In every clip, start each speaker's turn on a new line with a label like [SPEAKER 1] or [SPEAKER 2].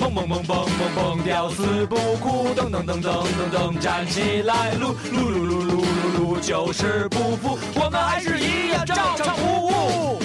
[SPEAKER 1] 蹦蹦蹦蹦蹦蹦，吊死不哭，噔噔噔噔噔噔，站起来，撸撸撸撸撸撸撸，就是不服，我们还是一样照常服务。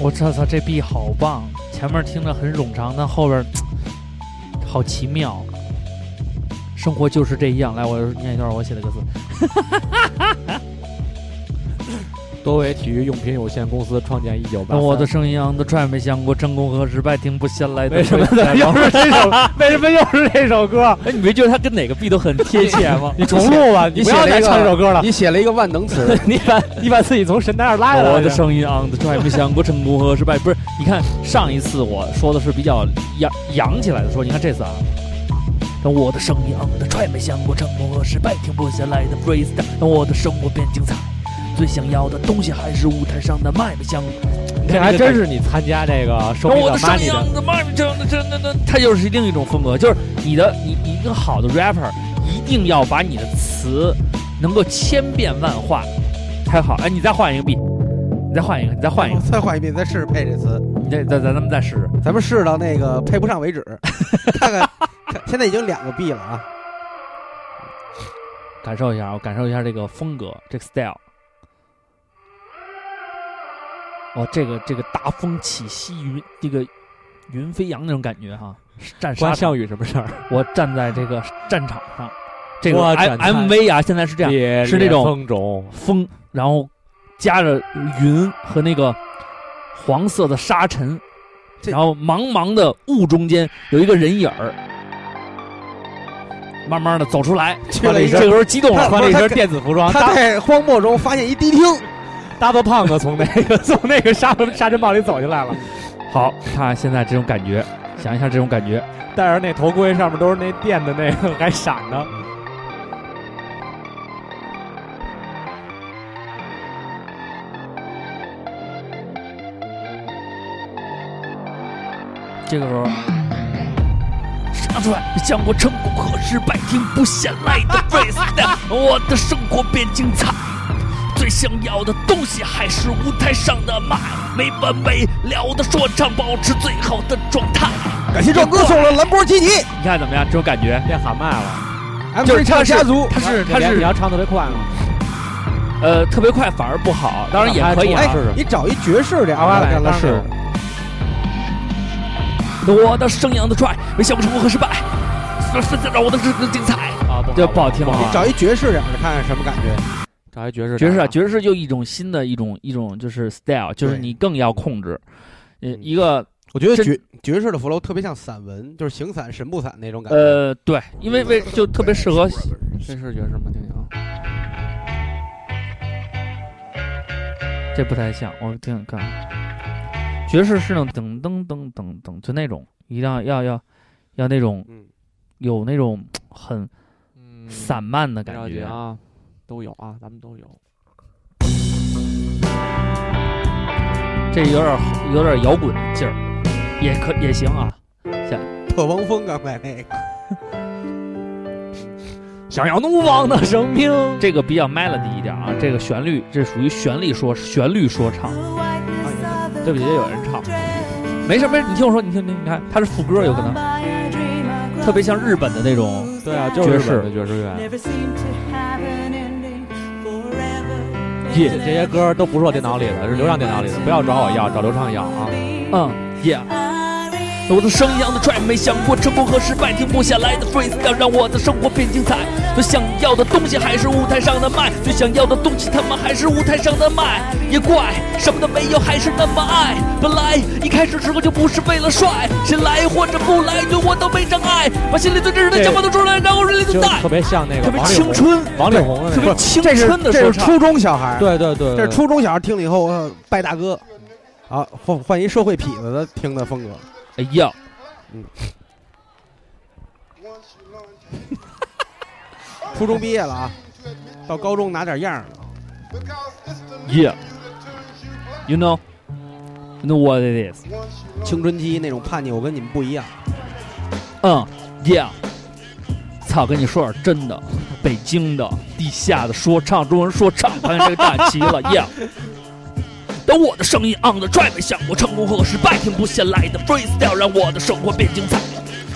[SPEAKER 2] 我操操，这 B 好棒！前面听着很冗长，但后边儿好奇妙。生活就是这样。来，我念一段我写的歌词。
[SPEAKER 3] 多维体育用品有限公司创建一九八。
[SPEAKER 2] 当我的声音昂的踹没响过，成功和失败停不下来的。
[SPEAKER 3] 为什么呢又是这首？为什么又是这首歌？
[SPEAKER 4] 哎，你没觉得它跟哪个 B 都很贴切吗？
[SPEAKER 3] 你重录 吧，你
[SPEAKER 5] 你
[SPEAKER 3] 不
[SPEAKER 5] 写
[SPEAKER 3] 要
[SPEAKER 5] 了
[SPEAKER 3] 再
[SPEAKER 5] 一个
[SPEAKER 3] 唱这首歌 了。
[SPEAKER 5] 你写了一个万能词，
[SPEAKER 3] 你把你把自己从神坛上拉下来了。
[SPEAKER 4] 我的声音 on the drive 想过成功和失败，不是？你看上一次我说的是比较扬扬起来的说，你看这次啊，
[SPEAKER 2] 让我的声音昂的踹没响过，成功和失败停不下来的 freestyle，让我的生活变精彩。最想要的东西还是舞台上的麦没响。你
[SPEAKER 3] 这
[SPEAKER 2] 看
[SPEAKER 3] 还
[SPEAKER 2] 这个
[SPEAKER 3] 真是你参加这个收
[SPEAKER 2] 然
[SPEAKER 3] 米
[SPEAKER 2] 后我
[SPEAKER 3] 的
[SPEAKER 2] 的
[SPEAKER 3] 妈
[SPEAKER 2] 声
[SPEAKER 3] 你
[SPEAKER 2] 音啊
[SPEAKER 3] 的，
[SPEAKER 2] 的妈咪这样的真的真，它就是另一种风格，就是你的你你一个好的 rapper 一定要把你的词能够千变万化才好。哎，你再换一个 B，你再换一个，你再换一个，
[SPEAKER 5] 再换一遍，再试试配这词，
[SPEAKER 2] 你再再咱咱们再试试。
[SPEAKER 5] 咱们试到那个配不上为 止，看看。看现在已经两个 B 了啊！
[SPEAKER 2] 感受一下，我感受一下这个风格，这个 style。哦，这个这个大风起兮云，这个云飞扬那种感觉哈、战
[SPEAKER 3] 关
[SPEAKER 2] 沙场，
[SPEAKER 3] 项羽什么事儿？
[SPEAKER 2] 我站在这个战场上，这个
[SPEAKER 3] 我
[SPEAKER 2] M
[SPEAKER 3] 展开
[SPEAKER 2] MV 啊，现在是这样，
[SPEAKER 3] 烈
[SPEAKER 2] 是那种
[SPEAKER 3] 烈风中
[SPEAKER 2] 风，然后加着云和那个黄色的沙尘，
[SPEAKER 5] 这
[SPEAKER 2] 然后茫茫的雾中间有一个人影儿，慢慢的走出来。
[SPEAKER 5] 去了一
[SPEAKER 2] 这个
[SPEAKER 5] 个，
[SPEAKER 2] 时候激动了，
[SPEAKER 3] 穿了一
[SPEAKER 5] 他
[SPEAKER 3] 身电子服装，
[SPEAKER 5] 他
[SPEAKER 3] 大
[SPEAKER 5] 在荒漠中发现一迪厅，
[SPEAKER 3] 大波胖子从那个 从那个沙沙尘暴里走进来了，
[SPEAKER 2] 好看现在这种感觉，想一下这种感觉，
[SPEAKER 3] 戴着那头盔，上面都是那电的那个还闪呢。
[SPEAKER 2] 这个时候。杀出来，像我成功和失败停不下来 的 freestyle，我的生活变精彩。最想要的东西还是舞台上的麦，没完没了的说唱，保持最好的状态。
[SPEAKER 5] 感谢壮哥送了兰博基尼
[SPEAKER 2] 你看怎么样？这种感觉，
[SPEAKER 3] 变喊麦了，
[SPEAKER 2] 就是
[SPEAKER 5] ，MC
[SPEAKER 2] 他
[SPEAKER 5] 唱
[SPEAKER 2] 是
[SPEAKER 5] 家族，
[SPEAKER 2] 它是
[SPEAKER 3] 你
[SPEAKER 2] 它
[SPEAKER 3] 要你
[SPEAKER 2] 是
[SPEAKER 3] 要唱特别快吗？
[SPEAKER 2] 呃特别快反而不好，当然也可以
[SPEAKER 3] 哎
[SPEAKER 2] 啊。
[SPEAKER 3] 试试
[SPEAKER 5] 你找一爵士的，
[SPEAKER 3] 阿巴来
[SPEAKER 5] 拉
[SPEAKER 3] 个试试。
[SPEAKER 2] 我的生养的拽，没想过成功和失败，分分让我的日子精彩。
[SPEAKER 3] 啊，
[SPEAKER 2] 这不好听
[SPEAKER 3] 不
[SPEAKER 2] 啊
[SPEAKER 3] 好，
[SPEAKER 5] 找一爵士两个看看什么感觉。
[SPEAKER 3] 找一爵士
[SPEAKER 2] 爵士啊，
[SPEAKER 3] 啊，
[SPEAKER 2] 爵士就一种新的一种一种就是 style，就是
[SPEAKER 5] 对
[SPEAKER 2] 你更要控制，呃，
[SPEAKER 5] 嗯
[SPEAKER 2] 一个
[SPEAKER 5] 我觉得
[SPEAKER 2] 真
[SPEAKER 5] 爵爵士的符楼特别像散文，就是形散神不散那种感觉。
[SPEAKER 2] 呃，对，因为为就特别适合
[SPEAKER 3] 这是爵士吗？听听啊，
[SPEAKER 2] 这不太像，我听看，爵士是那种噔噔噔噔噔，就那种一定要要要要那种
[SPEAKER 5] 嗯，
[SPEAKER 2] 有那种很
[SPEAKER 3] 嗯
[SPEAKER 2] 散漫的
[SPEAKER 3] 别
[SPEAKER 2] 感
[SPEAKER 3] 着急
[SPEAKER 2] 觉。
[SPEAKER 3] 啊，都有啊，咱们都有。
[SPEAKER 2] 这有点有点摇滚的劲儿，也可也行啊。
[SPEAKER 5] 特汪峰刚才那个，
[SPEAKER 3] 想要怒放的生命，
[SPEAKER 2] 这个比较 melody 一点啊，这个旋律这属于旋律说旋律说唱，啊对
[SPEAKER 6] 对
[SPEAKER 2] 不起，
[SPEAKER 6] 不起，
[SPEAKER 2] 这有
[SPEAKER 6] 有
[SPEAKER 2] 人
[SPEAKER 6] 人
[SPEAKER 2] 唱
[SPEAKER 6] 唱，，
[SPEAKER 2] 没事没事，你听我说，你听你听你看，它是副歌，有
[SPEAKER 6] 有
[SPEAKER 2] 可
[SPEAKER 6] 可
[SPEAKER 2] 能
[SPEAKER 6] 能
[SPEAKER 2] 特
[SPEAKER 6] 特
[SPEAKER 2] 别
[SPEAKER 6] 别
[SPEAKER 2] 像
[SPEAKER 6] 像
[SPEAKER 2] 日
[SPEAKER 6] 日
[SPEAKER 2] 本
[SPEAKER 6] 本
[SPEAKER 2] 的那
[SPEAKER 6] 的那
[SPEAKER 2] 种
[SPEAKER 6] 种。
[SPEAKER 3] 对啊，就
[SPEAKER 2] 爵
[SPEAKER 3] 是
[SPEAKER 2] 士
[SPEAKER 3] 日本的爵士乐。
[SPEAKER 6] 耶，
[SPEAKER 3] 这些歌都不是我电脑里的，是刘畅电脑里的，不要找我要，找刘畅要啊。
[SPEAKER 2] 嗯，yeah，
[SPEAKER 6] 嗯。
[SPEAKER 2] 我的声扬的 try，没想过成功和失败，停不下来的 freestyle 让我的生活变精彩。最想要的东西还是舞台上的麦，最想要的东西他们还是舞台上的麦。也怪什么都没有，还是那么爱。本来一开始时候就不是为了帅，谁来或者不来对我都没障碍，把心里最真实的想法都出来，然后热泪
[SPEAKER 3] 就
[SPEAKER 2] 都带
[SPEAKER 3] 特，别像那个
[SPEAKER 2] 特别
[SPEAKER 3] 王力
[SPEAKER 2] 青
[SPEAKER 3] 宏，
[SPEAKER 2] 春，
[SPEAKER 3] 王力宏的
[SPEAKER 2] 特
[SPEAKER 3] 那
[SPEAKER 2] 别
[SPEAKER 3] 个，
[SPEAKER 2] 青
[SPEAKER 5] 这是
[SPEAKER 2] 春的
[SPEAKER 5] 这
[SPEAKER 2] 说
[SPEAKER 5] 是
[SPEAKER 2] 唱。
[SPEAKER 5] 初中小孩儿，
[SPEAKER 3] 对对对，
[SPEAKER 5] 这是初中小孩儿听了以后，呃拜大哥，啊，换换一社会痞子的听的风格。
[SPEAKER 2] 哎呀，
[SPEAKER 5] 初中毕业了啊，到高中拿点样儿了。
[SPEAKER 2] Yeah, you know, you know what it is.
[SPEAKER 5] 青春期那种叛逆，我跟你们不一样。
[SPEAKER 2] 嗯，Yeah。操，跟你说点真的，北京的地下的说唱，中文说唱攀升大旗了，Yeah。当我的声音 on the track，没想过成功和失败，停不下来的 freestyle 让我的生活变精彩。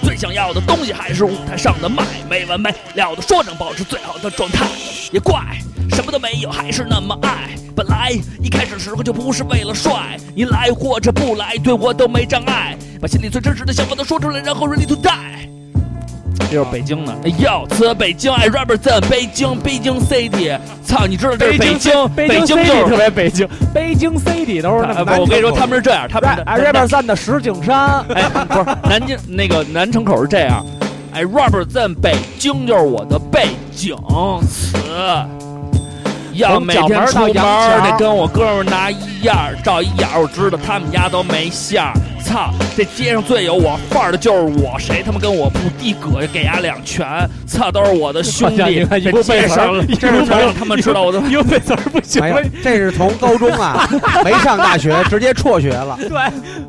[SPEAKER 2] 最想要的东西还是舞台上的麦，没完没了的说唱，保持最好的状态。也怪什么都没有，还是那么爱。本来一开始时候就不是为了帅，你来或者不来，对我都没障碍。把心里最真实的想法都说出来，然后 ready to die。
[SPEAKER 4] 这是北京的。
[SPEAKER 2] 哎呦，此北京，I represent 北京，北京 city。操，你知道这是
[SPEAKER 3] 北
[SPEAKER 2] 京，
[SPEAKER 3] 北
[SPEAKER 2] 北
[SPEAKER 3] 京
[SPEAKER 2] 就
[SPEAKER 3] CD 特
[SPEAKER 2] 是。
[SPEAKER 3] 别北京，北京 CD 都是那么
[SPEAKER 2] 哎
[SPEAKER 3] 难
[SPEAKER 2] 不，我跟你说，
[SPEAKER 3] 听
[SPEAKER 2] 他们是这样，他们是
[SPEAKER 3] 哎 r i v e r 的石景 山，
[SPEAKER 2] 哎，不是 南京那个南城口是这样，哎，represent 北京就是我的背景词。要
[SPEAKER 3] 从
[SPEAKER 2] 每
[SPEAKER 3] 角门
[SPEAKER 2] 天
[SPEAKER 3] 儿
[SPEAKER 2] 出
[SPEAKER 3] 到
[SPEAKER 2] 门
[SPEAKER 3] 羊
[SPEAKER 2] 儿
[SPEAKER 3] 角
[SPEAKER 2] 得
[SPEAKER 3] 儿
[SPEAKER 2] 跟我哥们儿拿一样儿，照一样儿，我知道他们家都没馅儿。操，这街上最有我范儿的就是我，谁他妈跟我不递葛，给俺两拳。操，都是我的 兄
[SPEAKER 3] 好像
[SPEAKER 2] 弟
[SPEAKER 3] 你，看一
[SPEAKER 2] 这
[SPEAKER 3] 不背
[SPEAKER 2] 街
[SPEAKER 3] 词儿
[SPEAKER 2] 上
[SPEAKER 3] 一
[SPEAKER 2] 这
[SPEAKER 3] 不
[SPEAKER 2] 不
[SPEAKER 3] 背
[SPEAKER 2] 让他们知道我的。
[SPEAKER 3] 又背词儿不行
[SPEAKER 5] 哎，呀，这是从高中 啊没上大学，直接辍学了。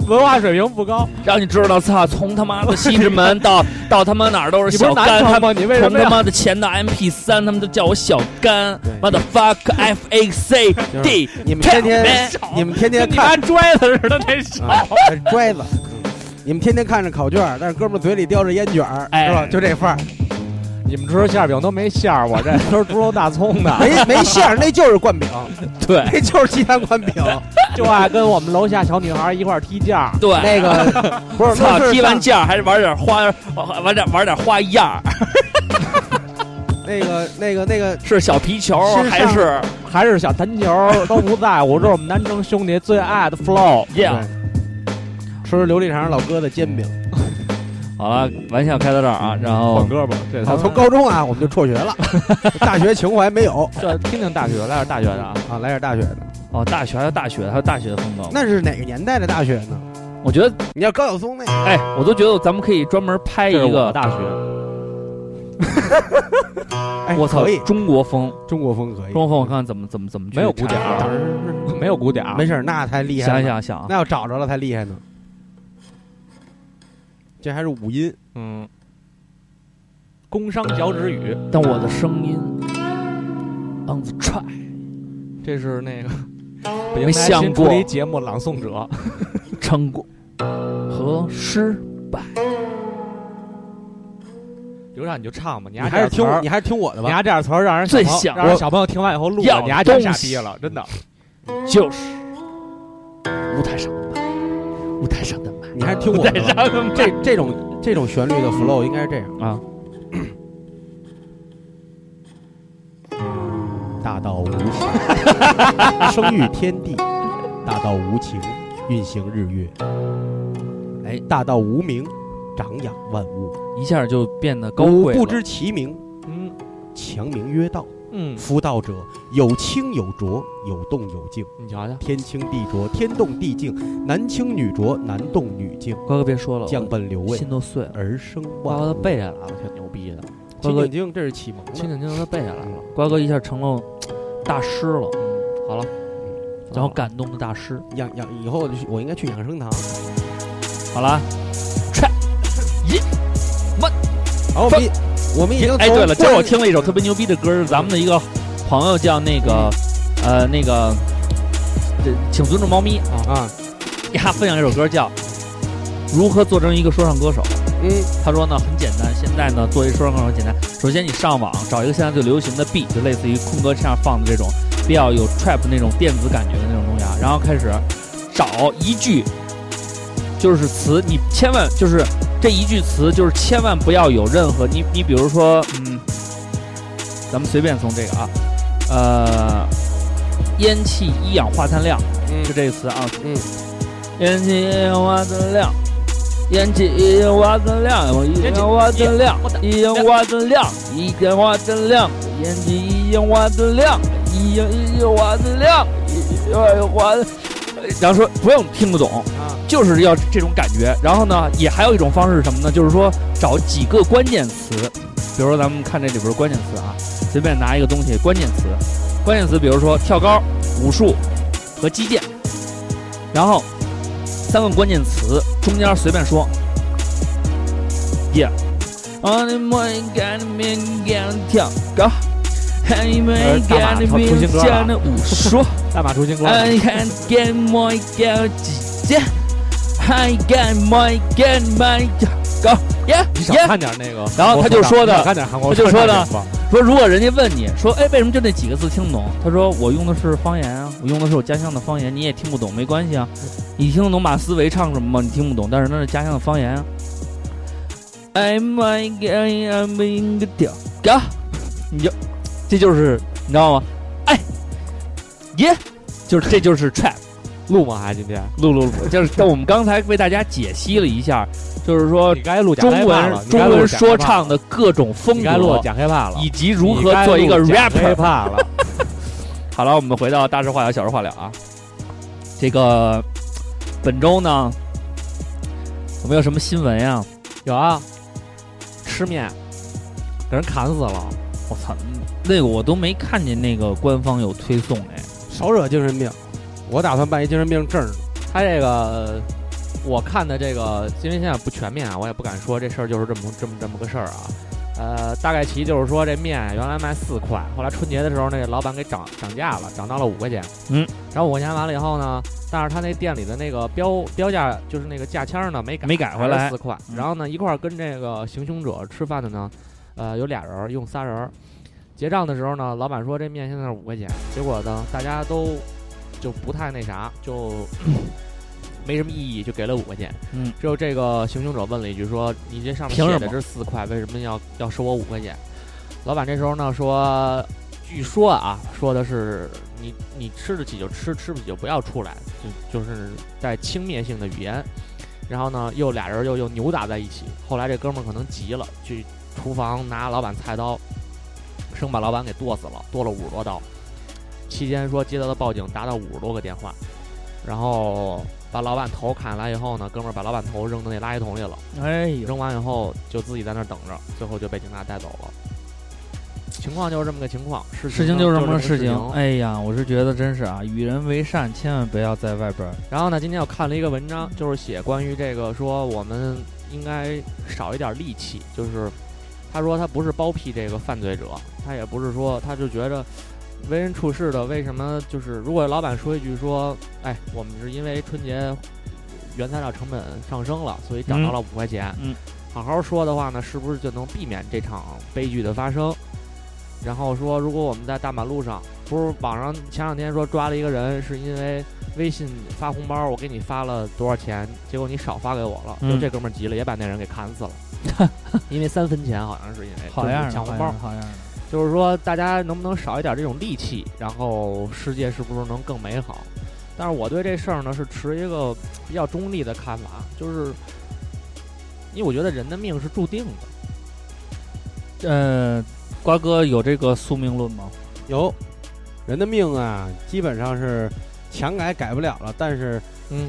[SPEAKER 3] 文化水平不高。
[SPEAKER 2] 让你知道，操，从他妈的西直门 到到他妈哪儿都是
[SPEAKER 3] 你不
[SPEAKER 2] 小
[SPEAKER 3] 是
[SPEAKER 2] 干
[SPEAKER 3] 南
[SPEAKER 2] 他
[SPEAKER 3] 城吗？你为什
[SPEAKER 2] 从
[SPEAKER 3] 么
[SPEAKER 2] 他
[SPEAKER 3] 要？
[SPEAKER 2] 妈的前到 MP 三，他们都叫我小干
[SPEAKER 5] 对
[SPEAKER 2] ，motherfuck F A C D，
[SPEAKER 5] 你们天天，
[SPEAKER 2] 操
[SPEAKER 5] 你们天天
[SPEAKER 3] 你
[SPEAKER 5] 看
[SPEAKER 3] 看拽子似的那是。
[SPEAKER 5] 啊，拽子，你们天天看着考卷儿，但是哥们儿嘴里叼着烟卷儿，
[SPEAKER 2] 哎
[SPEAKER 5] 是吧？就这范儿，
[SPEAKER 3] 你们吃馅儿饼都没馅儿，我这都是猪肉大葱
[SPEAKER 2] 哎
[SPEAKER 3] 的，
[SPEAKER 5] 没没馅儿，那就是灌饼，
[SPEAKER 2] 对
[SPEAKER 5] 那就是鸡蛋灌饼。
[SPEAKER 3] 就爱跟我们楼下小女孩一块儿踢毽儿。
[SPEAKER 2] 对，
[SPEAKER 5] 那个不是，
[SPEAKER 2] 操
[SPEAKER 5] 那，是
[SPEAKER 2] 踢完
[SPEAKER 5] 上
[SPEAKER 2] 毽儿还是玩点花，玩玩点玩点花样儿，
[SPEAKER 5] 那个那个那个
[SPEAKER 2] 是小皮球
[SPEAKER 5] 是上
[SPEAKER 2] 还是
[SPEAKER 3] 还是小弹球都不在乎，这是我们南城兄弟最爱的 flow。
[SPEAKER 2] yeah？
[SPEAKER 5] 吃琉璃厂老哥的煎饼。
[SPEAKER 4] 好了，玩笑开到这儿啊，然
[SPEAKER 2] 哦
[SPEAKER 4] 后
[SPEAKER 3] 歌吧，这
[SPEAKER 4] 嗯
[SPEAKER 5] 啊，
[SPEAKER 3] 他
[SPEAKER 5] 从高中啊我们就辍学了，大学情怀没有
[SPEAKER 3] 这听听大学，来点大学的啊。
[SPEAKER 5] 啊，来点大学的。
[SPEAKER 4] 哦，大学还有大学，还有大学的风格。
[SPEAKER 5] 那是哪个年代的大学呢？
[SPEAKER 4] 我觉得，
[SPEAKER 5] 你要高晓松那个
[SPEAKER 4] 哎，我都觉得咱们可以专门拍
[SPEAKER 3] 这是
[SPEAKER 4] 一
[SPEAKER 3] 我的
[SPEAKER 4] 个，
[SPEAKER 3] 大学，
[SPEAKER 5] 哎
[SPEAKER 4] 我操
[SPEAKER 5] 可以，，
[SPEAKER 4] 中国风，
[SPEAKER 5] 中国风可
[SPEAKER 4] 中
[SPEAKER 5] 以。
[SPEAKER 4] 国风，我看看怎么怎么怎么去
[SPEAKER 3] 没有鼓
[SPEAKER 4] 插
[SPEAKER 3] 点儿没有鼓点儿
[SPEAKER 5] 没事儿，那才啊厉害。
[SPEAKER 4] 想，想想啊，
[SPEAKER 5] 那要找着了才厉害呢。这还是五音，
[SPEAKER 3] 嗯，工商脚趾语，
[SPEAKER 2] 嗯
[SPEAKER 4] 但我的声音 on the track，
[SPEAKER 3] 这是那个
[SPEAKER 4] 没想过
[SPEAKER 3] 一节目朗诵者，
[SPEAKER 4] 成功和失败。
[SPEAKER 3] 刘畅你就唱吧，你
[SPEAKER 5] 你
[SPEAKER 3] 丫
[SPEAKER 5] 还是
[SPEAKER 3] 这
[SPEAKER 5] 听
[SPEAKER 3] 点词儿
[SPEAKER 5] 你还是听我的
[SPEAKER 3] 你
[SPEAKER 5] 吧。
[SPEAKER 3] 丫这点词儿让人
[SPEAKER 4] 最
[SPEAKER 3] 小朋友
[SPEAKER 4] 想
[SPEAKER 3] 让人小朋友听完以后录
[SPEAKER 4] 要
[SPEAKER 3] 了，你丫真傻
[SPEAKER 4] 东西
[SPEAKER 3] 逼了，真的。
[SPEAKER 4] 就是舞台上的麦，舞台上的麦，
[SPEAKER 5] 你还是听我的吧。 这这种这种旋律的 flow 应该是这样
[SPEAKER 4] 啊。
[SPEAKER 5] 大道无形， 生育天地；大道无情，运行日月。
[SPEAKER 4] 哎，
[SPEAKER 5] 大道无名，长养万物。
[SPEAKER 4] 一下就变得高
[SPEAKER 5] 吾
[SPEAKER 4] 贵了
[SPEAKER 5] 不知其名，
[SPEAKER 3] 嗯
[SPEAKER 5] 强名曰道。
[SPEAKER 3] 嗯，
[SPEAKER 5] 夫道者，有清有浊，有动有静。
[SPEAKER 3] 你瞧瞧，
[SPEAKER 5] 天清地浊，天动地静；男清女浊，男动女静。
[SPEAKER 4] 瓜哥别说了，
[SPEAKER 5] 降本流
[SPEAKER 4] 我
[SPEAKER 5] 位，
[SPEAKER 4] 心都碎了。
[SPEAKER 5] 而生
[SPEAKER 4] 瓜
[SPEAKER 5] 万
[SPEAKER 4] 哥
[SPEAKER 5] 物。
[SPEAKER 4] 都背下来了，挺牛逼的。瓜
[SPEAKER 5] 清
[SPEAKER 4] 哥嗯
[SPEAKER 5] 景镜这是启蒙的啊
[SPEAKER 4] 清醒清醒都背下来了，瓜哥一下成了大师了。
[SPEAKER 5] 嗯
[SPEAKER 4] 好了，然后感动的大师。
[SPEAKER 5] 养养以后就去我应该去养生堂。
[SPEAKER 4] 好了，啊
[SPEAKER 5] 好，我们已我们已经
[SPEAKER 4] 哎，对了，今儿我听
[SPEAKER 5] 了
[SPEAKER 4] 了一首特别牛逼的歌，是咱们的一个朋友叫那个，呃，那个，这请尊重猫咪啊，
[SPEAKER 5] 啊，
[SPEAKER 4] 他分享一首歌叫《如何做成一个说唱歌手》。
[SPEAKER 5] 嗯，
[SPEAKER 4] 他说呢，很简单，现在呢，做一说唱歌手很简单。首先，你上网找一个现在最流行的 B，就类似于空哥这样放的这种比较嗯有 trap 那种电子感觉的那种东西啊，然后开始找一句
[SPEAKER 2] 就是词，你千万就是这一句词，就是千万不要有任何你你比如说，嗯，咱们随便从这个啊，呃，烟气一氧化碳量，
[SPEAKER 7] 嗯
[SPEAKER 2] 就这个词啊，
[SPEAKER 7] 嗯，
[SPEAKER 2] 烟气一氧化碳量。烟气一氧化碳量，一氧化碳量，一氧化碳量，一氧化碳量，烟气一氧化碳量，一氧一氧化碳量，一氧化碳。然后说不用听不懂，
[SPEAKER 7] 啊
[SPEAKER 2] 就是要这种感觉。然后呢，也还有一种方式是什么呢？就是说找几个关键词，比如说咱们看这里边的关键词啊，随便拿一个东西，关键词，关键词，比如说跳高、武术和击剑，然后三个关键词中间随便说，yeah。On 啊 the morning, got me, got 跳啊高，还没 got
[SPEAKER 3] 哎
[SPEAKER 2] me，加那武术。
[SPEAKER 3] 大马出金光，
[SPEAKER 2] I can get my girl 姐姐，I get my get my go yeah
[SPEAKER 3] 你少
[SPEAKER 2] yeah。
[SPEAKER 3] 看点那个。
[SPEAKER 2] 然后他就说的
[SPEAKER 3] 少看点韩国，
[SPEAKER 2] 他就说的
[SPEAKER 3] 少看点吧
[SPEAKER 2] 说如果人家问你说，哎，为什么就那几个字听不懂？他说我用的是方言啊，我用的是我家乡的方言，你也听不懂，没关系 啊。你听得懂马思唯唱什么吗？你听不懂，但是那是家乡的方言啊。I 哎 my girl I'm in the 屌哥，你就这就是你知道吗？哎，耶，就是这就是 trap。
[SPEAKER 3] 录吗？还今天？
[SPEAKER 2] 录录录， 就是但我们刚才为大家解析了一下，就是说
[SPEAKER 3] 你该录假
[SPEAKER 2] 呃中
[SPEAKER 3] 黑怕了，
[SPEAKER 2] 文
[SPEAKER 3] 你
[SPEAKER 2] 中
[SPEAKER 3] 该录
[SPEAKER 2] 文
[SPEAKER 3] 假
[SPEAKER 2] 说
[SPEAKER 3] 黑怕
[SPEAKER 2] 唱
[SPEAKER 3] 了
[SPEAKER 2] 的各种风
[SPEAKER 3] 你该录
[SPEAKER 2] 格，
[SPEAKER 3] 假黑怕了，
[SPEAKER 2] 以及如何
[SPEAKER 3] 你该
[SPEAKER 2] 做一个
[SPEAKER 3] 录假黑
[SPEAKER 2] rapper。
[SPEAKER 3] 怕 了，
[SPEAKER 2] 好了，我们回到大事化小，小事化了啊。这个本周呢，有没有什么新闻呀？
[SPEAKER 3] 有啊，吃面给人砍死了，
[SPEAKER 2] 我操，那个我都没看见那个官方有推送哎。
[SPEAKER 5] 少惹精神病。我打算办一精神病证儿呢。
[SPEAKER 3] 他这个。我看的这个，因为现在不全面啊，我也不敢说这事儿就是这么这么这么个事儿啊。呃，大概其就是说，这面原来卖四块，后来春节的时候，那个老板给涨涨价了，涨到了五块钱。
[SPEAKER 2] 嗯，
[SPEAKER 3] 然后五块钱完了以后呢，但是他那店里的那个标标价就是那个价签儿呢没改，
[SPEAKER 2] 没改回来
[SPEAKER 3] 四块。
[SPEAKER 2] 嗯
[SPEAKER 3] 然后呢，一块儿跟这个行凶者吃饭的呢，呃，有俩人儿，一共仨人儿。结账的时候呢，老板说这面现在是五块钱，结果呢，大家都就不太那啥，就 没什么意义，就给了五块钱。
[SPEAKER 2] 嗯，
[SPEAKER 3] 只有这个行凶者问了一句说：“你这上面
[SPEAKER 2] 凭什
[SPEAKER 3] 写
[SPEAKER 2] 么嗯
[SPEAKER 3] 的是四块，为什么要要收我五块钱？”老板这时候呢说：“据说啊，说的是你你吃得起就吃，吃不起就不要出来，就就是带轻蔑性的语言。”然后呢，又俩人又又扭打在一起。后来这哥们儿可能急了，去厨房拿老板菜刀，生把老板给剁死了，剁了五十多刀。期间说接到的报警达到五十多个电话，然后把老板头砍下来以后呢，哥们儿把老板头扔到那垃圾桶里了。
[SPEAKER 2] 哎呦，
[SPEAKER 3] 扔完以后就自己在那儿等着，最后就被警察带走了。情况就是这么个情况，事
[SPEAKER 2] 事
[SPEAKER 3] 情
[SPEAKER 2] 情
[SPEAKER 3] 就
[SPEAKER 2] 就是是
[SPEAKER 3] 这
[SPEAKER 2] 这么
[SPEAKER 3] 么
[SPEAKER 2] 个
[SPEAKER 3] 个事
[SPEAKER 2] 事情。哎呀，我是觉得真是啊，与人为善，千万不要在外边儿。
[SPEAKER 3] 然后呢，今天我看了一个文章，就是写关于这个说我们应该少一点戾气，就是他说他不是包庇这个犯罪者，他也不是说他就觉着为人处事的为什么就是如果老板说一句说，哎，我们是因为春节原材料成本上升了，所以涨到了五块钱，
[SPEAKER 2] 嗯
[SPEAKER 3] 好好说的话呢，是不是就能避免这场悲剧的发生？然后说，如果我们在大马路上，不是网上前两天说抓了一个人，是因为微信发红包，我给你发了多少钱，结果你少发给我了，
[SPEAKER 2] 嗯
[SPEAKER 3] 就这哥们儿急了，也把那人给砍死了，因为三分钱好像是因为
[SPEAKER 2] 好样
[SPEAKER 3] 就
[SPEAKER 2] 的，
[SPEAKER 3] 是抢
[SPEAKER 2] 好
[SPEAKER 3] 红
[SPEAKER 2] 样
[SPEAKER 3] 包
[SPEAKER 2] 的，，好样的。
[SPEAKER 3] 就是说大家能不能少一点这种戾气，然后世界是不是能更美好？但是我对这事儿呢是持一个比较中立的看法，就是因为我觉得人的命是注定的，
[SPEAKER 2] 呃，瓜哥有这个宿命论吗？
[SPEAKER 5] 有人的命啊，基本上是强改改不了了，但是
[SPEAKER 3] 嗯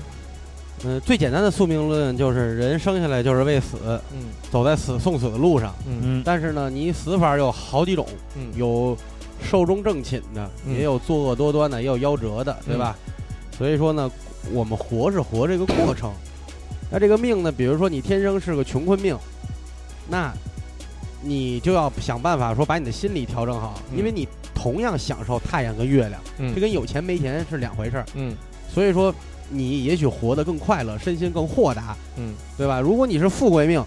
[SPEAKER 5] 嗯、呃最简单的宿命论就是人生下来就是为死，
[SPEAKER 3] 嗯
[SPEAKER 5] 走在死送死的路上。
[SPEAKER 3] 嗯
[SPEAKER 2] 嗯，
[SPEAKER 5] 但是呢，你死法有好几种，
[SPEAKER 3] 嗯
[SPEAKER 5] 有寿终正寝的，
[SPEAKER 3] 嗯
[SPEAKER 5] 也有作恶多端的，也有夭折的，对吧？所以说呢，我们活是活这个过程。那这个命呢，比如说你天生是个穷困命，那你就要想办法说把你的心理调整好，
[SPEAKER 3] 嗯
[SPEAKER 5] 因为你同样享受太阳跟月亮，
[SPEAKER 3] 嗯
[SPEAKER 5] 这跟有钱没钱是两回事儿。
[SPEAKER 3] 嗯
[SPEAKER 5] 所以说，你也许活得更快乐，身心更豁达，
[SPEAKER 3] 嗯，
[SPEAKER 5] 对吧？如果你是富贵命，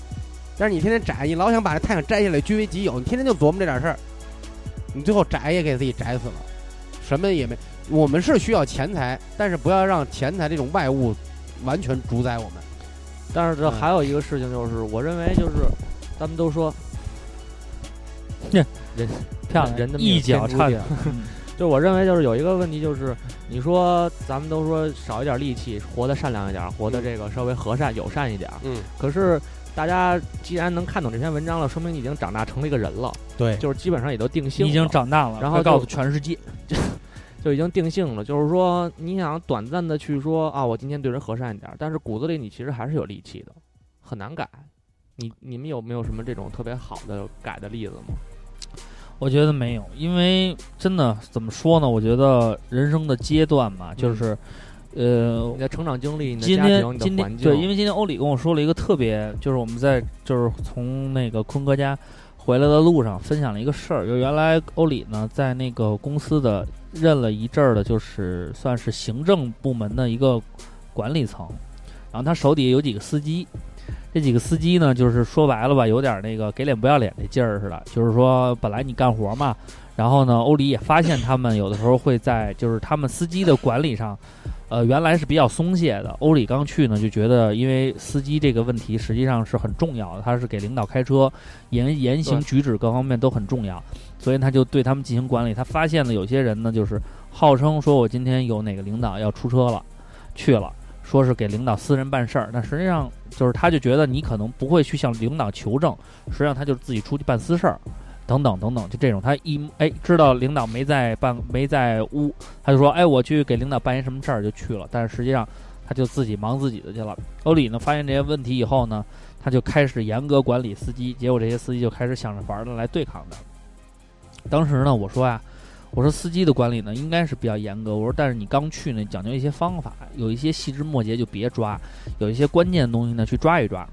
[SPEAKER 5] 但是你天天宅，你老想把这太阳摘下来据为己有，你天天就琢磨这点事儿，你最后宅也给自己宅死了，什么也没。我们是需要钱财，但是不要让钱财这种外物完全主宰我们。
[SPEAKER 3] 但是这
[SPEAKER 5] 嗯
[SPEAKER 3] 还有一个事情就是，我认为就是，咱们 都说，
[SPEAKER 2] 哼
[SPEAKER 3] 人
[SPEAKER 2] 漂亮
[SPEAKER 3] 人的
[SPEAKER 2] 一
[SPEAKER 3] 命天
[SPEAKER 2] 脚嗯
[SPEAKER 3] 注
[SPEAKER 2] 差
[SPEAKER 3] 定 就我认为就是有一个问题就是，你说咱们都说少一点戾气，活得善良一点，活得这个稍微和善友善一点。
[SPEAKER 5] 嗯，
[SPEAKER 3] 可是大家既然能看懂这篇文章了，说明你已经长大成了一个人了，
[SPEAKER 5] 对，
[SPEAKER 3] 就是基本上也都定性
[SPEAKER 2] 你
[SPEAKER 3] 了，
[SPEAKER 2] 已经长大了，
[SPEAKER 3] 然后
[SPEAKER 2] 快告
[SPEAKER 3] 就
[SPEAKER 2] 诉全世界，
[SPEAKER 3] 就已经定性了。就是说，你想短暂的去说啊，我今天对人和善一点，但是骨子里你其实还是有戾气的，很难改。你你们有没有什么这种特别好的改的例子吗？
[SPEAKER 2] 我觉得没有，因为真的怎么说呢？我觉得人生的阶段吧，就是，呃
[SPEAKER 3] 你，的成长经历、你的
[SPEAKER 2] 今
[SPEAKER 3] 家庭、
[SPEAKER 2] 天
[SPEAKER 3] 你
[SPEAKER 2] 今天
[SPEAKER 3] 的环境，
[SPEAKER 2] 对，因为今天欧里跟我说了一个特别，就是我们在就是从那个坤哥家回来的路上分享了一个事儿，就原来欧里呢在那个公司的任了一阵儿的，就是算是行政部门的一个管理层，然后他手底下有几个司机。这几个司机呢，就是说白了吧，有点那个给脸不要脸那劲儿似的。就是说，本来你干活嘛，然后呢，欧里也发现他们有的时候会在就是他们司机的管理上呃，原来是比较松懈的。欧里刚去呢，就觉得因为司机这个问题实际上是很重要的，他是给领导开车，言言行举止各方面都很重要，所以他就对他们进行管理。他发现了有些人呢，就是号称说我今天有哪个领导要出车了，去了，说是给领导私人办事儿，但实际上就是他就觉得你可能不会去向领导求证，实际上他就是自己出去办私事儿。等等等等，就这种，他一哎知道领导没在办没在屋，他就说：“哎，我去给领导办一什么事儿，就去了。”但是实际上，他就自己忙自己的去了。欧里呢，发现这些问题以后呢，他就开始严格管理司机，结果这些司机就开始想着法儿的来对抗他。当时呢，我说啊，我说司机的管理呢应该是比较严格，我说但是你刚去呢，讲究一些方法，有一些细枝末节就别抓，有一些关键的东西呢去抓一抓。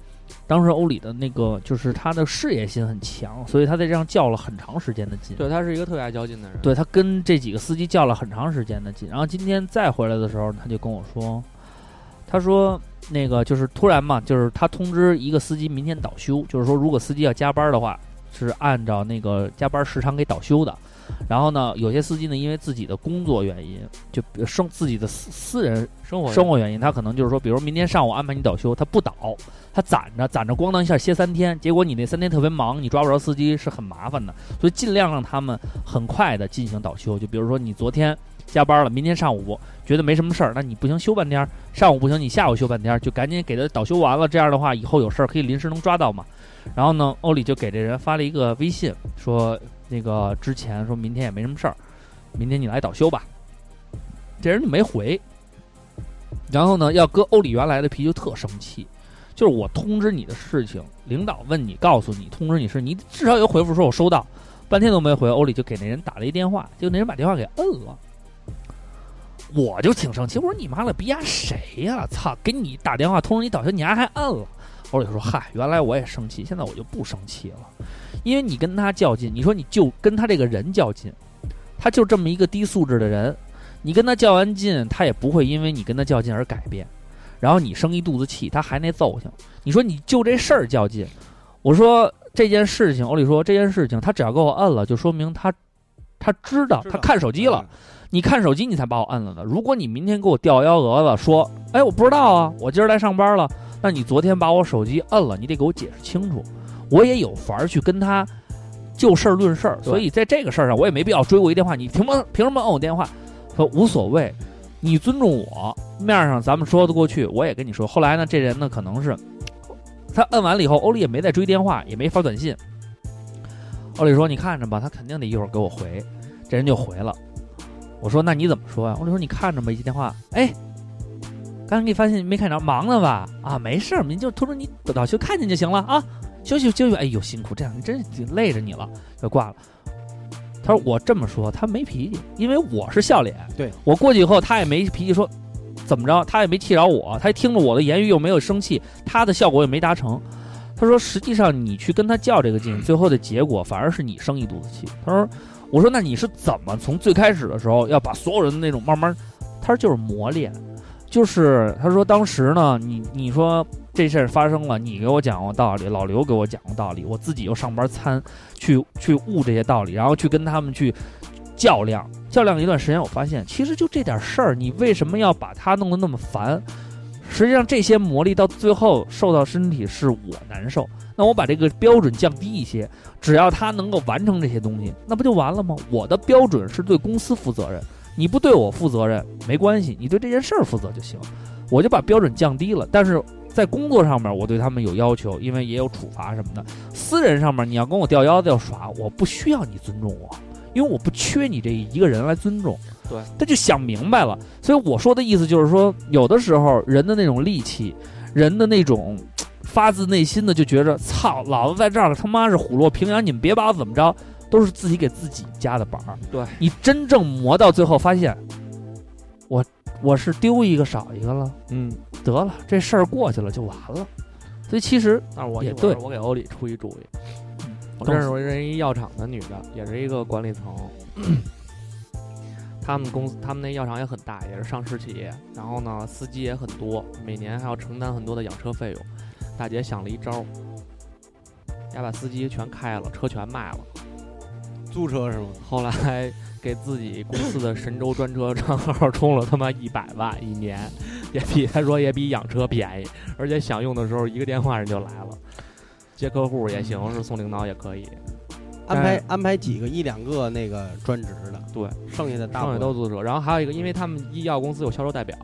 [SPEAKER 2] 当时欧里的那个就是他的事业心很强，所以他在这上较了很长时间的劲。
[SPEAKER 3] 对他是一个特别爱较劲的人。
[SPEAKER 2] 对他跟这几个司机较了很长时间的劲，然后今天再回来的时候，他就跟我说，他说那个就是突然嘛，就是他通知一个司机明天倒休，就是说如果司机要加班的话，是按照那个加班时长给倒休的。然后呢，有些司机呢，因为自己的工作原因，就呃生自己的私私人
[SPEAKER 3] 生活
[SPEAKER 2] 生活原因，他可能就是说，比如明天上午安排你倒休，他不倒，他攒着攒着，咣当一下歇三天，结果你那三天特别忙，你抓不着司机是很麻烦的，所以尽量让他们很快的进行倒休。就比如说你昨天加班了，明天上午觉得没什么事儿，那你不行休半天儿，上午不行你下午休半天儿，就赶紧给他倒休完了，这样的话以后有事儿可以临时能抓到嘛。然后呢，欧里就给这人发了一个微信，说那个之前说明天也没什么事儿，明天你来倒休吧。这人就没回，然后呢，要搁欧里原来的皮就特生气，就是我通知你的事情，领导问你，告诉你，通知你是你至少有回复说我收到，半天都没回，欧里就给那人打了一电话，结果那人把电话给摁了。我就挺生气，我说你妈了逼呀谁呀、操，给你打电话通知你倒休，你丫还摁了。欧里说：“嗨，原来我也生气，现在我就不生气了，因为你跟他较劲，你说你就跟他这个人较劲，他就这么一个低素质的人，你跟他较完劲，他也不会因为你跟他较劲而改变。然后你生一肚子气，他还那揍性。你说你就这事儿较劲，我说这件事情，欧里说这件事情，他只要给我摁了，就说明他他知道
[SPEAKER 5] 知道
[SPEAKER 2] 他看手机了。你看手机你才把我摁了的。如果你明天给我掉幺蛾子，说，哎，我不知道啊，我今儿来上班了，那你昨天把我手机摁了，你得给我解释清楚，我也有法儿去跟他就事儿论事儿。所以在这个事儿上，我也没必要追我一电话，你凭什么凭什么摁我电话？说无所谓，你尊重我，面儿上咱们说得过去，我也跟你说。后来呢，这人呢可能是他摁完了以后，欧丽也没再追电话，也没发短信。欧丽说：“你看着吧，他肯定得一会儿给我回。”这人就回了。我说：“那你怎么说呀、欧丽说：“你看着吧，一接电话，哎，刚才给你发信没看着，忙呢吧？啊，没事儿，您就通知你早休看见就行了啊，休息休息。哎呦，辛苦，这两天真是累着你了，就挂了。”他说：“我这么说，他没脾气，因为我是笑脸。
[SPEAKER 5] 对
[SPEAKER 2] 我过去以后，他也没脾气说怎么着，他也没气着我，他听着我的言语又没有生气，他的效果也没达成。他说，实际上你去跟他较这个劲，最后的结果反而是你生一肚子气。他说，我说那你是怎么从最开始的时候要把所有人的那种慢慢，他说就是磨练，就是他说当时呢，你你说这事儿发生了，你给我讲过道理，老刘给我讲过道理，我自己又上班参去去悟这些道理，然后去跟他们去较量。较量一段时间，我发现其实就这点事儿，你为什么要把它弄得那么烦？实际上这些魔力到最后受到身体是我难受，那我把这个标准降低一些，只要他能够完成这些东西，那不就完了吗？我的标准是对公司负责任，你不对我负责任没关系，你对这件事儿负责就行，我就把标准降低了，但是。在工作上面，我对他们有要求，因为也有处罚什么的。私人上面，你要跟我吊腰子要耍，我不需要你尊重我，因为我不缺你这一个人来尊重。
[SPEAKER 3] 对，
[SPEAKER 2] 他就想明白了。所以我说的意思就是说，有的时候人的那种戾气，人的那种嘖发自内心的就觉着，操，老子在这儿了，他妈是虎落平阳，你们别把我怎么着，都是自己给自己加的板儿。
[SPEAKER 3] 对
[SPEAKER 2] 你真正磨到最后，发现我我是丢一个少一个了。
[SPEAKER 3] 嗯，
[SPEAKER 2] 得了，这事儿过去了就完了。所以其实
[SPEAKER 3] 但是我
[SPEAKER 2] 也
[SPEAKER 3] 一会儿
[SPEAKER 2] 对嗯
[SPEAKER 3] 我给欧里出一主意，我
[SPEAKER 2] 更
[SPEAKER 3] 认识我认识一药厂的女的，也是一个管理层。他们公司，他们那药厂也很大，也是上市企业。然后呢，司机也很多，每年还要承担很多的养车费用。大姐想了一招，要把司机全开了，车全卖了。嗯
[SPEAKER 5] 租车是吗？
[SPEAKER 3] 后来给自己公司的神州专车账号充了他妈一百万一年，也比他说也比养车便宜，而且想用的时候一个电话人就来了，接客户也行，
[SPEAKER 5] 嗯
[SPEAKER 3] 是送领导也可以，
[SPEAKER 5] 安排安排几个一两个那个专职的，
[SPEAKER 3] 对，
[SPEAKER 5] 剩下的大
[SPEAKER 3] 上
[SPEAKER 5] 部
[SPEAKER 3] 面
[SPEAKER 5] 分
[SPEAKER 3] 都。租车。然后还有一个，因为他们医药公司有销售代表，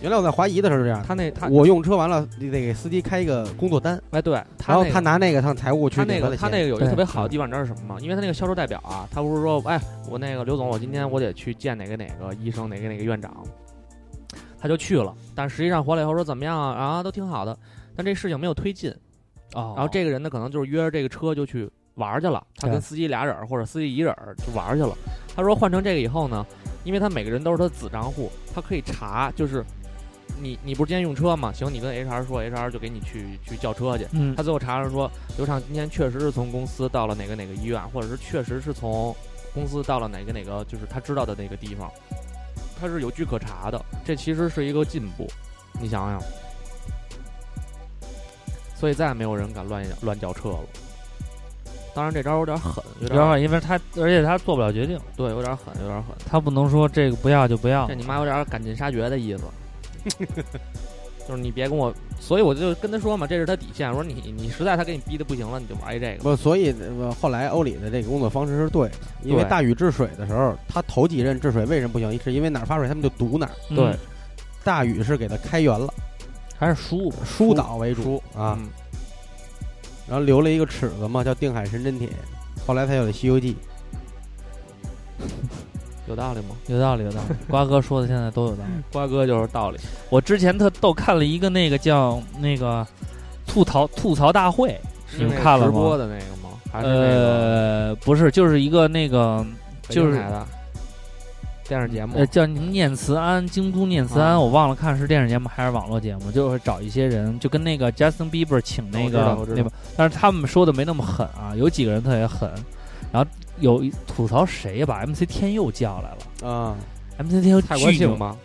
[SPEAKER 5] 原来我在华谊的时候是这样，
[SPEAKER 3] 他那他
[SPEAKER 5] 我用车完了，你得给司机开一个工作单，
[SPEAKER 3] 哎对，他
[SPEAKER 5] 然后
[SPEAKER 3] 那
[SPEAKER 5] 他
[SPEAKER 3] 个
[SPEAKER 5] 拿那个上财务去
[SPEAKER 3] 他那
[SPEAKER 5] 给
[SPEAKER 3] 个
[SPEAKER 5] 的
[SPEAKER 3] 他
[SPEAKER 5] 钱
[SPEAKER 3] 那个有一个
[SPEAKER 2] 对
[SPEAKER 3] 特别好的地方，你知道是什么吗？因为他那个销售代表啊，他不是说，哎，我那个刘总，我今天我得去见哪个哪个医生，哪个哪个院长，他就去了。但实际上回来以后说怎么样啊？啊，都挺好的，但这事情没有推进。
[SPEAKER 2] 哦
[SPEAKER 3] 然后这个人呢，可能就是约着这个车就去玩儿去了，他跟
[SPEAKER 2] 对
[SPEAKER 3] 司机俩人儿或者司机一人儿就玩儿去了。他说换成这个以后呢，因为他每个人都是他的子账户，他可以查，就是你你不是今天用车吗？行，你跟 HR 说，HR 就给你去去叫车去。
[SPEAKER 2] 嗯
[SPEAKER 3] 他最后查着说，刘畅今天确实是从公司到了哪个哪个医院，或者是确实是从公司到了哪个哪个，就是他知道的那个地方，他是有据可查的。这其实是一个进步，你想想。所以再也没有人敢乱乱叫车了。当然，这招有点狠，有点
[SPEAKER 2] 然后因为他，而且他做不了决定，
[SPEAKER 3] 对，有点狠，有点狠。
[SPEAKER 2] 他不能说这个不要就不要
[SPEAKER 3] 这。你妈有点赶尽杀绝的意思， 就是你别跟我，所以我就跟他说嘛，这是他底线。我说你你实在他给你逼的不行了，你就玩一这个吧。
[SPEAKER 5] 不，所以呃后来欧里的这个工作方式是对的，因为
[SPEAKER 3] 对
[SPEAKER 5] 大禹治水的时候，他头几任治水为什么不行？是因为哪儿发水他们就堵哪儿。
[SPEAKER 2] 嗯
[SPEAKER 3] 对，
[SPEAKER 5] 大禹是给他开源了，
[SPEAKER 2] 还是输吧。
[SPEAKER 5] 疏导为主啊，
[SPEAKER 3] 嗯
[SPEAKER 5] 然后留了一个尺子嘛，叫定海神针铁，后来才有了《西游记》。
[SPEAKER 3] 有道理吗？
[SPEAKER 2] 有道理，有道理。瓜哥说的现在都有道理。
[SPEAKER 3] 瓜哥就是道理。
[SPEAKER 2] 我之前特逗，看了一个那个叫那个吐槽吐槽大会，你们看了
[SPEAKER 3] 直播
[SPEAKER 2] 吗？
[SPEAKER 3] 的那个吗？还是那个
[SPEAKER 2] 呃，不是，就是一个那个
[SPEAKER 3] 北
[SPEAKER 2] 就
[SPEAKER 3] 京
[SPEAKER 2] 是
[SPEAKER 3] 台的电视节目
[SPEAKER 2] 呃，？叫什么念慈庵，京都念慈庵，
[SPEAKER 3] 啊
[SPEAKER 2] 我忘了看是电视节目还是网络节目，就是找一些人，就跟那个 Justin Bieber 请那
[SPEAKER 3] 我知道
[SPEAKER 2] 个
[SPEAKER 3] 我知道
[SPEAKER 2] 那吧，但是他们说的没那么狠啊，有几个人特别狠，然后有一吐槽谁呀，把 MC 天佑叫来了
[SPEAKER 5] 啊，
[SPEAKER 2] ，MC 天佑
[SPEAKER 3] 泰国
[SPEAKER 2] 巨牛
[SPEAKER 3] 庆吗？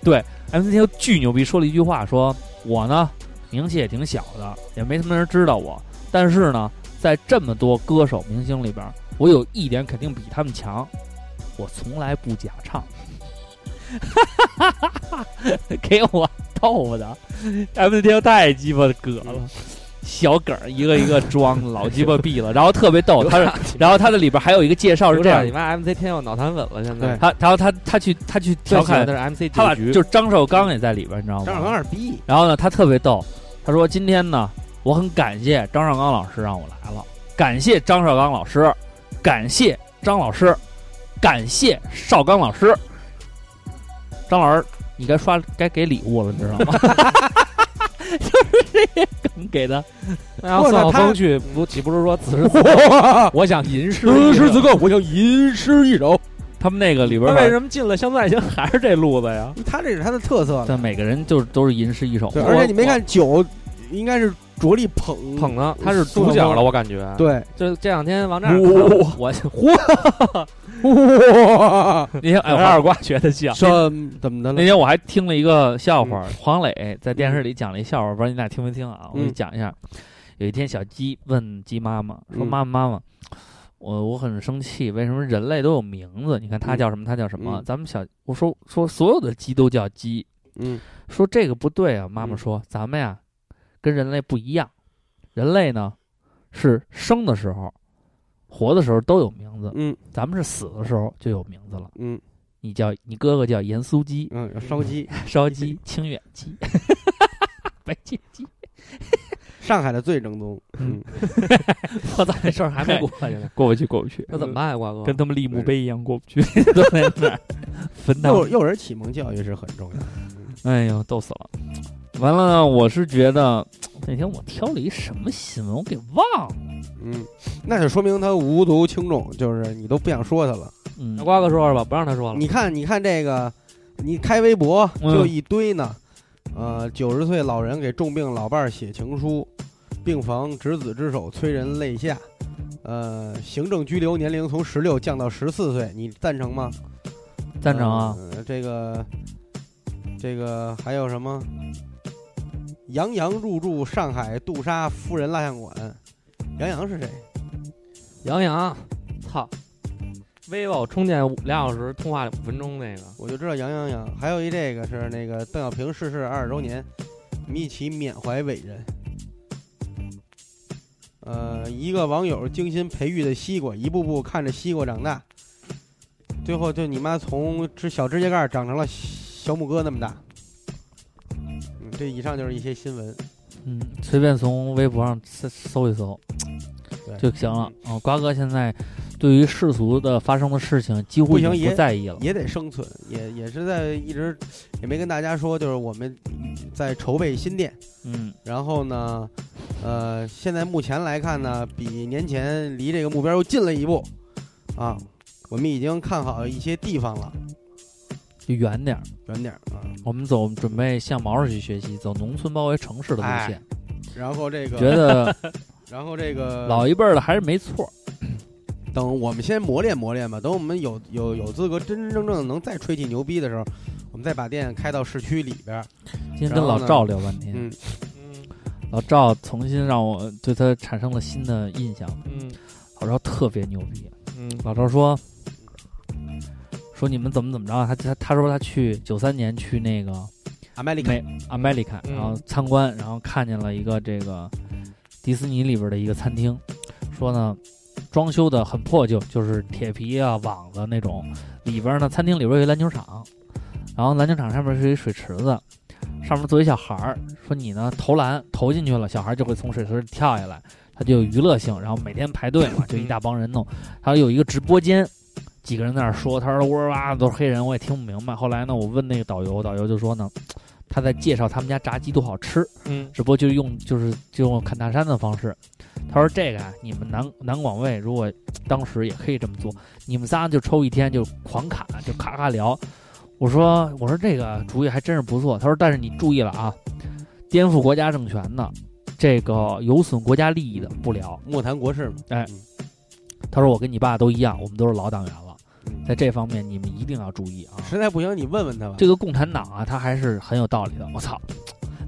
[SPEAKER 2] ，MC 天佑巨牛逼，说了一句话，说我呢名气也挺小的，也没什么人知道我，但是呢，在这么多歌手明星里边，我有一点肯定比他们强，我从来不假唱。 给我逗的，M 天太鸡巴葛
[SPEAKER 3] 嗯
[SPEAKER 2] 了，小梗儿一个一个装，老鸡巴逼了，然后特别逗，他是，然后他的里边还有一个介绍是这样
[SPEAKER 3] 你，妈 MC 天佑脑残粉了，现在
[SPEAKER 5] 对
[SPEAKER 2] 他然后他他去他去调
[SPEAKER 3] 最喜
[SPEAKER 2] 侃
[SPEAKER 3] 欢的，是 MC
[SPEAKER 2] 他把
[SPEAKER 3] 结局，
[SPEAKER 2] 就是张绍刚也在里边，你知道吗？
[SPEAKER 5] 张绍刚二逼，
[SPEAKER 2] 然后呢，他特别逗，他说今天呢，我很感谢张绍刚老师让我来了，感谢张绍刚老师，感谢张老师，感谢绍刚老师。张老师，你该刷该给礼物了，你知道吗？就是这些梗给的，
[SPEAKER 3] 那要
[SPEAKER 5] 不
[SPEAKER 3] 算
[SPEAKER 5] 是
[SPEAKER 3] 好
[SPEAKER 5] 他
[SPEAKER 3] 风趣，不岂不是说此时 此我想吟诗一
[SPEAKER 5] 此时
[SPEAKER 3] 首
[SPEAKER 5] 此刻我要吟诗一首。
[SPEAKER 2] 他们那个里边
[SPEAKER 3] 他
[SPEAKER 2] 儿
[SPEAKER 3] 为什么进了《乡村爱情》还是这路子呀？
[SPEAKER 5] 他这是他的特色了。
[SPEAKER 2] 但每个人就是都是吟诗一首嘛，
[SPEAKER 5] 对，而且你没看酒，应该是着力捧
[SPEAKER 3] 捧呢，他是主角了，我感觉。，
[SPEAKER 5] 对，
[SPEAKER 3] 就这两天王炸，
[SPEAKER 5] 哇
[SPEAKER 3] 我
[SPEAKER 5] 哇，
[SPEAKER 2] 那天哎，
[SPEAKER 3] 我
[SPEAKER 2] 我
[SPEAKER 3] 二瓜觉得像。
[SPEAKER 5] 这怎么的
[SPEAKER 2] 那
[SPEAKER 5] 了？
[SPEAKER 2] 天我还听了一个笑话，
[SPEAKER 5] 嗯
[SPEAKER 2] 黄磊在电视里讲了一笑话，不知道你俩听没听啊？我给你
[SPEAKER 5] 嗯
[SPEAKER 2] 讲一下。有一天，小鸡问鸡妈妈说：“
[SPEAKER 5] 嗯
[SPEAKER 2] 妈妈，妈妈，我我很生气，为什么人类都有名字？你看它叫什么，它叫什么？
[SPEAKER 5] 嗯
[SPEAKER 2] 咱们小我说说所有的鸡都叫鸡，
[SPEAKER 5] 嗯
[SPEAKER 2] 说这个不对啊，妈妈
[SPEAKER 5] 嗯
[SPEAKER 2] 说、咱们呀跟人类不一样，人类呢是生的时候、活的时候都有名字，
[SPEAKER 5] 嗯
[SPEAKER 2] 咱们是死的时候就有名字了。
[SPEAKER 5] 嗯
[SPEAKER 2] 你叫你哥哥叫盐酥鸡、
[SPEAKER 5] 嗯，烧鸡，
[SPEAKER 2] 烧鸡、清远鸡、 白切鸡。
[SPEAKER 5] 上海的最正宗。嗯，
[SPEAKER 2] 我操，这事儿还没过去呢， 过不去，过不去，嗯
[SPEAKER 3] 那怎么办呀，瓜哥？
[SPEAKER 2] 跟他们立墓碑一样过不去，都在那 儿坟头
[SPEAKER 5] 幼。幼儿启蒙教育是很重要的。
[SPEAKER 2] 哎呦，逗死了！完了呢，我是觉得那天我挑了一什么新闻，我给忘了。
[SPEAKER 5] 嗯，那就说明他无足轻重，就是你都不想说他了。
[SPEAKER 2] 嗯
[SPEAKER 3] 那，瓜哥说说吧，不让他说了。
[SPEAKER 5] 你看，你看这个，你开微博
[SPEAKER 2] 嗯
[SPEAKER 5] 就一堆呢。呃，九十岁老人给重病老伴儿写情书，病房执子之手催人泪下。呃，行政拘留年龄从十六降到十四岁，你赞成吗？
[SPEAKER 2] 赞成啊。
[SPEAKER 5] 呃这个，这个还有什么？杨洋入住上海杜莎夫人蜡像馆。杨洋是谁？
[SPEAKER 3] 杨洋，操，vivo 充电五俩小时，通话五分钟那个，
[SPEAKER 5] 我就知道杨洋洋，还有一这个是那个邓小平逝世二十周年，我们一起缅怀伟人。呃，一个网友精心培育的西瓜，一步步看着西瓜长大，最后就你妈从指小指甲盖儿长成了小拇哥那么大。嗯，这以上就是一些新闻。
[SPEAKER 2] 嗯，随便从微博上搜搜一搜
[SPEAKER 5] 对
[SPEAKER 2] 就行了。啊，瓜哥现在对于世俗的发生的事情几乎
[SPEAKER 5] 不
[SPEAKER 2] 已
[SPEAKER 5] 行
[SPEAKER 2] 经不
[SPEAKER 5] 也
[SPEAKER 2] 在意了。
[SPEAKER 5] 也得生存，也也是在一直也没跟大家说，就是我们在筹备新店，
[SPEAKER 2] 嗯，
[SPEAKER 5] 然后呢，呃，现在目前来看呢，比年前离这个目标又近了一步，啊，我们已经看好一些地方了，
[SPEAKER 2] 就远点儿，
[SPEAKER 5] 远点儿啊。
[SPEAKER 2] 我们走准备向毛主席学习，走农村包围城市的路
[SPEAKER 5] 哎
[SPEAKER 2] 线。
[SPEAKER 5] 然后这
[SPEAKER 2] 觉
[SPEAKER 5] 个，
[SPEAKER 2] 得
[SPEAKER 5] 然后这个，
[SPEAKER 2] 老一辈儿的还是没错 儿。
[SPEAKER 5] 等我们先磨练磨练吧，等我们有有有资格真真正正能再吹起牛逼的时候，我们再把店开到市区里边儿。
[SPEAKER 2] 今天跟
[SPEAKER 5] 然后
[SPEAKER 2] 老
[SPEAKER 5] 呢
[SPEAKER 2] 赵聊半天，
[SPEAKER 5] 嗯
[SPEAKER 2] 老赵重新让我对他产生了新的印象。
[SPEAKER 3] 嗯
[SPEAKER 2] 老赵特别牛逼，
[SPEAKER 3] 嗯
[SPEAKER 2] 老赵说说你们怎么怎么着啊，他他他说他去九三年去那个
[SPEAKER 5] ，America，
[SPEAKER 2] 美 America，
[SPEAKER 3] 嗯
[SPEAKER 2] 然后参观，然后看见了一个这个迪士尼里边的一个餐厅，说呢装修的很破旧，就是铁皮啊网子那种，里边呢餐厅里边有一篮球场，然后篮球场上面是一水池子，上面坐一小孩儿，说你呢投篮投进去了，小孩就会从水池里跳下来，它就有娱乐性，然后每天排队嘛，就一大帮人弄，还有有一个直播间。几个人在那儿说，他说哇哇都是黑人，我也听不明白。后来呢，我问那个导游，导游就说呢，他在介绍他们家炸鸡多好吃，
[SPEAKER 3] 嗯
[SPEAKER 2] 只不过就用就是就用砍大山的方式。他说这个啊，你们南南广卫如果当时也可以这么做，你们仨就抽一天就狂砍，就咔咔聊。我说我说这个主意还真是不错。他说但是你注意了啊，颠覆国家政权的，这个有损国家利益的不聊。
[SPEAKER 5] 莫谈国事嘛。
[SPEAKER 2] 哎
[SPEAKER 5] 嗯
[SPEAKER 2] 他说我跟你爸都一样，我们都是老党员了，
[SPEAKER 5] 嗯
[SPEAKER 2] 在这方面你们一定要注意啊。
[SPEAKER 5] 实在不行你问问他吧。
[SPEAKER 2] 这个共产党啊，他还是很有道理的。我操，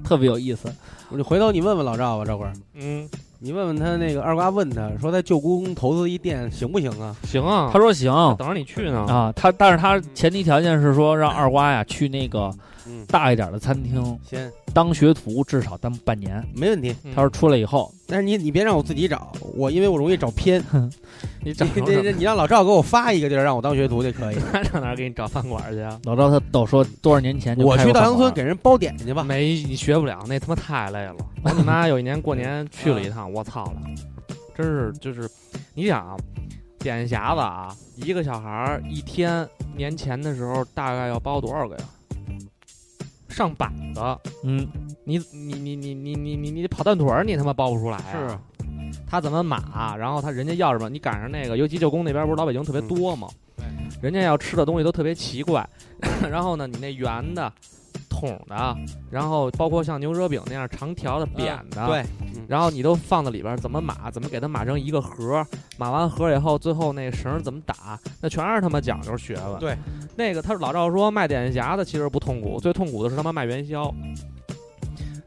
[SPEAKER 2] 特别有意思。
[SPEAKER 5] 我就回头你问问老赵吧，赵官儿，
[SPEAKER 3] 嗯，
[SPEAKER 5] 你问问他那个二瓜，问他说在旧故宫投资一店行不行啊？
[SPEAKER 3] 行啊，
[SPEAKER 2] 他说行，
[SPEAKER 3] 等着你去呢。
[SPEAKER 2] 啊，他但是他前提条件是说让二瓜呀去那个
[SPEAKER 5] 嗯，
[SPEAKER 2] 大一点的餐厅
[SPEAKER 5] 先
[SPEAKER 2] 当学徒，至少当半年。
[SPEAKER 5] 没问题，
[SPEAKER 3] 嗯
[SPEAKER 2] 他说出来以后，
[SPEAKER 5] 但是你你别让我自己找，我因为我容易找偏。
[SPEAKER 3] 你找
[SPEAKER 5] 你
[SPEAKER 3] 找
[SPEAKER 5] 你你你让老赵给我发一个地儿让我当学徒就可 以，
[SPEAKER 3] 他上哪儿给你找饭馆去 啊？
[SPEAKER 2] 老赵他都说多少年前就
[SPEAKER 5] 我
[SPEAKER 2] 开啊
[SPEAKER 5] 去
[SPEAKER 2] 过
[SPEAKER 5] 稻
[SPEAKER 2] 饭
[SPEAKER 5] 香村
[SPEAKER 2] 馆
[SPEAKER 5] 给人包点去吧。
[SPEAKER 3] 没，你学不了，那他妈太累了。我你妈有一年过
[SPEAKER 2] 嗯
[SPEAKER 3] 年去了一趟，我操了，真是就是，你想啊，点匣子啊，一个小孩儿一天年前的时候大概要包多少个呀？上百个，
[SPEAKER 2] 嗯，
[SPEAKER 3] 你你你你你你你你跑断腿儿，你他妈包不出来啊
[SPEAKER 5] 哎
[SPEAKER 3] 呀、他怎么码？然后他人家要什么？你赶上那个，尤其旧宫那边不是老北京特别多吗？
[SPEAKER 5] 嗯
[SPEAKER 3] 人家要吃的东西都特别奇怪。 然后呢，你那圆的、筒的，然后包括像牛舌饼那样长条的、扁的，
[SPEAKER 5] 啊对，嗯
[SPEAKER 3] 然后你都放在里边儿，怎么码？怎么给它码成一个盒儿？码完盒儿以后，最后那绳儿怎么打？那全是他妈讲究学问。
[SPEAKER 5] 对，
[SPEAKER 3] 那个他说老赵说卖点心匣子其实不痛苦，最痛苦的是他妈卖元宵。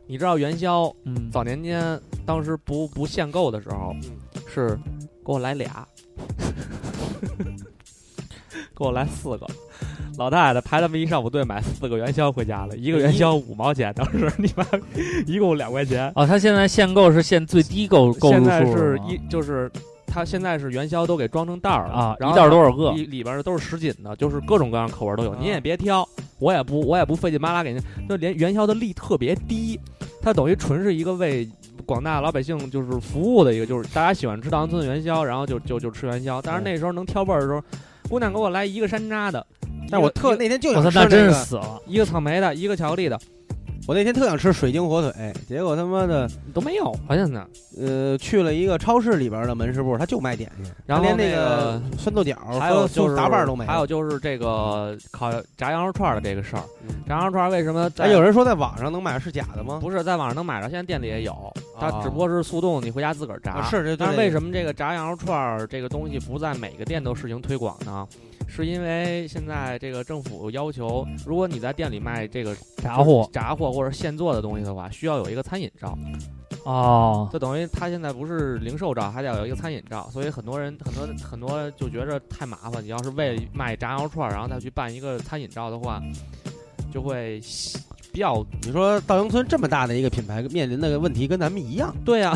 [SPEAKER 3] 你知道元宵
[SPEAKER 2] 嗯，
[SPEAKER 3] 早年间当时不不限购的时候，是给我来俩，给我来四个，老太太排他们一上午队买四个元宵回家了，一个元宵五毛钱，当时你妈一共两块钱。
[SPEAKER 2] 哦，他现在限购是限最低购购
[SPEAKER 3] 现
[SPEAKER 2] 入
[SPEAKER 3] 在
[SPEAKER 2] 数啊
[SPEAKER 3] 是
[SPEAKER 2] 吗
[SPEAKER 3] 一就是它现在是元宵都给装成袋儿了
[SPEAKER 2] 啊，
[SPEAKER 3] 然
[SPEAKER 2] 一
[SPEAKER 3] 后
[SPEAKER 2] 袋儿多少个？
[SPEAKER 3] 里里边儿都是什锦的，就是各种各样口味都有，
[SPEAKER 5] 啊
[SPEAKER 3] 您也别挑，我也不我也不费劲巴拉给您，就连元宵的利特别低，它等于纯是一个为广大老百姓就是服务的一个，就是大家喜欢吃稻香村的元宵，然后就就就吃元宵。但
[SPEAKER 5] 嗯
[SPEAKER 3] 是那时候能挑味儿的时候，姑娘给我来一个山楂的，
[SPEAKER 5] 但是我
[SPEAKER 3] 一个
[SPEAKER 5] 特那天就
[SPEAKER 2] 我
[SPEAKER 5] 想
[SPEAKER 2] 操，
[SPEAKER 5] 吃
[SPEAKER 2] 那
[SPEAKER 5] 那
[SPEAKER 2] 真是
[SPEAKER 5] 个，
[SPEAKER 2] 死了，
[SPEAKER 3] 一个草莓的，一个巧克力的
[SPEAKER 5] 我那天特想吃水晶火腿，结果他妈的
[SPEAKER 3] 都没有，好像呢。
[SPEAKER 5] 呃去了一个超市里边的门市部，他就卖点心，
[SPEAKER 3] 然后
[SPEAKER 5] 他连
[SPEAKER 3] 那
[SPEAKER 5] 个酸豆角、
[SPEAKER 3] 还有
[SPEAKER 5] 和
[SPEAKER 3] 就是
[SPEAKER 5] 杂拌儿都没有。
[SPEAKER 3] 还有就是这个烤炸羊肉串儿的这个事儿，炸羊肉串儿为什么在
[SPEAKER 5] 嗯哎，有人说在网上能买是假的吗？
[SPEAKER 3] 不是在网上能买着，现在店里也有，它
[SPEAKER 5] 啊
[SPEAKER 3] 只不过是速冻，你回家自个儿炸。
[SPEAKER 5] 啊是这，
[SPEAKER 3] 但是为什
[SPEAKER 5] 么？
[SPEAKER 3] 么这个炸羊肉串儿这个东西不在每个店都实行推广呢？是因为现在这个政府要求，如果你在店里卖这个
[SPEAKER 2] 炸货
[SPEAKER 3] 炸货或者现做的东西的话，需要有一个餐饮照。
[SPEAKER 2] 哦，
[SPEAKER 3] 就等于它现在不是零售照，还得有一个餐饮照，所以很多人很多很多就觉着太麻烦。你要是为了卖炸羊肉串儿，然后再去办一个餐饮照的话，就会比较
[SPEAKER 5] 你说稻香村这么大的一个品牌，面临的问题跟咱们一样，
[SPEAKER 3] 对呀、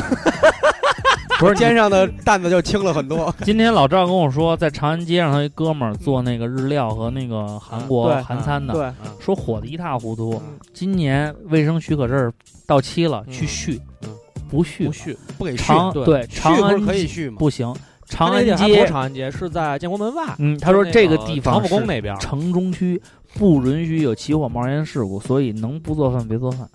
[SPEAKER 5] 不是啊肩上的担子就轻了很多。
[SPEAKER 2] 今天老赵跟我说，在长安街上，他一哥们儿做那个日料和那个韩国
[SPEAKER 3] 嗯对
[SPEAKER 2] 韩餐的，
[SPEAKER 3] 对
[SPEAKER 2] 说火的一塌糊涂
[SPEAKER 3] 嗯。
[SPEAKER 2] 今年卫生许可证到期了，
[SPEAKER 3] 嗯
[SPEAKER 2] 去续
[SPEAKER 5] 嗯，
[SPEAKER 2] 不续
[SPEAKER 3] 不
[SPEAKER 2] 了
[SPEAKER 3] 续，
[SPEAKER 5] 不给续，
[SPEAKER 2] 长
[SPEAKER 3] 对
[SPEAKER 2] 对
[SPEAKER 5] 续
[SPEAKER 2] 长
[SPEAKER 5] 不
[SPEAKER 2] 安
[SPEAKER 5] 是可以
[SPEAKER 2] 街
[SPEAKER 5] 续吗？
[SPEAKER 2] 不行，长
[SPEAKER 3] 那
[SPEAKER 2] 安
[SPEAKER 3] 地儿还不
[SPEAKER 2] 街
[SPEAKER 3] 是长安街，是在建国门外。
[SPEAKER 2] 嗯，他说
[SPEAKER 3] 就那
[SPEAKER 2] 这个地方
[SPEAKER 3] 长府
[SPEAKER 2] 是
[SPEAKER 3] 宫那边儿，
[SPEAKER 2] 城中区不允许有起火冒烟事故，所以能不做饭别做饭。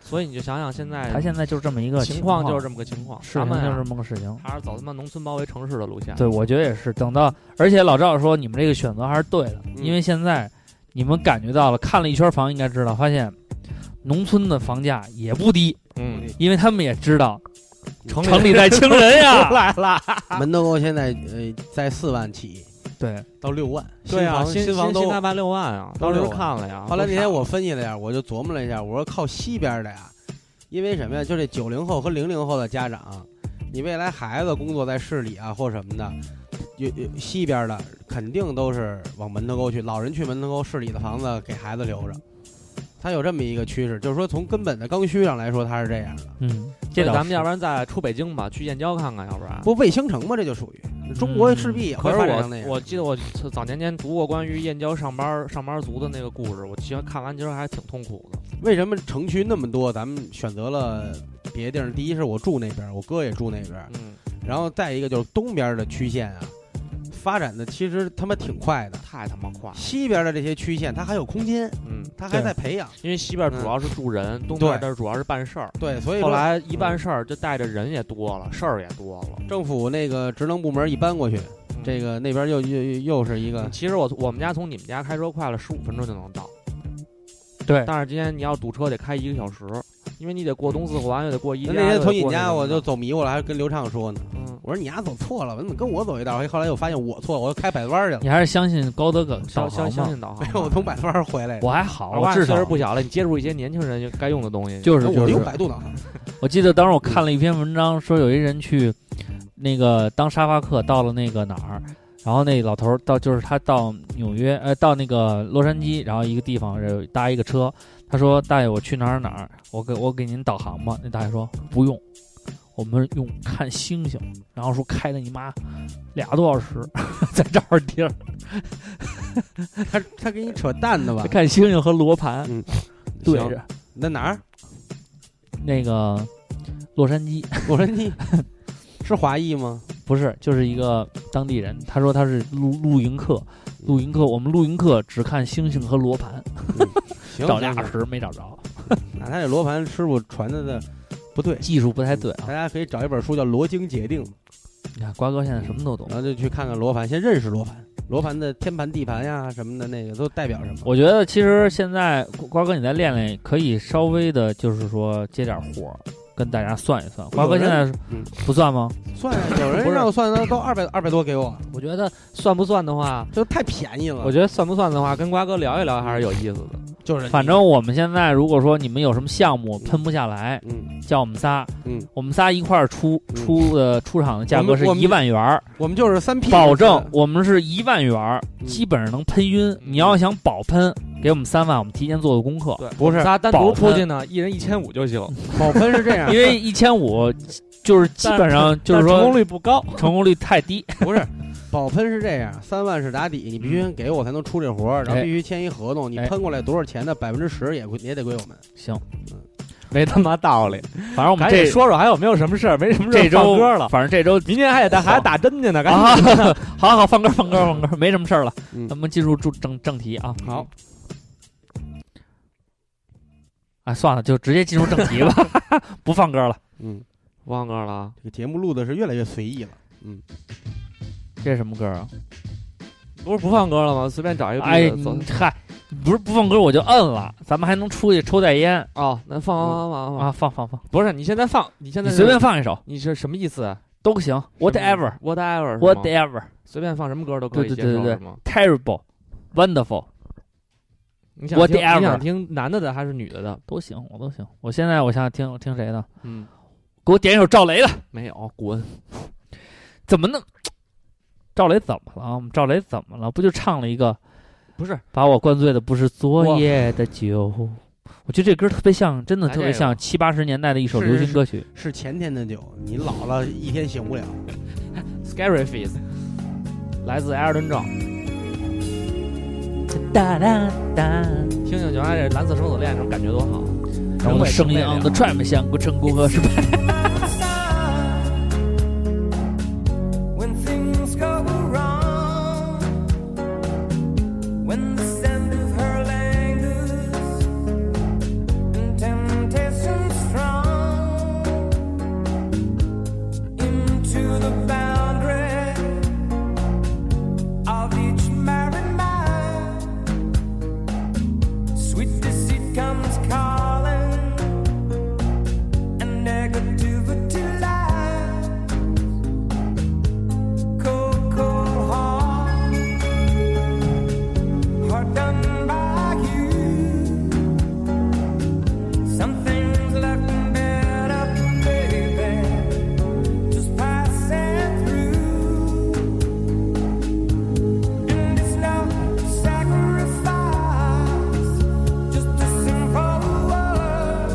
[SPEAKER 3] 所以你就想想现在
[SPEAKER 2] 他现在就是这么一个
[SPEAKER 3] 哎情
[SPEAKER 2] 况，
[SPEAKER 3] 况就是这么个情况，
[SPEAKER 2] 事
[SPEAKER 3] 咱
[SPEAKER 2] 情
[SPEAKER 3] 们
[SPEAKER 2] 就是
[SPEAKER 3] 啊
[SPEAKER 2] 这么个事情。
[SPEAKER 3] 还是走他妈农村包围城市的路线。
[SPEAKER 2] 对，我觉得也是。等到，而且老赵说你们这个选择还是对的，
[SPEAKER 5] 嗯
[SPEAKER 2] 因为现在你们感觉到了，看了一圈房应该知道，发现农村的房价也不低，
[SPEAKER 3] 嗯，
[SPEAKER 2] 因为他们也知 道
[SPEAKER 3] 城
[SPEAKER 2] 城里在清人呀。
[SPEAKER 3] 来了，
[SPEAKER 5] 啊 门头沟现在呃在四万起
[SPEAKER 2] 对，
[SPEAKER 5] 到六万，
[SPEAKER 3] 对啊，
[SPEAKER 5] 房
[SPEAKER 3] 新
[SPEAKER 5] 新房
[SPEAKER 3] 新
[SPEAKER 5] 都
[SPEAKER 3] 大办六万啊，
[SPEAKER 5] 都
[SPEAKER 3] 当
[SPEAKER 5] 六
[SPEAKER 3] 时
[SPEAKER 5] 万
[SPEAKER 3] 看了呀。
[SPEAKER 5] 后来那
[SPEAKER 3] 都傻啊
[SPEAKER 5] 天我分析了一下，我就琢磨了一下，我说靠西边的呀，因为什么呀？就这九零后和零零后的家长，你未来孩子工作在市里啊或什么的，有有西边的肯定都是往门头沟去，老人去门头沟市里的房子给孩子留着。它有这么一个趋势，就是说从根本的刚需上来说，它是这样的。
[SPEAKER 2] 嗯，
[SPEAKER 3] 所
[SPEAKER 2] 这
[SPEAKER 3] 以
[SPEAKER 2] 倒
[SPEAKER 3] 咱们
[SPEAKER 2] 是
[SPEAKER 3] 要不然再出北京吧，去燕郊看看，要不然。
[SPEAKER 5] 不卫星城嘛，这就属于中国势必也
[SPEAKER 3] 嗯可
[SPEAKER 5] 会
[SPEAKER 3] 是
[SPEAKER 5] 发展成那
[SPEAKER 3] 我
[SPEAKER 5] 样。
[SPEAKER 3] 我记得我早年间读过关于燕郊上班上班族的那个故事，我其实看完其实还挺痛苦的。
[SPEAKER 5] 为什么城区那么多，咱们选择了别地儿？第一是我住那边儿，我哥也住那边儿，
[SPEAKER 3] 嗯，
[SPEAKER 5] 然后再一个就是东边的区县啊，发展的其实他妈挺快的。
[SPEAKER 3] 太他妈快了。
[SPEAKER 5] 西边的这些区县，它还有空间，
[SPEAKER 3] 嗯，
[SPEAKER 5] 它还
[SPEAKER 2] 对
[SPEAKER 5] 在培养。
[SPEAKER 3] 因为西边
[SPEAKER 2] 嗯
[SPEAKER 3] 主要是住人，东边这主要是办事儿。
[SPEAKER 5] 对，所以
[SPEAKER 3] 后
[SPEAKER 5] 说
[SPEAKER 3] 来一办事儿，就带着人也多
[SPEAKER 8] 嗯
[SPEAKER 3] 了，事儿也多了。
[SPEAKER 5] 政府那个职能部门一搬过去，
[SPEAKER 8] 嗯
[SPEAKER 5] 这个那边又又又又是一个
[SPEAKER 3] 嗯，其实我我们家从你们家开车快了十五分钟就能到，
[SPEAKER 2] 对，
[SPEAKER 3] 但是今天你要堵车得开一个小时，因为你得过东四环，又得过一家。
[SPEAKER 5] 那天
[SPEAKER 3] 又得
[SPEAKER 5] 从你
[SPEAKER 3] 过那
[SPEAKER 5] 家
[SPEAKER 3] 个
[SPEAKER 5] 我
[SPEAKER 3] 什
[SPEAKER 5] 就
[SPEAKER 3] 么
[SPEAKER 5] 走迷糊了，还跟刘畅说呢，
[SPEAKER 3] 嗯，
[SPEAKER 5] 我说你丫走错了吧，你怎么跟我走一道？后来又发现我错了，我又开百度弯去了，
[SPEAKER 2] 你还是相信高德导导
[SPEAKER 3] 相相
[SPEAKER 2] 航
[SPEAKER 3] 相
[SPEAKER 2] 吧。
[SPEAKER 3] 信导 航
[SPEAKER 5] 没
[SPEAKER 3] 吧。
[SPEAKER 5] 有，我从百度弯回来的。
[SPEAKER 2] 我还好，
[SPEAKER 3] 我
[SPEAKER 2] 我
[SPEAKER 3] 看
[SPEAKER 2] 至
[SPEAKER 3] 岁
[SPEAKER 2] 少
[SPEAKER 3] 数不小了，你接触一些年轻人该用的东西。
[SPEAKER 2] 就是就
[SPEAKER 5] 哎我
[SPEAKER 2] 是
[SPEAKER 5] 用百度导航，
[SPEAKER 2] 我记得当时我看了一篇文章，说有一人去那个当沙发客，到了那个哪儿，然后那老头儿到就是他到纽约，呃，到那个洛杉矶，然后一个地方呃搭一个车，他说大爷我去哪儿哪儿，我给我给您导航吧。那大爷说不用，我们用看星星，然后说开了你妈俩多小时在这儿地儿
[SPEAKER 5] 他他给你扯淡的吧？
[SPEAKER 2] 看星星和罗盘
[SPEAKER 5] 嗯
[SPEAKER 2] 对
[SPEAKER 5] 行
[SPEAKER 2] 着
[SPEAKER 5] 那哪儿？
[SPEAKER 2] 那个洛杉矶。
[SPEAKER 5] 洛杉矶是华裔吗？
[SPEAKER 2] 不是，就是一个当地人，他说他是露露营客，露营客，我们露营客只看星星和罗盘，
[SPEAKER 5] 行，
[SPEAKER 2] 找
[SPEAKER 5] 行
[SPEAKER 2] 俩
[SPEAKER 5] 行
[SPEAKER 2] 小时没找着，
[SPEAKER 5] 啊，他这罗盘师傅传的的不对，
[SPEAKER 2] 技术不太对
[SPEAKER 5] 大
[SPEAKER 2] 啊。
[SPEAKER 5] 家可以找一本书叫《罗经解定》，
[SPEAKER 2] 你看瓜哥现在什么都懂
[SPEAKER 5] 然，后就去看看罗盘，先认识罗盘，罗盘的天盘、地盘呀什么的，那个都代表什么？
[SPEAKER 2] 我觉得其实现在瓜哥你再练练，可以稍微的，就是说接点活儿，跟大家算一算。瓜哥现在是
[SPEAKER 5] 嗯
[SPEAKER 2] 不算吗？
[SPEAKER 5] 算呀，有
[SPEAKER 3] 不
[SPEAKER 5] 人
[SPEAKER 3] 是
[SPEAKER 5] 让我算，他都二百二百多给我，
[SPEAKER 3] 我觉得算不算的话，
[SPEAKER 5] 这太便宜了。
[SPEAKER 3] 我觉得算不算的话，跟瓜哥聊一聊还是有意思的。
[SPEAKER 5] 就是
[SPEAKER 2] 反正我们现在如果说你们有什么项目
[SPEAKER 5] 嗯
[SPEAKER 2] 喷不下来，
[SPEAKER 5] 嗯，
[SPEAKER 2] 叫我们仨，
[SPEAKER 5] 嗯，
[SPEAKER 2] 我们仨一块儿出
[SPEAKER 5] 嗯
[SPEAKER 2] 出的出场的价格是
[SPEAKER 5] 我们
[SPEAKER 2] 一万元儿，
[SPEAKER 5] 我们就是三 P，
[SPEAKER 2] 保证我们是一万元儿，
[SPEAKER 5] 嗯
[SPEAKER 2] 基本上能喷晕。
[SPEAKER 8] 嗯
[SPEAKER 2] 你要想保喷，给我们三万，我们提前做个功课，
[SPEAKER 3] 对，
[SPEAKER 5] 不是
[SPEAKER 3] 咱单
[SPEAKER 2] 保
[SPEAKER 3] 独
[SPEAKER 2] 分
[SPEAKER 3] 出去呢，一人一千五就行，
[SPEAKER 5] 保分是这 样
[SPEAKER 2] 因，为一千五就是基本上就
[SPEAKER 8] 但
[SPEAKER 2] 是
[SPEAKER 8] 成
[SPEAKER 2] 说
[SPEAKER 8] 功率不高，
[SPEAKER 2] 成功率太低，
[SPEAKER 5] 不是保喷是这样，三万是打底，你必须给我才能出这活儿，然后
[SPEAKER 2] 哎
[SPEAKER 5] 必须签一合同，你
[SPEAKER 2] 哎
[SPEAKER 5] 喷过来多少钱的百分之十也归也得归我们。
[SPEAKER 2] 行，
[SPEAKER 8] 嗯没他妈道理。
[SPEAKER 2] 反正我们
[SPEAKER 8] 赶
[SPEAKER 2] 这
[SPEAKER 8] 紧说说还有没有什么事儿？没什么事儿
[SPEAKER 2] 这
[SPEAKER 8] 放
[SPEAKER 2] 周
[SPEAKER 8] 歌了，
[SPEAKER 2] 反正这周
[SPEAKER 8] 明天还得打还得打针去呢。 赶紧
[SPEAKER 2] 啊， 好好放歌放歌放歌，没什么事儿了，
[SPEAKER 5] 嗯
[SPEAKER 2] 咱们进入正正正题啊。
[SPEAKER 5] 好，
[SPEAKER 2] 啊，算了，就直接进入正题吧， 不放歌了。
[SPEAKER 5] 嗯，
[SPEAKER 3] 忘歌了。
[SPEAKER 5] 这个节目录的是越来越随意了。
[SPEAKER 2] 这是什么歌啊？
[SPEAKER 3] 不是不放歌了吗？随便找一
[SPEAKER 8] 啊
[SPEAKER 3] 个
[SPEAKER 2] 哎，
[SPEAKER 3] 地方走
[SPEAKER 2] 你嗨，不是不放歌我就摁了，咱们还能出去抽袋烟
[SPEAKER 3] 哦，那放放放放
[SPEAKER 2] 啊！放
[SPEAKER 3] 放，
[SPEAKER 2] 放放，
[SPEAKER 3] 不是你现在放，你现
[SPEAKER 2] 你
[SPEAKER 3] 在
[SPEAKER 2] 随便，放一首
[SPEAKER 3] 你是什么意思
[SPEAKER 2] 都行，whatever
[SPEAKER 3] ？whatever 是吗
[SPEAKER 2] whatever
[SPEAKER 3] 随便放什么歌都可以
[SPEAKER 2] 对对
[SPEAKER 3] 接
[SPEAKER 2] 对
[SPEAKER 3] 受
[SPEAKER 2] 对
[SPEAKER 3] 是吗？
[SPEAKER 2] terrible wonderful
[SPEAKER 3] 你想听你
[SPEAKER 2] Whatever
[SPEAKER 3] 想听男的的还是女的的？
[SPEAKER 2] 都行，我都行。我现在我想想听我听谁的，
[SPEAKER 3] 嗯，
[SPEAKER 2] 给我点一首赵雷的，
[SPEAKER 3] 没有滚。
[SPEAKER 2] 怎么弄？赵雷怎么了？我们赵雷怎么了？不就唱了一个，
[SPEAKER 3] 不是
[SPEAKER 2] 把我灌醉的不是昨夜的酒。我觉得这歌特别像，真的
[SPEAKER 3] 来
[SPEAKER 2] 特别
[SPEAKER 3] 这个
[SPEAKER 2] 像七八十年代的一首
[SPEAKER 5] 是
[SPEAKER 2] 流
[SPEAKER 5] 是
[SPEAKER 2] 行歌曲。
[SPEAKER 5] 是前天的酒，你老了一天醒不了。
[SPEAKER 3] Scary Face，来自艾尔顿壮，
[SPEAKER 2] 哒哒哒。
[SPEAKER 3] 听听就爱这蓝色生死恋这种感觉多好。
[SPEAKER 2] 然后声音 on the tram 像个成功和失败。
[SPEAKER 9] When things go wrong, when the scent of her lingers and temptation strong into the boundary of each married man, sweet deceit comes calling and negativity lies. Cold, cold heart, heart done by you. Something's left better, baby, just passing through. And it's no sacrifice, just a simple word.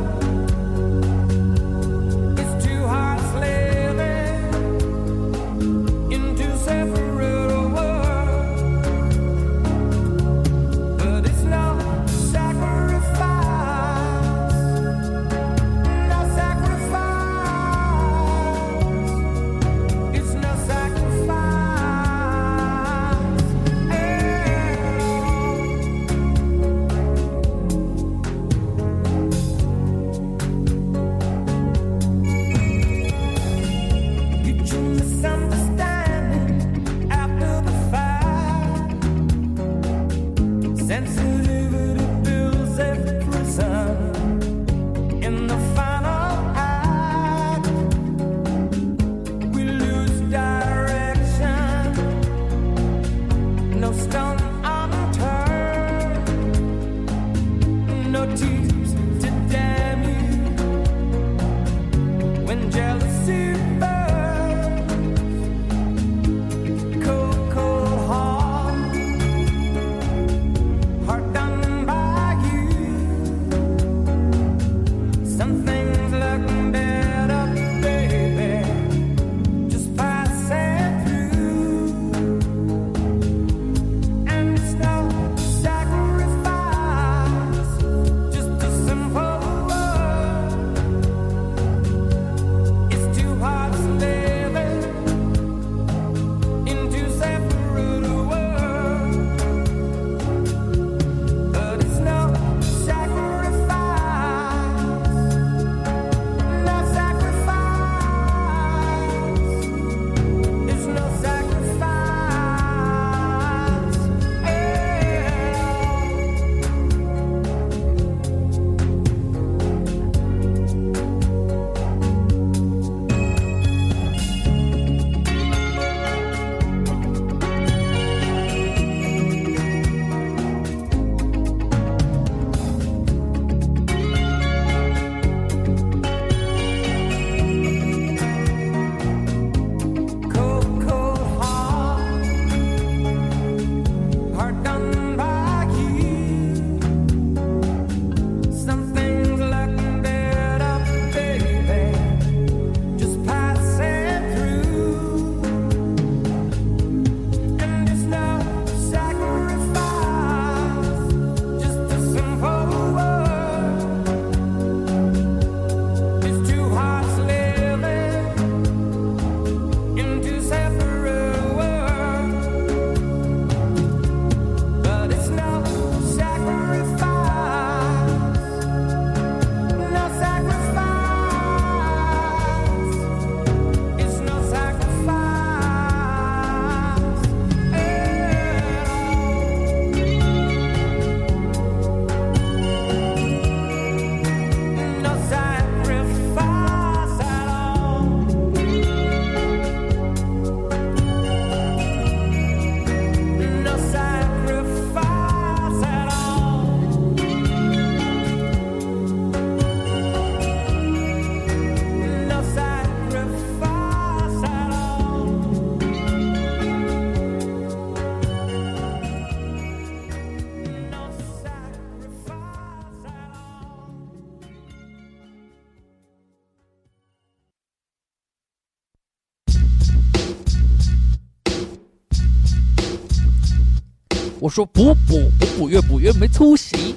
[SPEAKER 2] 我说补补补补越补越没出息，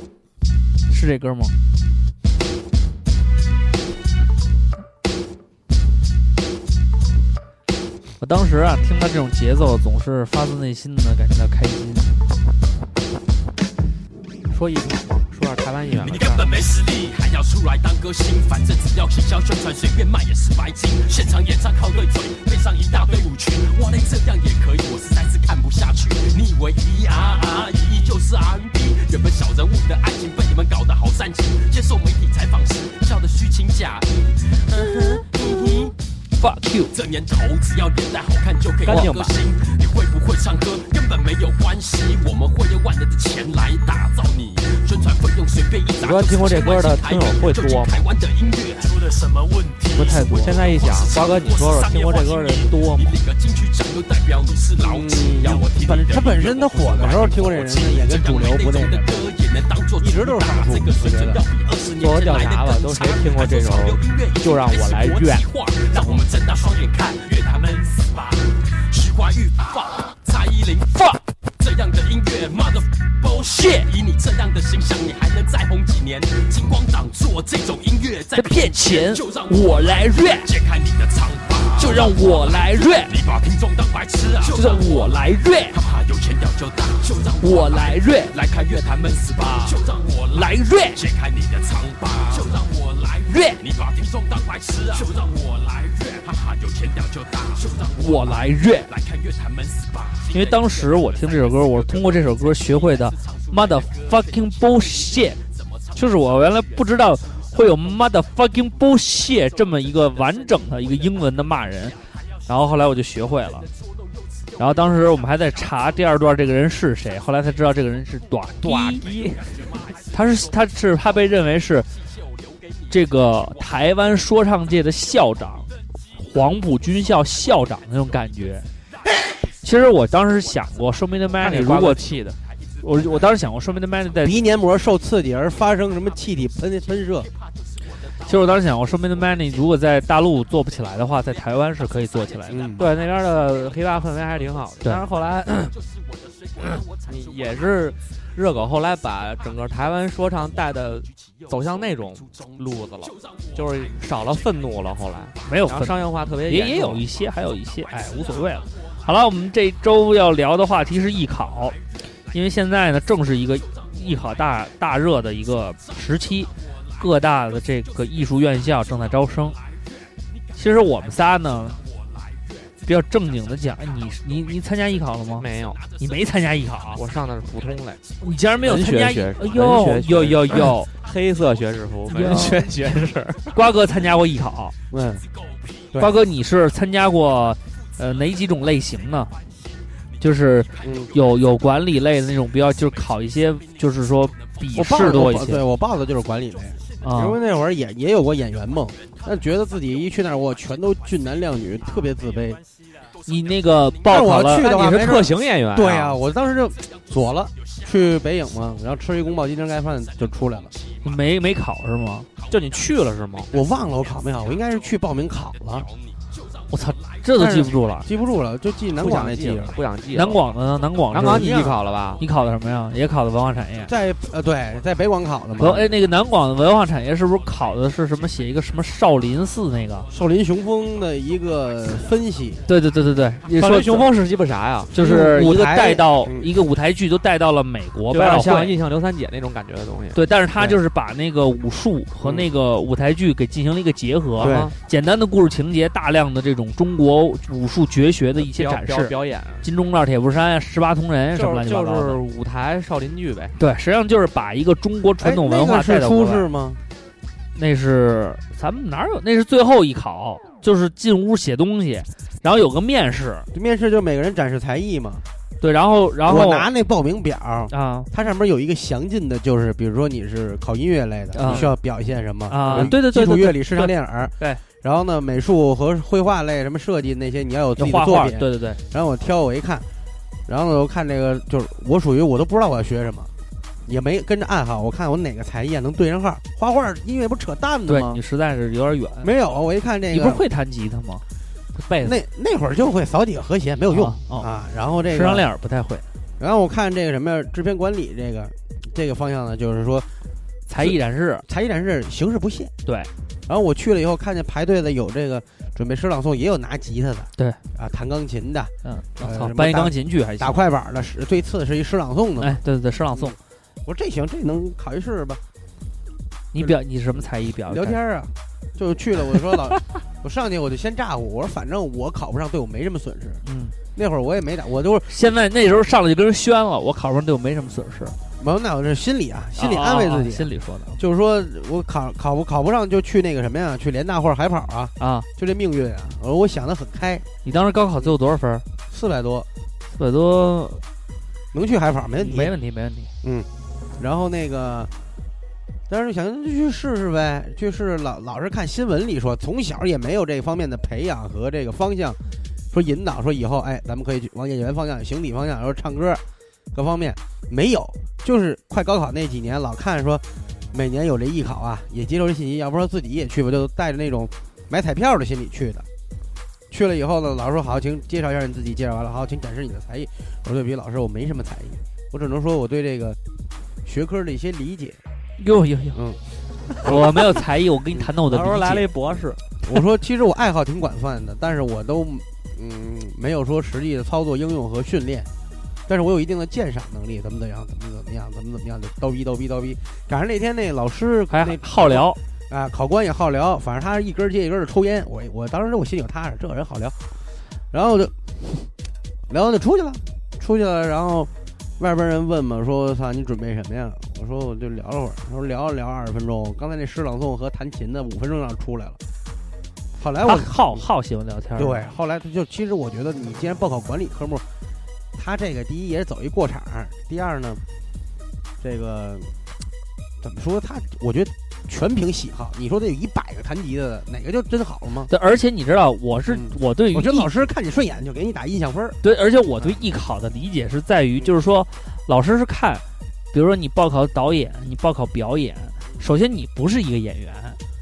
[SPEAKER 2] 是这歌吗？我当时啊，听到这种节奏，总是发自内心的感觉到开心。
[SPEAKER 3] 说艺术嘛，说点台湾艺
[SPEAKER 2] 啊
[SPEAKER 3] 人
[SPEAKER 10] 你
[SPEAKER 3] 了。
[SPEAKER 10] 根本没实力，还要出来当歌星？反正只要行销宣传，随便卖也是白金。现场演唱靠对嘴，配上一大堆舞群，哇嘞，这样也可以，我实在是看不下去。你以为 E R R 一就是 R N B？原本小人物的爱情被你们搞得好煽情，接受媒体采访时笑得虚情假意。嗯哼，嗯哼。
[SPEAKER 2] Fuck you！
[SPEAKER 10] 这年头，只要脸蛋好看就可以
[SPEAKER 3] 干净
[SPEAKER 10] 当
[SPEAKER 3] 吧
[SPEAKER 10] 歌星。你会不会唱歌根本没有关系，我们会用万能的钱来打造你。宣传费用随便一打
[SPEAKER 3] 你说
[SPEAKER 10] 就是
[SPEAKER 3] 听过这歌的
[SPEAKER 10] 千
[SPEAKER 3] 听
[SPEAKER 10] 万
[SPEAKER 3] 友
[SPEAKER 10] 新台币
[SPEAKER 3] 会
[SPEAKER 10] 就进
[SPEAKER 3] 多吗
[SPEAKER 10] 台湾的音乐出了什么问题？
[SPEAKER 2] 不太多
[SPEAKER 3] 现在一想，瓜哥，你说说，听过这歌的人多
[SPEAKER 10] 你
[SPEAKER 3] 吗？
[SPEAKER 10] 领个金曲奖就代表你是老几？
[SPEAKER 5] 嗯
[SPEAKER 10] 要我听
[SPEAKER 5] 本
[SPEAKER 10] 你的
[SPEAKER 5] 他本
[SPEAKER 10] 音乐
[SPEAKER 5] 身他
[SPEAKER 10] 我
[SPEAKER 5] 火
[SPEAKER 10] 不
[SPEAKER 5] 的时候
[SPEAKER 10] 管
[SPEAKER 5] 听过这
[SPEAKER 10] 我
[SPEAKER 5] 人
[SPEAKER 10] 记
[SPEAKER 5] 呢也
[SPEAKER 10] 这
[SPEAKER 5] 跟
[SPEAKER 10] 样那
[SPEAKER 5] 主流不
[SPEAKER 10] 种
[SPEAKER 5] 那
[SPEAKER 10] 的
[SPEAKER 5] 个。
[SPEAKER 10] 歌也能当做
[SPEAKER 5] 一直都是少数
[SPEAKER 10] 这个水
[SPEAKER 5] 我觉
[SPEAKER 10] 准
[SPEAKER 5] 得
[SPEAKER 10] 要比20年
[SPEAKER 3] 做过
[SPEAKER 10] 前
[SPEAKER 3] 调
[SPEAKER 10] 来
[SPEAKER 3] 查
[SPEAKER 10] 得
[SPEAKER 3] 吧
[SPEAKER 10] 更
[SPEAKER 3] 都
[SPEAKER 10] 长
[SPEAKER 3] 谁听过这首
[SPEAKER 10] 还说潮流音乐已
[SPEAKER 3] 就让
[SPEAKER 10] 经
[SPEAKER 3] 我
[SPEAKER 10] 开始
[SPEAKER 3] 来
[SPEAKER 10] 国际
[SPEAKER 3] 怨
[SPEAKER 10] 化让我们睁大双眼看，乐他们死吧！徐怀钰 fuck，蔡依林 fuck，这样的音乐 mother bullshit，以你这样的形象，你还能再红几年？金光党做这种音乐在
[SPEAKER 2] 在骗钱
[SPEAKER 10] 就让，
[SPEAKER 2] 我来 rap，
[SPEAKER 10] 揭开你的长发，
[SPEAKER 2] 就让我来 rap，
[SPEAKER 10] 你把听众当白痴啊！
[SPEAKER 2] 就让我来 rap，
[SPEAKER 10] 哈哈，有钱要就打，就让
[SPEAKER 2] 我来 rap，
[SPEAKER 10] 来看乐坛闷死吧，就让我来
[SPEAKER 2] 来 rap
[SPEAKER 10] 揭开你的长发，就让我来
[SPEAKER 2] rap，
[SPEAKER 10] 你把听众当白痴啊，就让我来 rap，哈哈，有钱屌就打，就让
[SPEAKER 2] 我来 rap。
[SPEAKER 10] 来看乐坛闷死吧。
[SPEAKER 2] 因为当时我听这首歌，我是通过这首歌学会的 mother fucking bullshit，就是我原来不知道会有 mother fucking bullshit 这么一个完整的一个英文的骂人，然后后来我就学会了。然后当时我们还在查第二段这个人是谁，后来才知道这个人是短短一，他是他是他被认为是这个台湾说唱界的校长，黄埔军校校长那种感觉。其实我当时想过，说明的 Money 如果
[SPEAKER 3] 气的，
[SPEAKER 2] 我我当时想过，说明的 Money 在，
[SPEAKER 5] 鼻黏膜受刺激而发生什么气体喷喷射，
[SPEAKER 2] 其实我当时想过，说明的 Money 如果在大陆做不起来的话，在台湾是可以做起来的。
[SPEAKER 5] 嗯，
[SPEAKER 3] 对那边的黑怕氛围还是挺好的。
[SPEAKER 2] 对
[SPEAKER 3] 但是后来，你 也是热狗后来把整个台湾说唱带的走向那种路子了，就是少了愤怒了。后来，
[SPEAKER 2] 没有
[SPEAKER 3] 然
[SPEAKER 2] 分
[SPEAKER 3] 后商业化特别
[SPEAKER 2] 也
[SPEAKER 3] 严
[SPEAKER 2] 也有
[SPEAKER 3] 重
[SPEAKER 2] 一些，还有一些，哎，无所谓了。好了，我们这周要聊的话题是艺考，因为现在呢正是一个艺考大大热的一个时期，各大的这个艺术院校正在招生。其实我们仨呢，比较正经的讲，哎你你你参加艺考了吗？
[SPEAKER 3] 没有，
[SPEAKER 2] 你没参加艺考，啊
[SPEAKER 3] 我上的是普通类，
[SPEAKER 2] 你竟然没有参加
[SPEAKER 3] 文学
[SPEAKER 2] 艺
[SPEAKER 3] 学士？
[SPEAKER 2] 哎呦
[SPEAKER 3] 文学
[SPEAKER 2] 呦呦
[SPEAKER 3] 学士
[SPEAKER 2] 呦，
[SPEAKER 3] 黑色学士 服，
[SPEAKER 2] 文学
[SPEAKER 3] 学士。
[SPEAKER 2] 瓜哥参加过艺考，
[SPEAKER 5] 嗯，对
[SPEAKER 2] 瓜哥你是参加过呃哪几种类型呢？就是
[SPEAKER 5] 嗯
[SPEAKER 2] 有有管理类的那种，比较就是考一些，就是说笔
[SPEAKER 5] 我报
[SPEAKER 2] 试
[SPEAKER 5] 的
[SPEAKER 2] 多一
[SPEAKER 5] 我
[SPEAKER 2] 些
[SPEAKER 5] 对我报的就是管理类，
[SPEAKER 2] 啊
[SPEAKER 5] 因为那会儿也也有过演员梦，但觉得自己一去那儿我全都俊男靓女，特别自卑。
[SPEAKER 2] 你那个报考
[SPEAKER 5] 但是我去
[SPEAKER 2] 了，
[SPEAKER 5] 的话
[SPEAKER 3] 你
[SPEAKER 5] 没
[SPEAKER 3] 是
[SPEAKER 5] 事
[SPEAKER 3] 特型演
[SPEAKER 2] 哎
[SPEAKER 3] 员、
[SPEAKER 5] 对呀、，我当时就左了，去北影嘛，然后吃一宫保鸡丁盖饭就出来了。
[SPEAKER 2] 没没考是吗？
[SPEAKER 3] 就你去了是吗？
[SPEAKER 5] 我忘了我考没考，我应该是去报名考了，
[SPEAKER 2] 我操，这都记不住了。
[SPEAKER 5] 记不住了，就记南
[SPEAKER 3] 不
[SPEAKER 5] 广
[SPEAKER 3] 想
[SPEAKER 5] 那
[SPEAKER 3] 记
[SPEAKER 5] 记
[SPEAKER 3] 了
[SPEAKER 5] 着，。
[SPEAKER 3] 不想记了。
[SPEAKER 2] 南广的呢？南广
[SPEAKER 3] 南广你
[SPEAKER 2] 是
[SPEAKER 3] 艺考了吧？
[SPEAKER 2] 你考的什么呀？也考的文化产业。
[SPEAKER 5] 在呃对，在北广考的
[SPEAKER 2] 文
[SPEAKER 5] 嘛，
[SPEAKER 2] 哎，那个南广的文化产业是不是考的是什么？写一个什么少林寺那个？
[SPEAKER 5] 少林雄风的一个分析，
[SPEAKER 2] 对对对对对，你
[SPEAKER 3] 少林
[SPEAKER 2] 说
[SPEAKER 3] 雄风是鸡巴啥呀？
[SPEAKER 2] 就是一
[SPEAKER 5] 舞
[SPEAKER 2] 个
[SPEAKER 5] 台
[SPEAKER 2] 带到
[SPEAKER 5] 嗯
[SPEAKER 2] 一个舞台剧都带到了美国
[SPEAKER 3] 有
[SPEAKER 2] 百
[SPEAKER 3] 点
[SPEAKER 2] 老
[SPEAKER 3] 像
[SPEAKER 2] 汇
[SPEAKER 3] 印，象刘三姐那种感觉的东西。
[SPEAKER 2] 对，但是他
[SPEAKER 5] 对
[SPEAKER 2] 就是把那个武术和那个舞台剧给进行了一个结合，
[SPEAKER 5] 对
[SPEAKER 3] 啊
[SPEAKER 2] 简单的故事情节，大量的这种中国武术绝学的一些
[SPEAKER 3] 表
[SPEAKER 2] 展
[SPEAKER 3] 表
[SPEAKER 2] 示，
[SPEAKER 3] 表演，
[SPEAKER 2] 金钟罩、铁布衫呀、十八铜人呀什么乱
[SPEAKER 3] 就是
[SPEAKER 2] 七八
[SPEAKER 3] 就
[SPEAKER 2] 糟的。
[SPEAKER 3] 是舞台少林剧呗。
[SPEAKER 2] 对，实际上就是把一个中国传统文化
[SPEAKER 5] 哎
[SPEAKER 2] 带
[SPEAKER 5] 那个
[SPEAKER 2] 到
[SPEAKER 5] 是
[SPEAKER 2] 国
[SPEAKER 5] 初
[SPEAKER 2] 外。
[SPEAKER 5] 试吗？
[SPEAKER 2] 那是咱们哪有？那是最后一考，就是进屋写东西，然后有个面试，
[SPEAKER 5] 就面试就每个人展示才艺嘛。
[SPEAKER 2] 对，然后然
[SPEAKER 5] 我
[SPEAKER 2] 后
[SPEAKER 5] 拿那报名表，
[SPEAKER 2] 啊
[SPEAKER 5] 它上面有一个详尽的，就是比如说你是考音乐类的，
[SPEAKER 2] 啊
[SPEAKER 5] 你需要表现什么
[SPEAKER 2] 啊
[SPEAKER 5] 有
[SPEAKER 2] 对对对
[SPEAKER 5] 基础
[SPEAKER 2] 对对
[SPEAKER 5] 乐理、视唱、电影，
[SPEAKER 2] 对。
[SPEAKER 5] 然后呢，美术和绘画类什么设计那些，你要有自己的
[SPEAKER 2] 画
[SPEAKER 5] 作
[SPEAKER 2] 画，
[SPEAKER 5] 品。嗯
[SPEAKER 2] 对对对，
[SPEAKER 5] 然后我挑，我一看，然后呢，我看这个就是我属于我都不知道我要学什么，也没跟着暗号，我看我哪个才艺啊能对上号。画画、音乐不扯淡的
[SPEAKER 2] 对
[SPEAKER 5] 吗
[SPEAKER 2] 你？实在是有点远。
[SPEAKER 5] 没有，我一看这
[SPEAKER 2] 你不是
[SPEAKER 5] 嗯个，
[SPEAKER 2] 会弹吉他吗？贝斯
[SPEAKER 5] 那那会儿就会扫几个和弦，没有用
[SPEAKER 2] 啊哦
[SPEAKER 5] 啊。然后这
[SPEAKER 2] 时尚
[SPEAKER 5] 个
[SPEAKER 2] 练耳不太会。
[SPEAKER 5] 然后我看这个什么呀，制片管理这个这个方向呢，就是说
[SPEAKER 2] 才艺展示，
[SPEAKER 5] 才艺展示形式不限。
[SPEAKER 2] 对。
[SPEAKER 5] 然后我去了以后，看见排队的有这个准备诗朗诵，也有拿吉他的，
[SPEAKER 2] 对
[SPEAKER 5] 啊，弹钢琴的，
[SPEAKER 2] 嗯，我
[SPEAKER 5] 呃
[SPEAKER 2] 操
[SPEAKER 5] 什，么
[SPEAKER 2] 搬一
[SPEAKER 5] 大嗯
[SPEAKER 2] 钢琴去还行
[SPEAKER 5] 打。快板的，是最次是一诗朗诵的嘛。
[SPEAKER 2] 哎，对对对，诗朗诵，
[SPEAKER 5] 我说这行，这能考一试试吧？
[SPEAKER 2] 你表你什么才艺表？
[SPEAKER 5] 聊天啊，就去了。我说老，我上去我就先炸呼，我说反正我考不上对我没什么损失。
[SPEAKER 2] 嗯，
[SPEAKER 5] 那会儿我也没打，我就是
[SPEAKER 2] 现在那时候上来就跟人宣了，我考上对我没什么损失，
[SPEAKER 5] 没有，那我这心里啊，心里安慰
[SPEAKER 2] 啊啊啊
[SPEAKER 5] 自己，
[SPEAKER 2] 心里说的
[SPEAKER 5] 就是说我考考不考不上就去那个什么呀，去联大或者海跑啊，
[SPEAKER 2] 啊。
[SPEAKER 5] 就这命运啊。我说我想的很开，
[SPEAKER 2] 你当时高考最后多少分儿？
[SPEAKER 5] 四百多
[SPEAKER 2] 四百多，
[SPEAKER 5] 能去海跑没问题。
[SPEAKER 2] 没问题，没问题。
[SPEAKER 5] 然后那个。当时就想就去试试呗，去试试老老是看新闻里说，从小也没有这方面的培养和这个方向，说引导说以后哎，咱们可以去往演员方向、形体方向，然后唱歌各方面没有，就是快高考那几年老看说每年有这艺考啊，也接受这信息，要不说自己也去吧，就带着那种买彩票的心理去的。去了以后呢，老师说好，请介绍一下你自己，介绍完了好，请展示你的才艺。我说对不起，老师，我没什么才艺，我只能说我对这个学科的一些理解。
[SPEAKER 2] 哟哟哟，
[SPEAKER 5] 嗯
[SPEAKER 2] 我没有才艺，我跟你谈谈我的
[SPEAKER 3] 到时候来了
[SPEAKER 2] 理
[SPEAKER 3] 一
[SPEAKER 2] 解。
[SPEAKER 3] 博士，
[SPEAKER 5] 我说其实我爱好挺广泛的，但是我都嗯没有说实际的操作应用和训练，但是我有一定的鉴赏能力，怎么怎么样，怎么怎么样，怎么怎么样，就叨逼叨逼叨逼。赶上那天那老师
[SPEAKER 2] 还
[SPEAKER 5] 那
[SPEAKER 2] 好聊，
[SPEAKER 5] 啊，考官也好聊，反正他是一根接一根的抽烟，我我当时我心里有踏实，这个人好聊，然后我就，然后就出去了，出去了，然后外边人问嘛，说操你准备什么呀？我说我就聊了会儿，他说聊了聊二十分钟，刚才那诗朗诵和弹琴的五分钟让出来了，后哎来我
[SPEAKER 2] 他啊好好喜欢聊天。
[SPEAKER 5] 对，，后来他就其实我觉得你既然报考管理科目，他这个第一也是走一过场，第二呢，这个怎么说？他我觉得全凭喜好。你说得有一百个弹吉他的，哪个就真好了吗？
[SPEAKER 2] 对，而且你知道，我是
[SPEAKER 5] 嗯
[SPEAKER 2] 我对于
[SPEAKER 5] 我觉得
[SPEAKER 2] 艺
[SPEAKER 5] 老师看你顺眼就给你打印象分儿。
[SPEAKER 2] 对，而且我对艺考的理解是在于，就是说，老师是看，比如说你报考导演，你报考表演，首先你不是一个演员，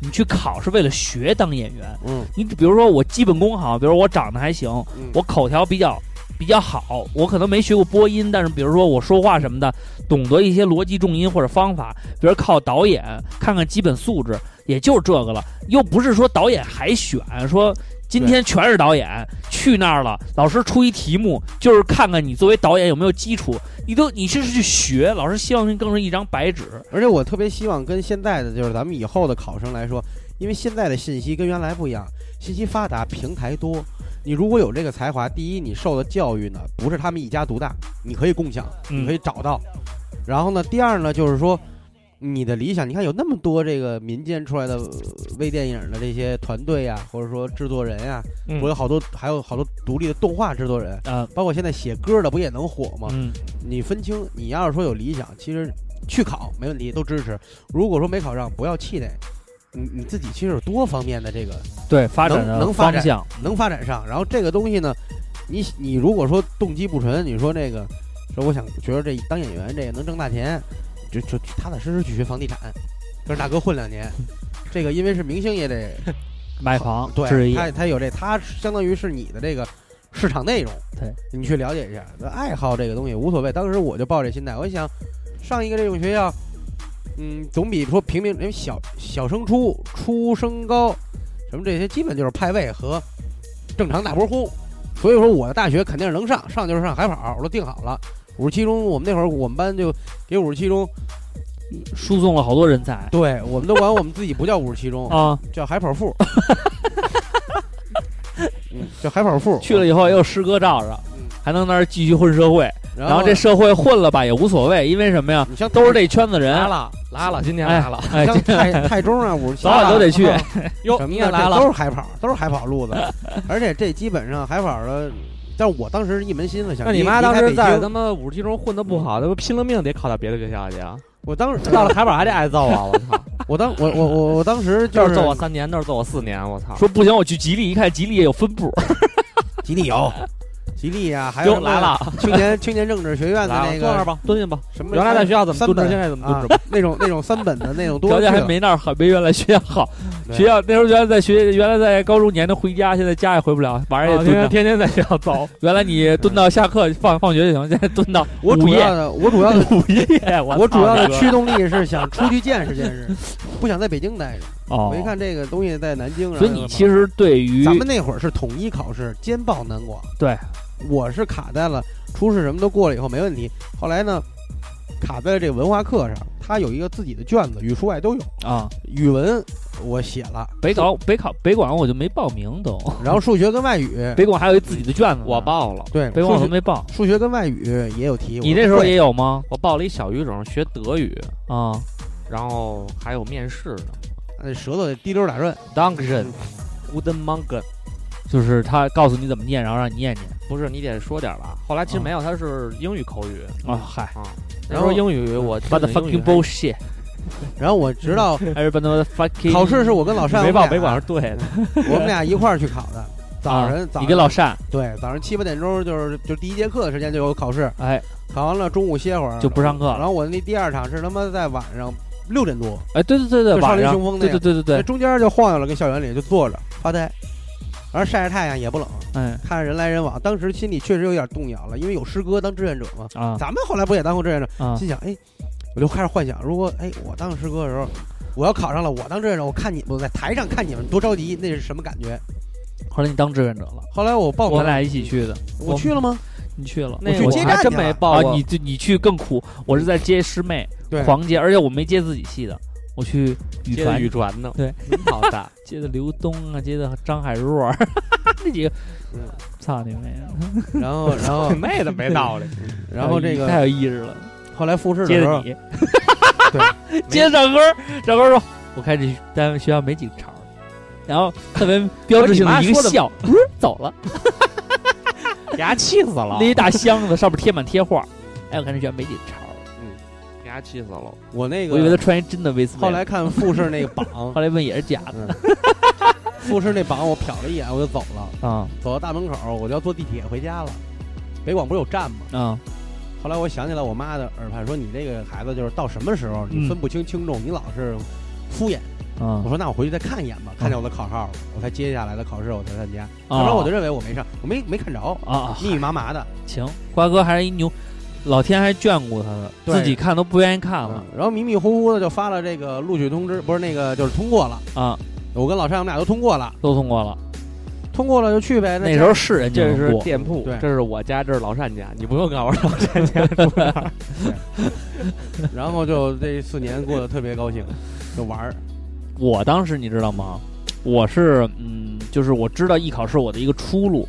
[SPEAKER 2] 你去考是为了学当演员。
[SPEAKER 5] 嗯
[SPEAKER 2] 你比如说我基本功好，比如我长得还行，
[SPEAKER 5] 嗯
[SPEAKER 2] 我口条比较比较好，我可能没学过播音，但是比如说我说话什么的，懂得一些逻辑重音或者方法，比如靠导演看看基本素质，也就是这个了。又不是说导演海选，说今天全是导演去那儿了，老师出一题目，就是看看你作为导演有没有基础。你都你是去学，老师希望你更是一张白纸。
[SPEAKER 5] 而且我特别希望跟现在的就是咱们以后的考生来说，因为现在的信息跟原来不一样，信息发达，平台多。你如果有这个才华，第一，你受的教育呢不是他们一家独大，你可以共享，
[SPEAKER 2] 嗯
[SPEAKER 5] 你可以找到。然后呢，第二呢，就是说你的理想，你看有那么多这个民间出来的呃微电影的这些团队啊，或者说制作人啊，
[SPEAKER 2] 嗯
[SPEAKER 5] 我有好多还有好多独立的动画制作人，
[SPEAKER 2] 啊
[SPEAKER 5] 包括现在写歌的不也能火吗？
[SPEAKER 2] 嗯
[SPEAKER 5] 你分清，你要是说有理想，其实去考没问题，都支持。如果说没考上，不要气馁，你你自己其实有多方面的这个
[SPEAKER 2] 对发展
[SPEAKER 5] 能
[SPEAKER 2] 的
[SPEAKER 5] 能发
[SPEAKER 2] 方
[SPEAKER 5] 展
[SPEAKER 2] 向，
[SPEAKER 5] 能发展上。然后这个东西呢，你你如果说动机不纯，你说这个说我想觉得这当演员这个能挣大钱，就就就踏踏实实去学房地产，跟着大哥混两年。这个因为是明星也得
[SPEAKER 2] 买房置
[SPEAKER 5] 对，
[SPEAKER 2] 业
[SPEAKER 5] 他他有这，他相当于是你的这个市场内容，
[SPEAKER 2] 对
[SPEAKER 5] 你去了解一下。那爱好这个东西无所谓，当时我就抱这心态，我想上一个这种学校，嗯，总比说平民因为小小升初、初升高什么这些，基本就是派位和正常大波轰。所以说我的大学肯定是能上，上就是上海跑，我都定好了。五十七中，我们那会儿我们班就给五十七中，
[SPEAKER 2] 输送了好多人才
[SPEAKER 5] 对我们都管我们自己不叫五十七中，
[SPEAKER 2] 啊。
[SPEAKER 5] 叫海跑富，嗯， 叫海跑富
[SPEAKER 2] 去了以后又师哥罩着
[SPEAKER 5] 嗯，
[SPEAKER 2] 还能那儿继续混社会。
[SPEAKER 10] 嗯
[SPEAKER 5] 然
[SPEAKER 2] 然后这社会混了吧也无所谓，因为什么呀？
[SPEAKER 5] 你像
[SPEAKER 2] 都是这圈子人，
[SPEAKER 10] 嗯
[SPEAKER 3] 来了来了，今天
[SPEAKER 2] 哎
[SPEAKER 3] 来了，
[SPEAKER 2] 哎，
[SPEAKER 5] 像太太中啊，五十七
[SPEAKER 2] 早晚都得去。
[SPEAKER 3] 哟
[SPEAKER 5] 什么
[SPEAKER 3] 你
[SPEAKER 5] 的
[SPEAKER 3] 也来
[SPEAKER 5] 这
[SPEAKER 3] 了
[SPEAKER 5] 都，是海跑，都是海跑路子，而且这基本上海跑的，但是我当时是一门心思想
[SPEAKER 3] 那
[SPEAKER 5] 离，
[SPEAKER 3] 你妈当
[SPEAKER 5] 离开
[SPEAKER 3] 时
[SPEAKER 5] 北
[SPEAKER 3] 在
[SPEAKER 5] 京
[SPEAKER 3] 他妈五十七中混的不好，他不拼了命得考到别的学校去啊？
[SPEAKER 5] 我当时
[SPEAKER 3] 到了海宝还得挨揍啊！我 操，
[SPEAKER 5] 我当我我我我当时
[SPEAKER 3] 这
[SPEAKER 5] 就
[SPEAKER 3] 儿
[SPEAKER 5] 是
[SPEAKER 3] 揍我三年，那儿揍我四年，我操！
[SPEAKER 2] 说不行，我去吉利，一看吉利也有分部，
[SPEAKER 10] 嗯
[SPEAKER 5] 吉利有，吉利啊，还有
[SPEAKER 3] 又来了，
[SPEAKER 5] 青年青年政治学院的
[SPEAKER 3] 来了，
[SPEAKER 5] 那
[SPEAKER 3] 坐那儿
[SPEAKER 5] 个
[SPEAKER 3] 吧，蹲下吧。
[SPEAKER 5] 什么，
[SPEAKER 3] 原来在学校怎么
[SPEAKER 5] 三
[SPEAKER 3] 蹲着，
[SPEAKER 5] 本
[SPEAKER 3] 现在怎么
[SPEAKER 5] 啊
[SPEAKER 3] 蹲着吧？
[SPEAKER 5] 那种那种三本的那种多
[SPEAKER 2] 条件还
[SPEAKER 5] 去了
[SPEAKER 2] 没那儿好，没原来学校好。
[SPEAKER 5] 对
[SPEAKER 2] 学校那时候原来在学，原来在高中年的回家，现在家也回不了，晚
[SPEAKER 10] 哦
[SPEAKER 2] 上也
[SPEAKER 3] 天
[SPEAKER 2] 蹲着。
[SPEAKER 3] 天天天在学校走，
[SPEAKER 2] 原来你蹲到下课放放学就行，现在蹲到
[SPEAKER 5] 我主
[SPEAKER 2] 午夜
[SPEAKER 5] 要的，我主要的，
[SPEAKER 2] 午夜。
[SPEAKER 5] 我主
[SPEAKER 2] 操
[SPEAKER 5] 要的
[SPEAKER 2] 哥
[SPEAKER 5] 驱动力是想出去见识见识，不想在北京待着。
[SPEAKER 2] 哦
[SPEAKER 5] 我一，看这个东西在南京，啊然后
[SPEAKER 2] 所以你其实对于
[SPEAKER 5] 咱们那会儿是统一考试，兼报南广。
[SPEAKER 2] 对，
[SPEAKER 5] 我是卡在了初试什么都过了以后没问题，后来呢，卡在了这个文化课上，他有一个自己的卷子，语数外都有。
[SPEAKER 2] 啊，
[SPEAKER 5] 语文我写了，
[SPEAKER 2] 北考北考北广我就没报名都，
[SPEAKER 5] 然后数学跟外语，
[SPEAKER 2] 北广还有一自己的卷子呢，
[SPEAKER 3] 我报了，
[SPEAKER 5] 对，
[SPEAKER 2] 北广
[SPEAKER 5] 数
[SPEAKER 2] 我都
[SPEAKER 5] 学
[SPEAKER 2] 没报。
[SPEAKER 5] 数学跟外语也有题。
[SPEAKER 2] 你
[SPEAKER 5] 我
[SPEAKER 2] 那时候
[SPEAKER 5] 会
[SPEAKER 2] 也有吗？
[SPEAKER 3] 我报了一小语种，学德语，
[SPEAKER 2] 啊，
[SPEAKER 3] 然后还有面试呢。
[SPEAKER 5] 那呃舌头得滴溜打转，
[SPEAKER 3] Dungeon, Wooden m o n g e n
[SPEAKER 2] 就是他告诉你怎么念，然后让你念念
[SPEAKER 3] 不是你得说点儿吧？
[SPEAKER 2] 哦
[SPEAKER 3] 后来其实没有，它是英语口语
[SPEAKER 2] 啊，。嗨。
[SPEAKER 3] 啊，
[SPEAKER 5] 然
[SPEAKER 3] 然
[SPEAKER 5] 后
[SPEAKER 3] 后英语我
[SPEAKER 2] What the fucking bullshit！
[SPEAKER 5] 然后我直 到
[SPEAKER 2] 还是 the fucking 啊
[SPEAKER 5] 考试是我跟老单，
[SPEAKER 3] 没
[SPEAKER 5] 我
[SPEAKER 3] 报
[SPEAKER 5] 们
[SPEAKER 3] 没
[SPEAKER 5] 俩
[SPEAKER 3] 管是对的。
[SPEAKER 5] 我们俩一块儿去考的。早晨，早
[SPEAKER 2] 你跟
[SPEAKER 5] 上
[SPEAKER 2] 老单，
[SPEAKER 5] 对早上七八点钟就是就第一节课的时间就有考试，
[SPEAKER 2] 哎，
[SPEAKER 5] 考完了中午歇会儿
[SPEAKER 2] 就不上课
[SPEAKER 5] 然
[SPEAKER 2] 了。
[SPEAKER 5] 后我那第二场是他妈在晚上六点多，
[SPEAKER 2] 哎，对对对对，
[SPEAKER 5] 就少
[SPEAKER 2] 晚
[SPEAKER 5] 林
[SPEAKER 2] 上，
[SPEAKER 5] 雄风那
[SPEAKER 2] 对
[SPEAKER 5] 个
[SPEAKER 2] 对对
[SPEAKER 5] 那
[SPEAKER 2] 对对，
[SPEAKER 5] 中间就晃悠了，跟校园里就坐着发呆，然后晒晒太阳也不冷，
[SPEAKER 2] 哎
[SPEAKER 5] 看人来人往。当时心里确实有点动摇了，因为有师哥当志愿者嘛，
[SPEAKER 2] 啊
[SPEAKER 5] 咱们后来不也当过志愿者？
[SPEAKER 2] 啊
[SPEAKER 5] 心想，哎，我就开始幻想，如果哎我当师哥的时候，我要考上了，我当志愿者，我看你我在台上看你们多着急，那是什么感觉？
[SPEAKER 2] 后来你当志愿者了，
[SPEAKER 5] 后来我报考
[SPEAKER 2] 我们俩一起去的，
[SPEAKER 5] 我去了吗？
[SPEAKER 2] 你去了，
[SPEAKER 3] 那
[SPEAKER 5] 去
[SPEAKER 2] 我
[SPEAKER 5] 接
[SPEAKER 3] 我
[SPEAKER 5] 站
[SPEAKER 3] 还真
[SPEAKER 5] 去了
[SPEAKER 3] 没
[SPEAKER 2] 啊
[SPEAKER 3] 报，过。
[SPEAKER 2] 你这你去更苦，我是在接师妹，
[SPEAKER 5] 对，
[SPEAKER 2] 狂接，而且我没接自己系的，我去语
[SPEAKER 3] 接着
[SPEAKER 2] 传
[SPEAKER 3] 语传呢？
[SPEAKER 2] 对，
[SPEAKER 3] 好 的。
[SPEAKER 2] 接的刘东啊，接的张海若儿， 那几个
[SPEAKER 5] 嗯，
[SPEAKER 2] 操你妹啊！
[SPEAKER 5] 然后然后
[SPEAKER 3] 那怎么没道理？
[SPEAKER 5] 然后这
[SPEAKER 2] 太有
[SPEAKER 5] 个
[SPEAKER 2] 意识了，
[SPEAKER 5] 后来复试的
[SPEAKER 2] 哎接
[SPEAKER 5] 时
[SPEAKER 2] 着
[SPEAKER 5] 候，
[SPEAKER 2] 你，
[SPEAKER 5] 对
[SPEAKER 2] 接着赵哥儿，赵哥儿说：“我看这单位学校没几个茬儿。”然后特 别标志性的一个笑，呜走了，
[SPEAKER 3] 给他气死
[SPEAKER 5] 哦
[SPEAKER 3] 了
[SPEAKER 2] 拎一大箱子，上面贴满贴画。哎，我看这学校没几个茬儿，
[SPEAKER 3] 给他气死了。
[SPEAKER 5] 我那个
[SPEAKER 2] 我以为他穿一真的威斯。
[SPEAKER 5] 后来看复试那个榜
[SPEAKER 2] 后，来问也是假
[SPEAKER 5] 嗯，复试那榜我瞟了一眼，我就走了。
[SPEAKER 2] 的啊
[SPEAKER 5] 走到大门口，我就要坐地铁回家了。北广不是有站吗？
[SPEAKER 2] 啊
[SPEAKER 5] 后来我想起来我妈的耳畔说：“你这个孩子就是到什么时候
[SPEAKER 2] 嗯
[SPEAKER 5] 你分不清轻重，你老是敷衍。”
[SPEAKER 2] 啊
[SPEAKER 5] 我说：“那我回去再看一眼吧，
[SPEAKER 2] 嗯
[SPEAKER 5] 看见我的考号了，我才接下来的考试我才参加。
[SPEAKER 2] 哦
[SPEAKER 5] 要不然我就认为我没上，我没没看着，
[SPEAKER 2] 啊！
[SPEAKER 5] 密密麻 麻的。
[SPEAKER 2] 行，瓜哥还是一牛，老天还眷顾他的，
[SPEAKER 5] 对
[SPEAKER 2] 自己看都不愿意看
[SPEAKER 5] 嗯
[SPEAKER 2] 了，
[SPEAKER 5] 然后迷迷糊糊的就发了这个录取通知，不是那个就是通过了。
[SPEAKER 2] 啊，
[SPEAKER 5] 我跟老山我们俩都通过了，
[SPEAKER 2] 都通过了。
[SPEAKER 5] 通过了就去呗。
[SPEAKER 2] 那时候是人家
[SPEAKER 3] 这
[SPEAKER 2] 能
[SPEAKER 3] 是
[SPEAKER 2] 过
[SPEAKER 3] 店铺
[SPEAKER 5] 对，
[SPEAKER 3] 这是我家，这是老单家，你不用告诉我老单家住哪儿。
[SPEAKER 5] 然后就这四年过得特别 高兴，就玩儿。
[SPEAKER 2] 我当时你知道吗？我是嗯，就是我知道艺考是我的一个出路，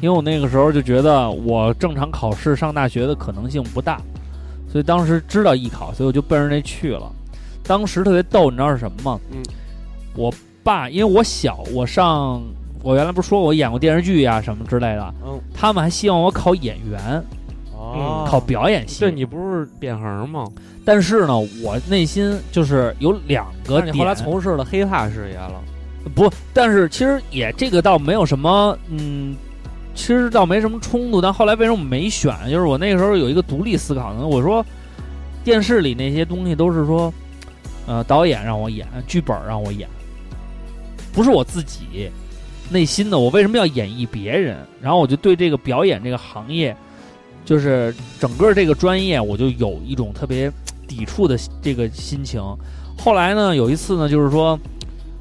[SPEAKER 2] 因为我那个时候就觉得我正常考试上大学的可能性不大，所以当时知道艺考，所以我就奔着那去了。当时特别逗，你知道是什么吗？
[SPEAKER 5] 嗯，
[SPEAKER 2] 我爸因为我小，我上我原来不是说我演过电视剧呀、什么之类的，
[SPEAKER 5] 嗯，
[SPEAKER 2] 他们还希望我考演员，
[SPEAKER 5] 哦
[SPEAKER 2] 考表演系。
[SPEAKER 3] 对你不是变横吗？
[SPEAKER 2] 但是呢，我内心就是有两个
[SPEAKER 3] 但是
[SPEAKER 2] 点。
[SPEAKER 3] 你后来从事了黑怕事业了，
[SPEAKER 2] 不，但是其实也这个倒没有什么，嗯，其实倒没什么冲突。但后来为什么没选？就是我那个时候有一个独立思考呢，我说电视里那些东西都是说，呃，导演让我演，剧本让我演，不是我自己内心的。我为什么要演绎别人？然后我就对这个表演这个行业，就是整个这个专业，我就有一种特别抵触的这个心情。后来呢，有一次呢，就是说。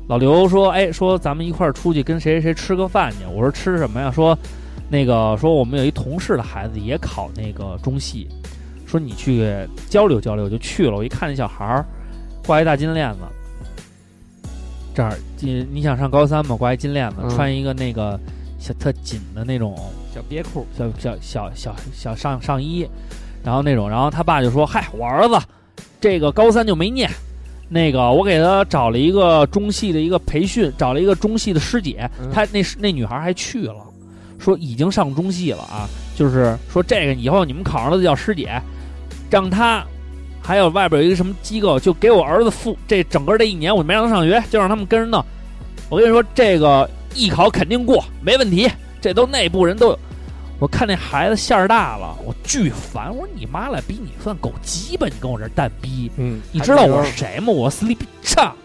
[SPEAKER 2] 老刘说：“哎，说咱们一块儿出去跟谁谁谁吃个饭去。”我说：“吃什么呀？”说：“那个说我们有一同事的孩子也考那个中戏，说你去交流交流。”我就去了。我一看那小孩儿，挂一大金链子，这儿你你想上高三嘛，挂一金链子，
[SPEAKER 3] 嗯
[SPEAKER 2] 穿一个那个小特紧的那种
[SPEAKER 3] 小憋裤。
[SPEAKER 2] 小小小小小上上衣，然后那种，然后他爸就说：“嗨，我儿子这个高三就没念，那个我给他找了一个中戏的一个培训，找了一个中戏的师姐，
[SPEAKER 3] 嗯
[SPEAKER 2] 他那那女孩还去了，说已经上中戏了啊，就是说这个以后你们考上了就叫师姐，让他。”还有外边有一个什么机构，就给我儿子付这整个这一年，我没让他上学，就让他们跟着弄。我跟你说，这个艺考肯定过，没问题，这都内部人都有。我看那孩子馅儿大了，我巨烦。我说你妈了逼，你算狗鸡巴！你跟我这儿蛋逼，
[SPEAKER 3] 嗯，
[SPEAKER 2] 你知道我是谁吗？我 Sleepy 唱，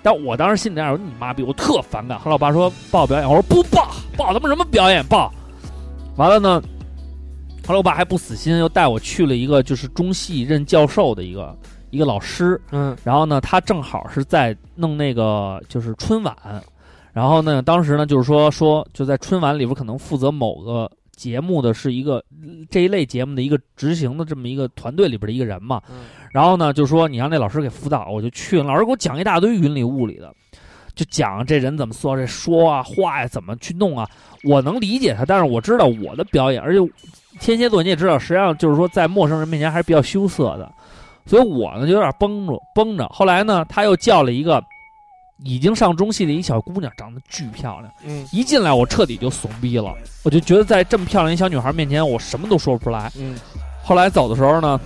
[SPEAKER 2] 但我当时心里那样，我说你妈逼，我特反感。后来我爸说报表演，我说不报，报他妈什么表演报？完了呢，后来我爸还不死心，又带我去了一个就是中戏任教授的一个一个老师，
[SPEAKER 3] 嗯，
[SPEAKER 2] 然后呢，他正好是在弄那个就是春晚，然后呢，当时呢就是说说就在春晚里边可能负责某个节目的是一个这一类节目的一个执行的这么一个团队里边的一个人嘛，
[SPEAKER 3] 嗯
[SPEAKER 2] 然后呢就说你让那老师给辅导，我就去了，老师给我讲一大堆云里雾里的。就讲这人怎么做，这说啊话呀、怎么去弄啊，我能理解他，但是我知道我的表演，而且天蝎座你也知道，实际上就是说在陌生人面前还是比较羞涩的，所以我呢就有点绷着绷着。后来呢，他又叫了一个已经上中戏的一小姑娘，长得巨漂亮，
[SPEAKER 3] 嗯
[SPEAKER 2] 一进来我彻底就怂逼了，我就觉得在这么漂亮一小女孩面前，我什么都说不出来。
[SPEAKER 3] 嗯，
[SPEAKER 2] 后来走的时候呢，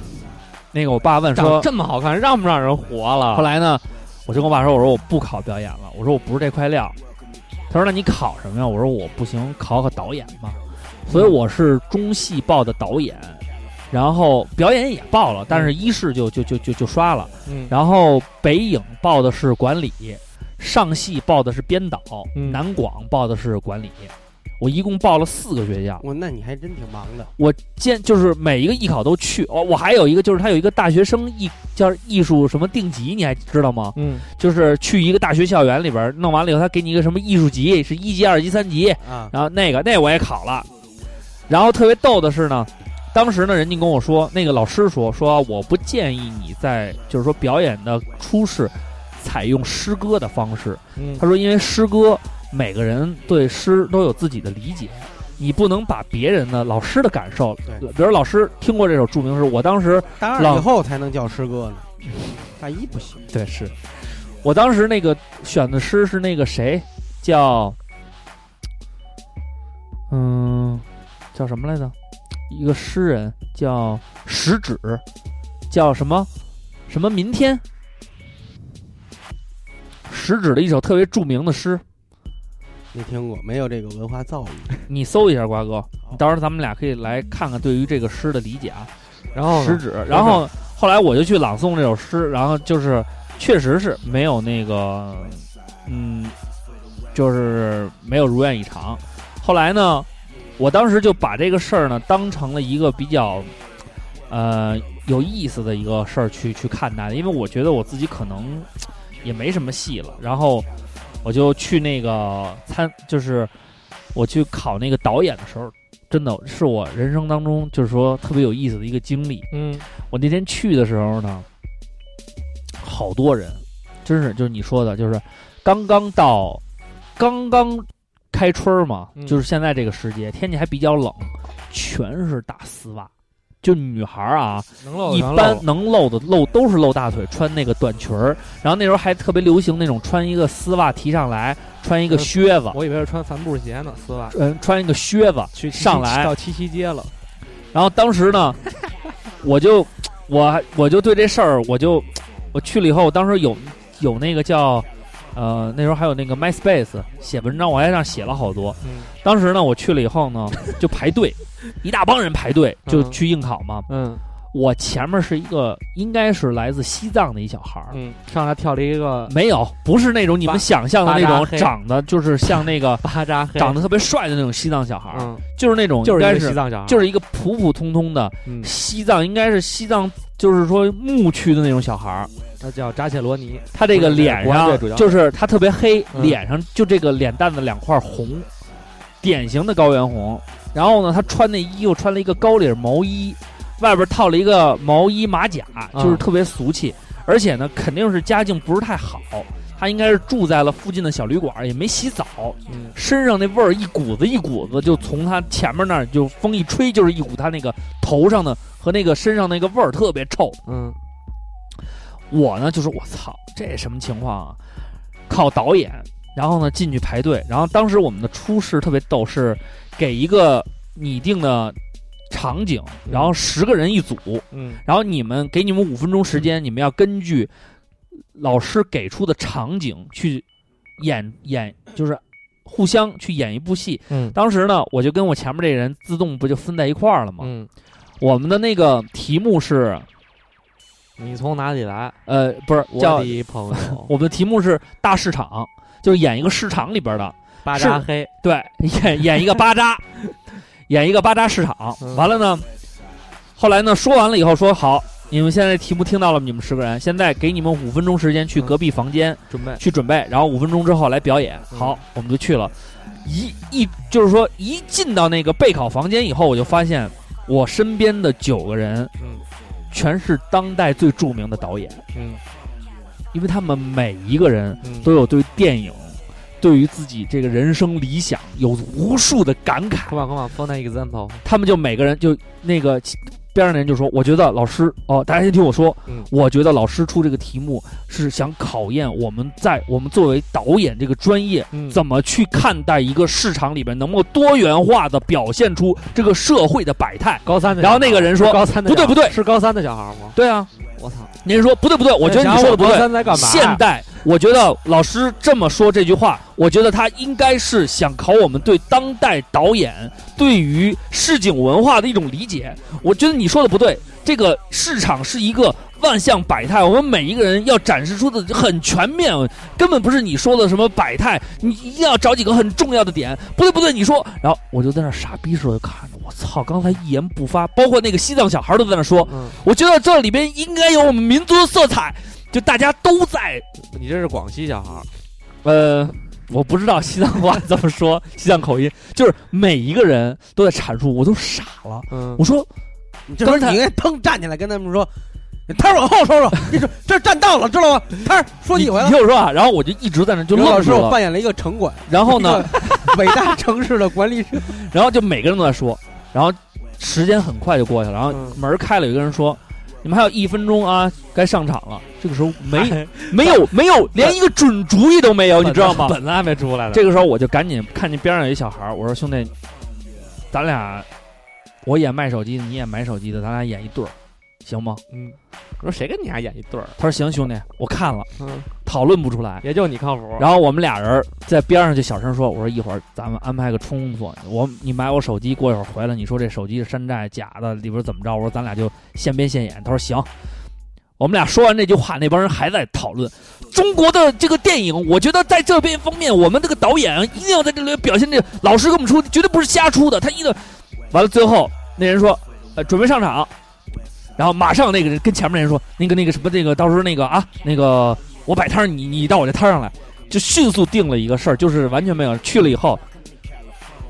[SPEAKER 2] 那个我爸问
[SPEAKER 3] 长
[SPEAKER 2] 说，
[SPEAKER 3] 这么好看，让不让人活了？
[SPEAKER 2] 后来呢，我就跟我爸说，我说我不考表演了，我说我不是这块料。他说那你考什么呀？我说我不行，考考导演吧。所以我是中戏报的导演，然后表演也报了，但是一试就就就就就刷了。
[SPEAKER 3] 嗯，
[SPEAKER 2] 然后北影报的是管理，上戏报的是编导，
[SPEAKER 3] 嗯
[SPEAKER 2] 南广报的是管理。我一共报了四个学校，
[SPEAKER 5] 我那你还真挺忙的，
[SPEAKER 2] 我见就是每一个艺考都去。哦，我还有一个就是他有一个大学生艺叫艺术什么定级，你还知道吗？
[SPEAKER 3] 嗯
[SPEAKER 2] 就是去一个大学校园里边儿弄完了以后，他给你一个什么艺术级，是一级、二级、三级，
[SPEAKER 5] 啊，
[SPEAKER 2] 然后那个那我也考了。然后特别逗的是呢，当时呢人家跟我说，那个老师说说我不建议你在就是说表演的初试采用诗歌的方式，
[SPEAKER 3] 嗯
[SPEAKER 2] 他说因为诗歌每个人对诗都有自己的理解。你不能把别人的老师的感受，
[SPEAKER 5] 对
[SPEAKER 2] 比如老师听过这首著名诗，我当时
[SPEAKER 5] 大二以
[SPEAKER 2] 老
[SPEAKER 5] 后才能叫师哥呢，大一不行。
[SPEAKER 2] 对，是我当时那个选的诗是那个谁叫，嗯，叫什么来着？一个诗人叫食指，叫什么什么明天？食指的一首特别著名的诗，
[SPEAKER 5] 没听过，没有这个文化造诣。
[SPEAKER 2] 你搜一下，瓜哥，你到时候咱们俩可以来看看对于这个诗的理解啊。
[SPEAKER 3] 然后
[SPEAKER 2] 食指。然后后来我就去朗诵这首诗，然后就是确实是没有那个，嗯，就是没有如愿以偿。后来呢，我当时就把这个事儿呢当成了一个比较，呃，有意思的一个事儿去去看待的，因为我觉得我自己可能也没什么戏了，然后我就去那个参，就是我去考那个导演的时候，真的是我人生当中就是说特别有意思的一个经历。
[SPEAKER 3] 嗯
[SPEAKER 2] 我那天去的时候呢，好多人，真是就是你说的，就是刚刚到，刚刚开春儿嘛，
[SPEAKER 3] 嗯
[SPEAKER 2] 就是现在这个时节，天气还比较冷，全是大丝袜。就女孩儿啊，
[SPEAKER 3] 能露
[SPEAKER 2] 一
[SPEAKER 3] 能
[SPEAKER 2] 般
[SPEAKER 3] 露
[SPEAKER 2] 能露的露都是露大腿，穿那个短裙儿。然后那时候还特别流行那种穿一个丝袜提上来，穿一个靴子，
[SPEAKER 3] 我以为是穿帆布鞋呢，丝袜。
[SPEAKER 2] 嗯，穿一个靴子
[SPEAKER 3] 去七
[SPEAKER 2] 上来
[SPEAKER 3] 到七夕街了，
[SPEAKER 2] 然后当时 呢，我就我我就对这事儿，我就我去了以后，我当时有有那个叫呃那时候还有那个 MySpace 写文章，我还让写了好多。
[SPEAKER 3] 嗯
[SPEAKER 2] 当时呢，我去了以后 呢，就排队，一大帮人排队就
[SPEAKER 3] 嗯
[SPEAKER 2] 去应考嘛。
[SPEAKER 3] 嗯
[SPEAKER 2] 我前面是一个应该是来自西藏的一小孩儿。
[SPEAKER 3] 嗯，上来跳了一个
[SPEAKER 2] 没有，不是那种你们
[SPEAKER 3] 巴
[SPEAKER 2] 想象的那
[SPEAKER 3] 巴扎
[SPEAKER 2] 种
[SPEAKER 3] 黑
[SPEAKER 2] 长得就是像那个
[SPEAKER 3] 巴扎黑，
[SPEAKER 2] 长得特别帅的那种西藏小孩儿，
[SPEAKER 3] 嗯，
[SPEAKER 2] 就是那种
[SPEAKER 3] 就是
[SPEAKER 2] 应
[SPEAKER 3] 一
[SPEAKER 2] 该
[SPEAKER 3] 个
[SPEAKER 2] 是
[SPEAKER 3] 西藏小孩，
[SPEAKER 2] 就是一个普普通通的
[SPEAKER 3] 嗯，
[SPEAKER 2] 西藏，应该是西藏，就是说牧区的那种小孩儿。
[SPEAKER 3] 他叫扎切罗尼，
[SPEAKER 2] 他这个脸
[SPEAKER 3] 国安队
[SPEAKER 2] 上
[SPEAKER 3] 主教练
[SPEAKER 2] 就是他特别黑，
[SPEAKER 3] 嗯
[SPEAKER 2] 脸上就这个脸蛋子两块红，典型的高原红。然后呢，他穿那衣服穿了一个高领毛衣，外边套了一个毛衣马甲，
[SPEAKER 3] 嗯
[SPEAKER 2] 就是特别俗气。而且呢，肯定是家境不是太好，他应该是住在了附近的小旅馆，也没洗澡，
[SPEAKER 3] 嗯
[SPEAKER 2] 身上那味儿一股子一股子，就从他前面那儿就风一吹，就是一股他那个头上的和那个身上那个味儿特别臭。
[SPEAKER 3] 嗯
[SPEAKER 2] 我呢就说我操，这什么情况啊？靠导演，然后呢进去排队，然后当时我们的初试特别逗，是给一个拟定的场景，然后十个人一组，
[SPEAKER 3] 嗯
[SPEAKER 2] 然后你们给你们五分钟时间，你们要根据老师给出的场景去演演，就是互相去演一部戏。
[SPEAKER 3] 嗯
[SPEAKER 2] 当时呢，我就跟我前面这人自动不就分在一块儿了吗？
[SPEAKER 3] 嗯
[SPEAKER 2] 我们的那个题目是
[SPEAKER 3] 你从哪里来？
[SPEAKER 2] 呃，不是
[SPEAKER 3] 我
[SPEAKER 2] 叫
[SPEAKER 3] 的朋友，
[SPEAKER 2] 我们的题目是大市场，就是演一个市场里边的，
[SPEAKER 3] 巴
[SPEAKER 2] 是
[SPEAKER 3] 扎黑，
[SPEAKER 2] 对， 演演一个巴 扎，演一个巴扎市场。
[SPEAKER 3] 嗯
[SPEAKER 2] 完了呢，后来呢，说完了以后说好，你们现在题目听到了，你们十个人，现在给你们五分钟时间去隔壁房间
[SPEAKER 3] 准备
[SPEAKER 2] 去准备，然后五分钟之后来表演。
[SPEAKER 3] 嗯
[SPEAKER 2] 好，我们就去了。一一就是说，一进到那个备考房间以后，我就发现我身边的九个人
[SPEAKER 3] 嗯，
[SPEAKER 2] 全是当代最著名的导演，
[SPEAKER 3] 嗯，
[SPEAKER 2] 因为他们每一个人
[SPEAKER 3] 嗯
[SPEAKER 2] 都有对电影、对于自己这个人生理想有无数的感慨。
[SPEAKER 3] ，come on come on for an example，
[SPEAKER 2] 他们就每个人就那个其边上的人就说：“我觉得老师哦，大家先听我说，
[SPEAKER 3] 嗯
[SPEAKER 2] 我觉得老师出这个题目是想考验我们在我们作为导演这个专业
[SPEAKER 3] 嗯
[SPEAKER 2] 怎么去看待一个市场里边能够多元化的表现出这个社会的百态。”
[SPEAKER 3] 高三的小
[SPEAKER 2] 然后
[SPEAKER 3] 孩儿，
[SPEAKER 2] 那个人说
[SPEAKER 3] 高三的
[SPEAKER 2] 不对
[SPEAKER 3] 小孩儿
[SPEAKER 2] 不对
[SPEAKER 3] 是高三的小孩儿吗？
[SPEAKER 2] 对啊，
[SPEAKER 3] 我操！
[SPEAKER 2] 您说不对不对，我觉得
[SPEAKER 3] 想
[SPEAKER 2] 你说的不
[SPEAKER 3] 我高
[SPEAKER 2] 对。
[SPEAKER 3] 三在干嘛？
[SPEAKER 2] 现代，我觉得老师这么说这句话，我觉得他应该是想考我们对当代导演对于市井文化的一种理解。我觉得你说的不对，这个市场是一个万象百态，我们每一个人要展示出的很全面，根本不是你说的什么百态，你一定要找几个很重要的点。不对不对，你说，然后我就在那儿傻逼似的看着，我操，刚才一言不发，包括那个西藏小孩都在那说，
[SPEAKER 3] 嗯，
[SPEAKER 2] 我觉得这里边应该有我们民族的色彩，就大家都在。
[SPEAKER 3] 你这是广西小孩儿，
[SPEAKER 2] 呃，我不知道西藏话怎么说，西藏口音，就是每一个人都在阐述，我都傻了。
[SPEAKER 3] 嗯
[SPEAKER 2] 我说
[SPEAKER 5] 你这时候
[SPEAKER 2] 刚才
[SPEAKER 5] 你应该腾站起来跟他们说，摊儿往后收收， 你说这儿站到了，知道吗？摊儿说
[SPEAKER 2] 你
[SPEAKER 5] 几回了
[SPEAKER 2] 你？听我说啊，然后我就一直在那就
[SPEAKER 5] 刘
[SPEAKER 2] 愣
[SPEAKER 5] 老师，
[SPEAKER 2] 住
[SPEAKER 5] 我
[SPEAKER 2] 了。
[SPEAKER 5] 扮演了一个城管，
[SPEAKER 2] 然后呢，
[SPEAKER 5] 一个 伟大城市的管理者。
[SPEAKER 2] 然后就每个人都在说，然后时间很快就过去了，然后
[SPEAKER 3] 嗯
[SPEAKER 2] 门开了，有一个人说。你们还有一分钟啊，该上场了。这个时候没
[SPEAKER 5] 哎
[SPEAKER 2] 没有没有，连一个准主意都没有，你知道吗？
[SPEAKER 3] 本子还没出来呢。
[SPEAKER 2] 这个时候我就赶紧看见边上有一小孩儿，我说兄弟，咱俩我演卖手机的，你演买手机的，咱俩演一对儿，行吗？
[SPEAKER 3] 嗯，我说谁跟你俩演一对儿？啊
[SPEAKER 2] 他说行，兄弟，我看了，
[SPEAKER 3] 嗯，
[SPEAKER 2] 讨论不出来。
[SPEAKER 3] 也就你靠谱。
[SPEAKER 2] 然后我们俩人在边上就小声说：“我说一会儿咱们安排个冲突，我你买我手机，过一会儿回来你说这手机是山寨假的，里边怎么着？”我说咱俩就现编现演。他说行。我们俩说完这句话，那帮人还在讨论中国的这个电影。我觉得在这边方面，我们这个导演一定要在这里表现这个老师给我们出的，绝对不是瞎出的。他一个完了，最后那人说：“呃，准备上场。”然后马上那个人跟前面那人说：“那个那个什么，那个到时候那个啊，那个我摆摊儿，你你到我这摊儿上来。”就迅速定了一个事儿，就是完全没有去了以后，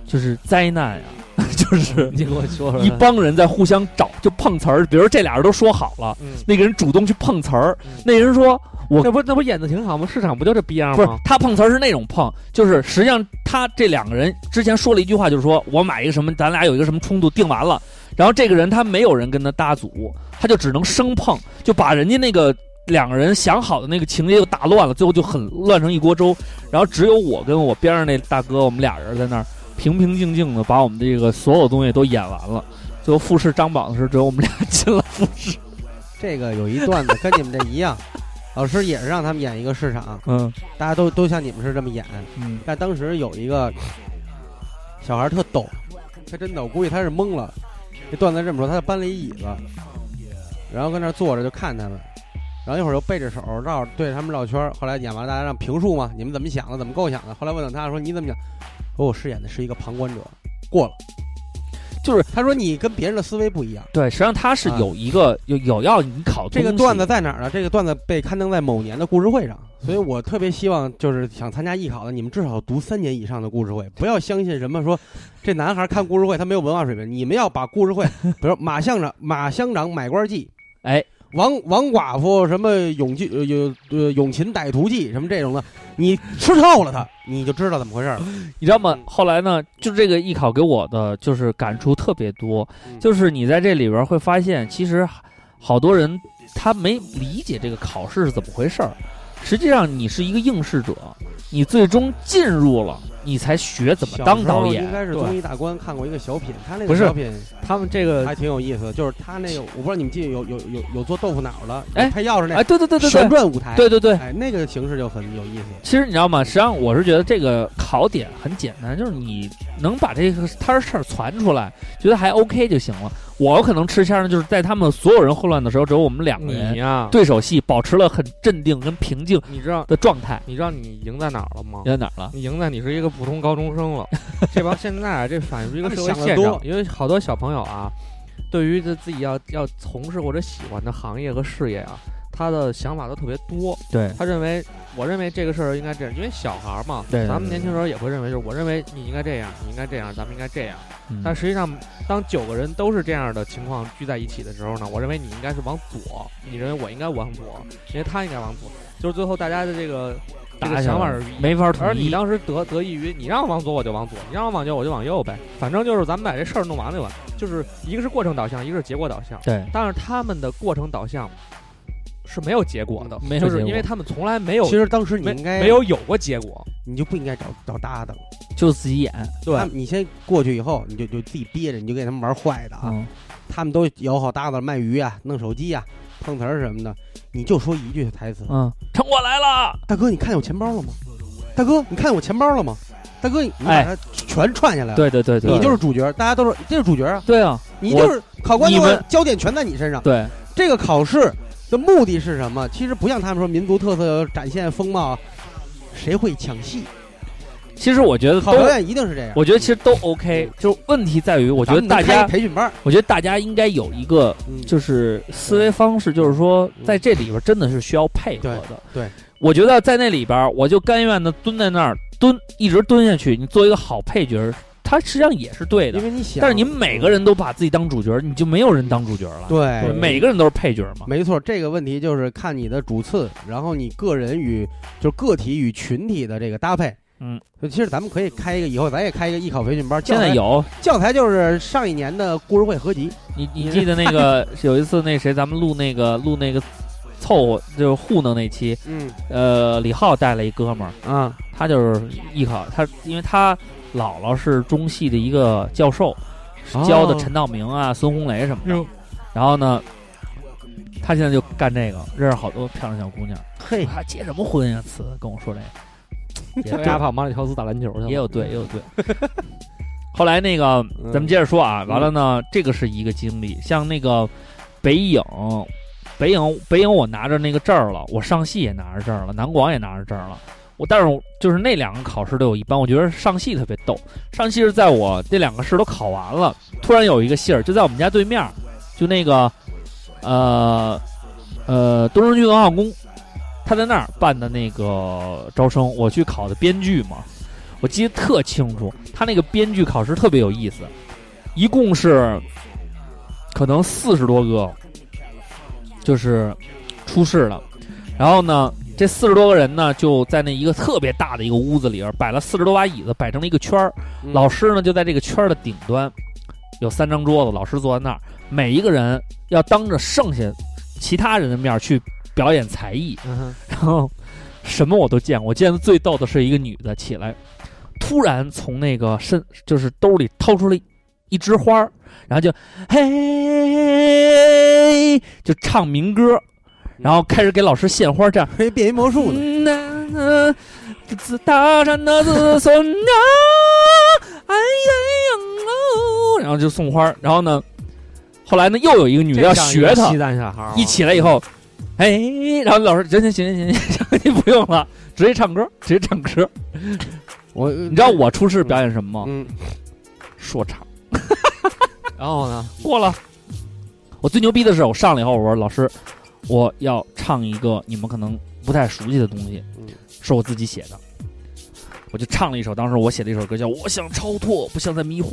[SPEAKER 2] 就是灾难呀、啊 就是
[SPEAKER 3] 你给我说说，
[SPEAKER 2] 一帮人在互相找，就碰瓷儿。比如这俩人都说好了，
[SPEAKER 3] 嗯，
[SPEAKER 2] 那个人主动去碰瓷儿
[SPEAKER 3] 嗯，
[SPEAKER 2] 那人说
[SPEAKER 3] 那不那不演的挺好吗？市场不就这逼样
[SPEAKER 2] 不是
[SPEAKER 3] 吗？
[SPEAKER 2] 他碰瓷儿是那种碰，就是实际上他这两个人之前说了一句话，就是说我买一个什么，咱俩有一个什么冲突定完了，然后这个人他没有人跟他搭组，他就只能生碰，就把人家那个两个人想好的那个情节又打乱了，最后就很乱成一锅粥。然后只有我跟我边上那大哥，我们俩人在那儿平平静静的把我们这个所有东西都演完了。最后复试张榜的时候，只有我们俩进了复试。
[SPEAKER 5] 这个有一段子跟你们这一样，老师也是让他们演一个市场，
[SPEAKER 2] 嗯
[SPEAKER 5] 大家都都像你们是这么演。
[SPEAKER 2] 嗯
[SPEAKER 5] 但当时有一个小孩儿特逗，他真的，我估计他是懵了。这段子这么说，他就搬了一椅子，然后跟那儿坐着就看他们，然后一会儿又背着手绕对着他们绕圈儿。后来演完，大家让评述嘛，你们怎么想的，怎么构想的？后来问到他说你怎么想？说我饰演的是一个旁观者，过了。
[SPEAKER 2] 就是
[SPEAKER 5] 他说你跟别人的思维不一样。
[SPEAKER 2] 对，实际上他是有一个、有有要你考
[SPEAKER 5] 这个
[SPEAKER 2] 东西
[SPEAKER 5] 段子在哪儿呢？这个段子被刊登在某年的故事会上，所以我特别希望就是想参加艺考的，你们至少读三年以上的故事会，不要相信什么说这男孩看故事会他没有文化水平，你们要把故事会，比如马乡长马乡长买官记，
[SPEAKER 2] 哎，
[SPEAKER 5] 王王寡妇什么永记呃有呃永擒歹徒记什么这种的，你吃透了它，你就知道怎么回事了。
[SPEAKER 2] 你知道吗
[SPEAKER 5] 嗯？
[SPEAKER 2] 后来呢，就这个艺考给我的就是感触特别多，
[SPEAKER 5] 嗯
[SPEAKER 2] 就是你在这里边会发现，其实好多人他没理解这个考试是怎么回事儿。实际上，你是一个应试者，你最终进入了，你才学怎么当导
[SPEAKER 5] 小时候应
[SPEAKER 2] 演。
[SPEAKER 5] 该是
[SPEAKER 3] 对
[SPEAKER 5] 综艺大观看过一个小品，他那
[SPEAKER 3] 不
[SPEAKER 5] 个
[SPEAKER 3] 是
[SPEAKER 5] 小品
[SPEAKER 3] 他们这个
[SPEAKER 5] 还挺有意思的，就是他那个我不知道你们记得有有有有做豆腐脑的，
[SPEAKER 2] 哎
[SPEAKER 5] 拍钥匙那
[SPEAKER 2] 哎，对对对对
[SPEAKER 5] 旋
[SPEAKER 2] 对，
[SPEAKER 5] 转舞台，
[SPEAKER 2] 对对对。
[SPEAKER 5] 哎，那个形式就很有意思。
[SPEAKER 2] 其实你知道吗？实际上我是觉得这个考点很简单，就是你能把这个摊事儿传出来，觉得还 OK 就行了。我有可能吃香的就是在他们所有人混乱的时候，只有我们两个
[SPEAKER 3] 你
[SPEAKER 5] 嗯
[SPEAKER 2] 人
[SPEAKER 3] 呀、
[SPEAKER 2] 对手戏保持了很镇定跟平静
[SPEAKER 3] 你知道
[SPEAKER 2] 的状态。
[SPEAKER 3] 你知道你赢在哪儿了吗？
[SPEAKER 2] 在哪儿了？
[SPEAKER 3] 你赢在你是一个普通高中生了。 这帮现在啊这反映出一个社会
[SPEAKER 5] 他们想
[SPEAKER 3] 现
[SPEAKER 5] 得
[SPEAKER 3] 状
[SPEAKER 5] 多，
[SPEAKER 3] 因为好多小朋友啊，对于他自己要要从事或者喜欢的行业和事业啊，他的想法都特别多。
[SPEAKER 2] 对
[SPEAKER 5] 嗯
[SPEAKER 3] 他认为，我认为这个事儿应该这样，因为小孩儿嘛，
[SPEAKER 2] 对对
[SPEAKER 3] 咱们
[SPEAKER 2] 对
[SPEAKER 3] 年轻时候也会认为，就是我认为你应该这样，你应该这样，咱们应该这样。
[SPEAKER 2] 嗯
[SPEAKER 3] 但实际上，当九个人都是这样的情况聚在一起的时候呢，我认为你应该是往左，你认为我应该往左，因为他应该往左，就是最后大家的这个这
[SPEAKER 2] 打
[SPEAKER 3] 个
[SPEAKER 2] 起来
[SPEAKER 3] 想法
[SPEAKER 2] 了
[SPEAKER 3] 是一
[SPEAKER 2] 没法
[SPEAKER 3] 而
[SPEAKER 2] 统
[SPEAKER 3] 你
[SPEAKER 2] 一。
[SPEAKER 3] 当时得得益于你让我往左我就往左，你让我往右我就往右呗，反正就是咱们把这事儿弄完就完，就是一个是过程导向，一个是结果导向。
[SPEAKER 2] 对，
[SPEAKER 3] 但是他们的过程导向是没有结果的，
[SPEAKER 2] 嗯没有
[SPEAKER 3] 就是
[SPEAKER 2] 结
[SPEAKER 3] 因为
[SPEAKER 2] 果
[SPEAKER 3] 他们从来没有
[SPEAKER 5] 其实当时你
[SPEAKER 3] 没
[SPEAKER 5] 应该
[SPEAKER 3] 没有有过结果。
[SPEAKER 5] 你就不应该找找搭档。
[SPEAKER 2] 就自己演。
[SPEAKER 5] 他们你先过去以后，你就就自己憋着，你就给他们玩坏的啊。
[SPEAKER 2] 嗯，
[SPEAKER 5] 他们都摇好搭子卖鱼啊，弄手机啊，碰瓷儿什么的，你就说一句台词：
[SPEAKER 2] 嗯，成我来了，
[SPEAKER 5] 大哥，你看见我钱包了吗？大哥，你看见我钱包了吗？大哥，你你把
[SPEAKER 2] 哎
[SPEAKER 5] 它全串下来了。
[SPEAKER 2] 对对对对，
[SPEAKER 5] 你就是主角，大家都是这是主角啊，
[SPEAKER 2] 对啊，
[SPEAKER 5] 你就是考官，
[SPEAKER 2] 你们
[SPEAKER 5] 焦点全在你身上。
[SPEAKER 2] 对，
[SPEAKER 5] 这个考试的目的是什么？其实不像他们说民族特色展现风貌啊，谁会抢戏？
[SPEAKER 2] 其实我觉得
[SPEAKER 5] 考
[SPEAKER 2] 都，
[SPEAKER 5] 表演一定是这样。
[SPEAKER 2] 我觉得其实都 OK，就是问题在于，我觉
[SPEAKER 5] 咱
[SPEAKER 2] 得
[SPEAKER 5] 们
[SPEAKER 2] 大
[SPEAKER 5] 能开
[SPEAKER 2] 家，
[SPEAKER 5] 培训班儿，
[SPEAKER 2] 我觉得大家应该有一个
[SPEAKER 5] 嗯
[SPEAKER 2] 就是思维方式，就是说
[SPEAKER 5] 嗯
[SPEAKER 2] 在这里边真的是需要配合的。
[SPEAKER 5] 对，
[SPEAKER 2] 我觉得在那里边，我就甘愿的蹲在那儿蹲，一直蹲下去。你做一个好配角，他实际上也是对的
[SPEAKER 5] 因。为你想，
[SPEAKER 2] 但是你每个人都把自己当主角，你就没有人当主角了。
[SPEAKER 5] 对
[SPEAKER 2] 每个人都是配角嘛。
[SPEAKER 5] 没错，这个问题就是看你的主次，然后你个人与就是个体与群体的这个搭配。
[SPEAKER 2] 嗯，
[SPEAKER 5] 其实咱们可以开一个，以后咱也开一个艺考培训班。
[SPEAKER 2] 现在
[SPEAKER 5] 教材
[SPEAKER 2] 有
[SPEAKER 5] 教材就是上一年的故事会合集，
[SPEAKER 2] 你，你
[SPEAKER 5] 你
[SPEAKER 2] 记得那 个有一次那谁，咱们录那个录那个凑合就是糊弄那期，
[SPEAKER 5] 嗯
[SPEAKER 2] 呃，李浩带了一哥们儿，
[SPEAKER 5] 啊，
[SPEAKER 2] 他就是艺考，他因为他姥姥是中戏的一个教授，是教的陈道明啊、孙红雷什么的。然后呢，他现在就干这个，认识好多漂亮小姑娘。
[SPEAKER 5] 嘿，
[SPEAKER 2] 他结什么婚呀？词跟我说这个，也
[SPEAKER 3] 大家跑马里乔斯打篮球去了，
[SPEAKER 2] 也有对，也有对。后来那个，咱们接着说啊，完了呢，这个是一个经历，像那个北影，北影，北影，我拿着那个证儿了，我上戏也拿着证儿了，南广也拿着证儿了。我但是我就是那两个考试对我一般，我觉得上戏特别逗。上戏是在我这两个试都考完了，突然有一个信儿，就在我们家对面儿，就那个，呃，呃，东城区文化宫，他在那儿办的那个招生，我去考的编剧嘛，我记得特清楚。他那个编剧考试特别有意思，一共是可能四十多个，就是出试了。然后呢，这四十多个人呢，就在那一个特别大的一个屋子里边摆了四十多把椅子，摆成了一个圈儿。
[SPEAKER 5] 嗯
[SPEAKER 2] 老师呢就在这个圈儿的顶端，有三张桌子，老师坐在那儿，每一个人要当着剩下其他人的面儿去表演才艺。
[SPEAKER 3] 嗯
[SPEAKER 2] 然后什么我都见过，我见的最逗的是一个女的起来，突然从那个身就是兜里掏出了一枝花儿，然后就嘿，就唱民歌，然后开始给老师献花，这样。
[SPEAKER 5] 可以变音魔术呢。
[SPEAKER 2] 嗯呐呐自大山的子孙啊，哎呀呀哦，然后就送花儿，然后呢，后来呢又有一个女的要学她
[SPEAKER 3] 鸡，蛋小孩儿啊
[SPEAKER 2] 一起来以后，哎，然后老师行行行行行， 你不用了，直接唱歌，直接唱歌。
[SPEAKER 5] 我
[SPEAKER 2] 你
[SPEAKER 5] 你
[SPEAKER 2] 知道我出试表演什么吗？
[SPEAKER 5] 嗯，
[SPEAKER 2] 说唱
[SPEAKER 3] 然后呢，
[SPEAKER 2] 过了。我最牛逼的是，我上来以后，我说老师，我要唱一个你们可能不太熟悉的东西
[SPEAKER 5] 嗯，
[SPEAKER 2] 是我自己写的。我就唱了一首，当时我写的一首歌叫《我想超脱，不想再迷惑》，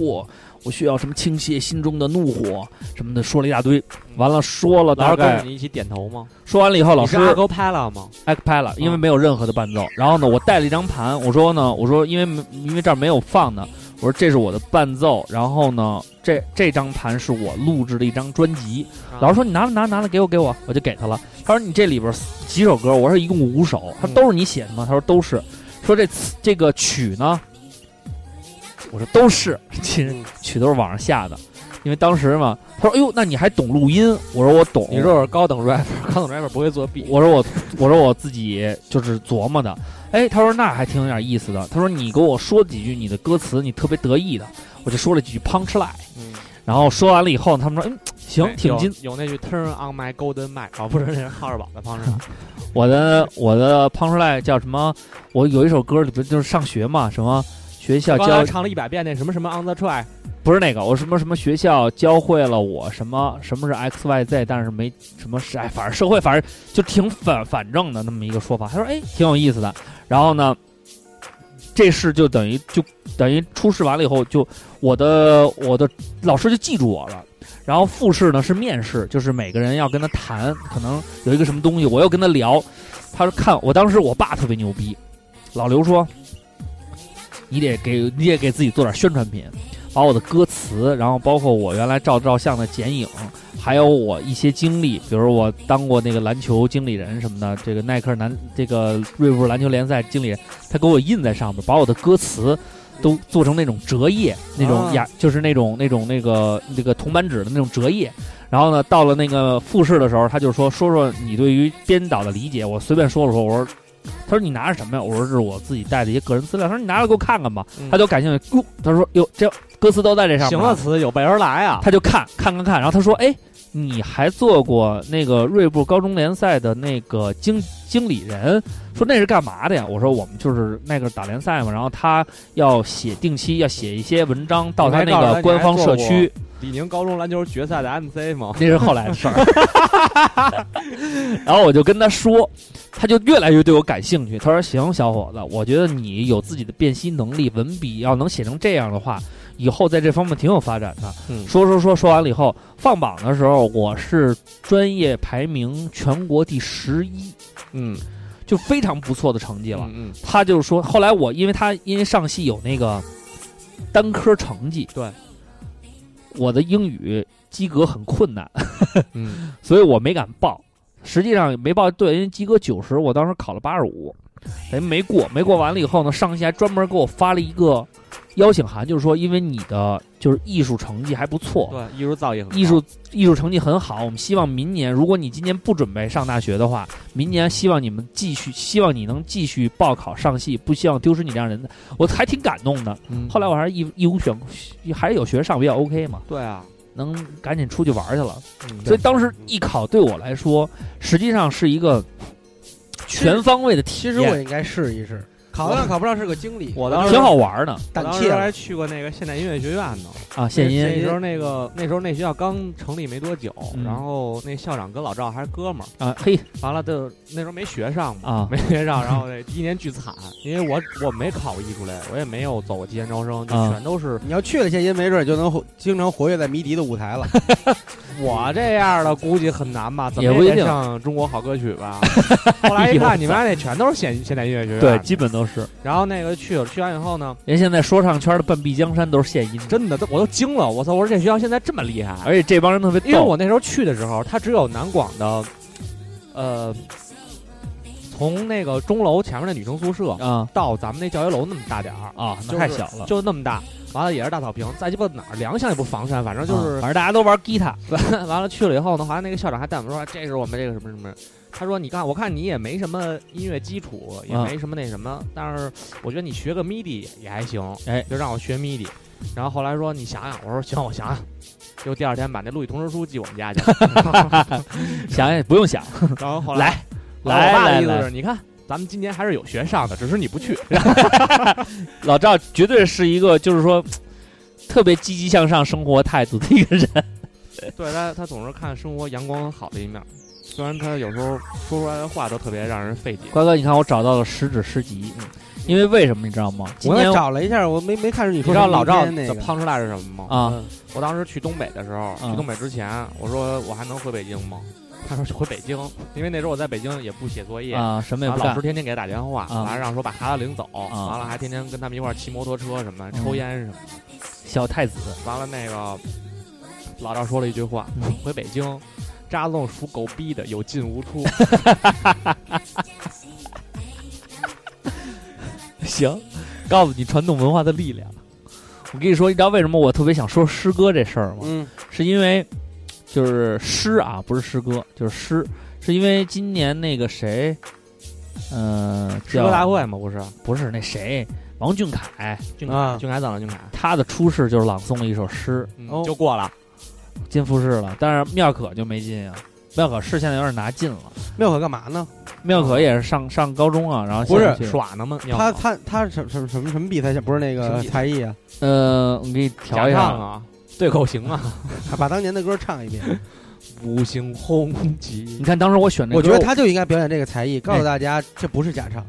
[SPEAKER 2] 我需要什么倾泻心中的怒火什么的，说了一大堆。完了，说了
[SPEAKER 3] 老
[SPEAKER 2] 大
[SPEAKER 3] 师跟着
[SPEAKER 2] 概，
[SPEAKER 3] 你一起点头吗？
[SPEAKER 2] 说完了以后，老师
[SPEAKER 3] 你是阿勾拍了吗？
[SPEAKER 2] a c p e l a 因为没有任何的伴奏。然后呢，我带了一张盘，我说呢，我说因为没因为这儿没有放呢，我说这是我的伴奏。然后呢，这这张盘是我录制的一张专辑。
[SPEAKER 3] 啊
[SPEAKER 2] 老师说你拿了拿了拿了，给我给我，我就给他了。他说你这里边几首歌？我说一共五首。他说都是你写的吗？他说都是。说这词这个曲呢，我说都是， 其实曲都是网上下的。因为当时嘛，他说：“哎呦，那你还懂录音？”我说：“我懂。”
[SPEAKER 3] 你说我是高等 rapper，高等 rapper 不会作弊。
[SPEAKER 2] 我说我，我说我自己就是琢磨的。哎，他说那还挺有点意思的。他说你给我说几句你的歌词，你特别得意的，我就说了几句 punch line。然
[SPEAKER 3] 嗯
[SPEAKER 2] 后说完了以后，他们说嗯行，挺
[SPEAKER 3] 有
[SPEAKER 2] 精。
[SPEAKER 3] 有那句 Turn on my golden mic，哦，不是，那是浩尔堡 的方式。
[SPEAKER 2] 我的我的 punch line 叫什么？我有一首歌里不就是上学嘛，什么学校
[SPEAKER 3] 刚
[SPEAKER 2] 教
[SPEAKER 3] 才唱了一百遍那什么什么 on the track，
[SPEAKER 2] 不是那个，我什么什么学校教会了我什么什么是 X Y Z，但是没什么是哎，反正社会反正就挺反反正的那么一个说法。他说哎，挺有意思的。然后呢，这事就等于就等于初试完了以后，就我的我的老师就记住我了。然后复试呢是面试，就是每个人要跟他谈，可能有一个什么东西，我要跟他聊。他说看我当时我爸特别牛逼，老刘说，你得给你也给自己做点宣传品。把我的歌词，然后包括我原来照照相的剪影，还有我一些经历，比如我当过那个篮球经理人什么的，这个耐克男这个瑞布篮球联赛经理人，他给我印在上面，把我的歌词都做成那种折页，那种
[SPEAKER 5] 啊
[SPEAKER 2] 呀，就是那种那种那个那个铜板纸的那种折页。然后呢，到了那个复试的时候，他就说说说你对于编导的理解，我随便说了说，我说。他说你拿着什么呀？我说这是我自己带的一些个人资料。他说你拿来给我看看吧。
[SPEAKER 3] 嗯
[SPEAKER 2] 他就感兴趣，哟，他说哟，这歌词都在这上面。啊
[SPEAKER 3] 行了，，词有备而来啊。
[SPEAKER 2] 他就看看看看，然后他说：“哎，你还做过那个锐步高中联赛的那个经经理人，说那是干嘛的呀？”我说：“我们就是那个打联赛嘛，然后他要写定期要写一些文章到他那个官方社区，
[SPEAKER 3] 李宁高中篮球决赛的 MC 吗？
[SPEAKER 2] 那是后来的事儿。 然后我就跟他说，他就越来越对我感兴趣。他说：“行，小伙子，我觉得你有自己的辨析能力，文笔要能写成这样的话，以后在这方面挺有发展的。
[SPEAKER 3] 嗯
[SPEAKER 2] 说说说说完了以后，放榜的时候我是专业排名全国第十一，
[SPEAKER 3] 嗯，
[SPEAKER 2] 就非常不错的成绩了。
[SPEAKER 3] 嗯，
[SPEAKER 2] 他就说，后来我因为他因为上戏有那个单科成绩，
[SPEAKER 3] 对，
[SPEAKER 2] 我的英语及格很困难，
[SPEAKER 3] 嗯，
[SPEAKER 2] 所以我没敢报。实际上也没报对，因为及格九十，我当时考了八十五，等于没过。没过完了以后呢，上戏还专门给我发了一个邀请函，就是说因为你的就是艺术成绩还不错，
[SPEAKER 3] 对，艺术造诣很高，
[SPEAKER 2] 艺术艺术成绩很好，我们希望明年，如果你今年不准备上大学的话，明年希望你们继续，希望你能继续报考上戏，不希望丢失你这样人才。我还挺感动的。
[SPEAKER 3] 嗯。
[SPEAKER 2] 后来我还是义义无选，还是有学上比较 OK 嘛，
[SPEAKER 3] 对啊，
[SPEAKER 2] 能赶紧出去玩去了。
[SPEAKER 3] 嗯
[SPEAKER 2] 所以当时艺考对我来说，实际上是一个全方位的体
[SPEAKER 5] 其
[SPEAKER 2] 验，
[SPEAKER 5] 实我应该试一试，考上考不上是个经理，
[SPEAKER 3] 我当时
[SPEAKER 2] 挺好玩的
[SPEAKER 5] 胆
[SPEAKER 3] 我当
[SPEAKER 5] 怯
[SPEAKER 3] 时
[SPEAKER 5] 了
[SPEAKER 3] 还去过那个现代音乐学院呢。
[SPEAKER 2] 啊。献
[SPEAKER 3] 那那时
[SPEAKER 2] 音
[SPEAKER 3] 候那个那时候那学校刚成立没多久，
[SPEAKER 2] 嗯
[SPEAKER 3] 然后那校长跟老赵还是哥们儿，
[SPEAKER 2] 啊，嘿
[SPEAKER 3] 完了就那时候没学上嘛，
[SPEAKER 2] 啊
[SPEAKER 3] 没学上，然后那第一年巨惨，因为我我没考过艺术类，我也没有走过提前招生，就
[SPEAKER 2] 啊
[SPEAKER 3] 全都是
[SPEAKER 5] 你要去了，现今没准就能活经常活跃在迷笛的舞台了。
[SPEAKER 3] 我这样的估计很难吧，怎么
[SPEAKER 2] 也不一
[SPEAKER 3] 得
[SPEAKER 2] 定
[SPEAKER 3] 上中国好歌曲 吧。后来一看，你妈那全都是现现代音乐学院，
[SPEAKER 2] 对，基本都是。
[SPEAKER 3] 然后那个去了，去完以后呢，
[SPEAKER 2] 人现在说唱圈的半壁江山都是献音的，
[SPEAKER 3] 真的都我都惊了，我操！我说这学校现在这么厉害，
[SPEAKER 2] 而且这帮人特别逗。
[SPEAKER 3] 因为我那时候去的时候，它只有南广的，呃，从那个钟楼前面的女生宿舍
[SPEAKER 2] 啊
[SPEAKER 3] 到咱们那教学楼那么大点儿，
[SPEAKER 2] 啊，
[SPEAKER 3] 就
[SPEAKER 2] 那太
[SPEAKER 3] 是
[SPEAKER 2] 小了。
[SPEAKER 3] 就那么大。完了也是大草坪，再鸡巴哪儿粮巷也不防晒，反正就
[SPEAKER 2] 啊
[SPEAKER 3] 是
[SPEAKER 2] 反正大家都玩吉他，
[SPEAKER 3] 完完了去了以后呢，好像那个校长还带我们说，这是我们这个什么什么。他说：“你看，我看你也没什么音乐基础，也
[SPEAKER 2] 啊
[SPEAKER 3] 没什么那什么，但是我觉得你学个 MIDI 也还行。
[SPEAKER 2] 哎
[SPEAKER 3] 就让我学 MIDI。然后后来说你想想，我说行，我想想。就第二天把那录取通知书寄我们家去了。
[SPEAKER 2] 想也不用想，
[SPEAKER 3] 然后后来
[SPEAKER 2] 来来
[SPEAKER 3] 后来我爸的
[SPEAKER 2] 来
[SPEAKER 3] 意思
[SPEAKER 2] 来，
[SPEAKER 3] 是，你看咱们今年还是有学上的，只是你不去。
[SPEAKER 2] 老赵绝对是一个就是说特别积极向上、生活态度的一个 人。
[SPEAKER 3] 对他，他总是看生活阳光好的一面，虽然他有时候说出来的话都特别让人费解。
[SPEAKER 2] 瓜哥，你看我找到了十嗯指诗集，因为为什么你知道吗？今
[SPEAKER 5] 我
[SPEAKER 2] 年
[SPEAKER 5] 也找了一下，我没没看出你
[SPEAKER 3] 你
[SPEAKER 5] 说
[SPEAKER 3] 知道
[SPEAKER 5] 什么
[SPEAKER 3] 老赵
[SPEAKER 5] 迷笛那
[SPEAKER 3] 的
[SPEAKER 5] 个
[SPEAKER 3] 胖出来是什么吗？
[SPEAKER 2] 啊，
[SPEAKER 3] 我当时去东北的时候，
[SPEAKER 2] 嗯
[SPEAKER 3] 去东北之前，我说我还能回北京吗？他说回北京，因为那时候我在北京也不写作业，
[SPEAKER 2] 啊，什么也
[SPEAKER 3] 然后
[SPEAKER 2] 不
[SPEAKER 3] 老
[SPEAKER 2] 干
[SPEAKER 3] 师天天给他打电话，
[SPEAKER 2] 啊
[SPEAKER 3] 完了让说把孩子领走，
[SPEAKER 2] 啊
[SPEAKER 3] 完了还天天跟他们一块儿骑摩托车什么，
[SPEAKER 2] 嗯
[SPEAKER 3] 抽烟什么。
[SPEAKER 2] 小太子
[SPEAKER 3] 完了那个老赵说了一句话
[SPEAKER 2] 嗯：“
[SPEAKER 3] 回北京，扎愣属狗逼的，有进无出。
[SPEAKER 2] 行，告诉你传统文化的力量。我跟你说，你知道为什么我特别想说诗歌这事儿吗？
[SPEAKER 5] 嗯，
[SPEAKER 2] 是因为就是诗啊，不是诗歌，就是诗，是因为今年那个谁，呃，
[SPEAKER 3] 诗歌大
[SPEAKER 2] 叫
[SPEAKER 3] 会嘛，不是？
[SPEAKER 2] 不是那谁，王俊凯，
[SPEAKER 3] 俊凯，
[SPEAKER 5] 啊
[SPEAKER 3] 俊凯怎么了？俊凯、
[SPEAKER 2] 他的出世就是朗诵了一首诗，
[SPEAKER 3] 嗯
[SPEAKER 5] 哦
[SPEAKER 3] 就过了。
[SPEAKER 2] 进复试了，但是妙可就没进啊。妙可是现在有点拿进了，
[SPEAKER 5] 妙可干嘛呢？
[SPEAKER 2] 妙可也是上上高中啊，然后
[SPEAKER 5] 不是
[SPEAKER 2] 现在去
[SPEAKER 3] 耍呢吗？
[SPEAKER 5] 他他他什什什么什么比赛项？不是那
[SPEAKER 3] 什么
[SPEAKER 5] 个
[SPEAKER 3] 比赛
[SPEAKER 5] 才艺啊？
[SPEAKER 2] 呃，我给你调
[SPEAKER 3] 调
[SPEAKER 2] 一下
[SPEAKER 3] 唱，啊，对口型啊，
[SPEAKER 5] 把当年的歌唱一遍。
[SPEAKER 3] 五行轰
[SPEAKER 2] 你
[SPEAKER 3] 击。
[SPEAKER 2] 看当时我选这歌，
[SPEAKER 5] 我觉得他就应该表演这个才艺，告诉大家这不是假唱。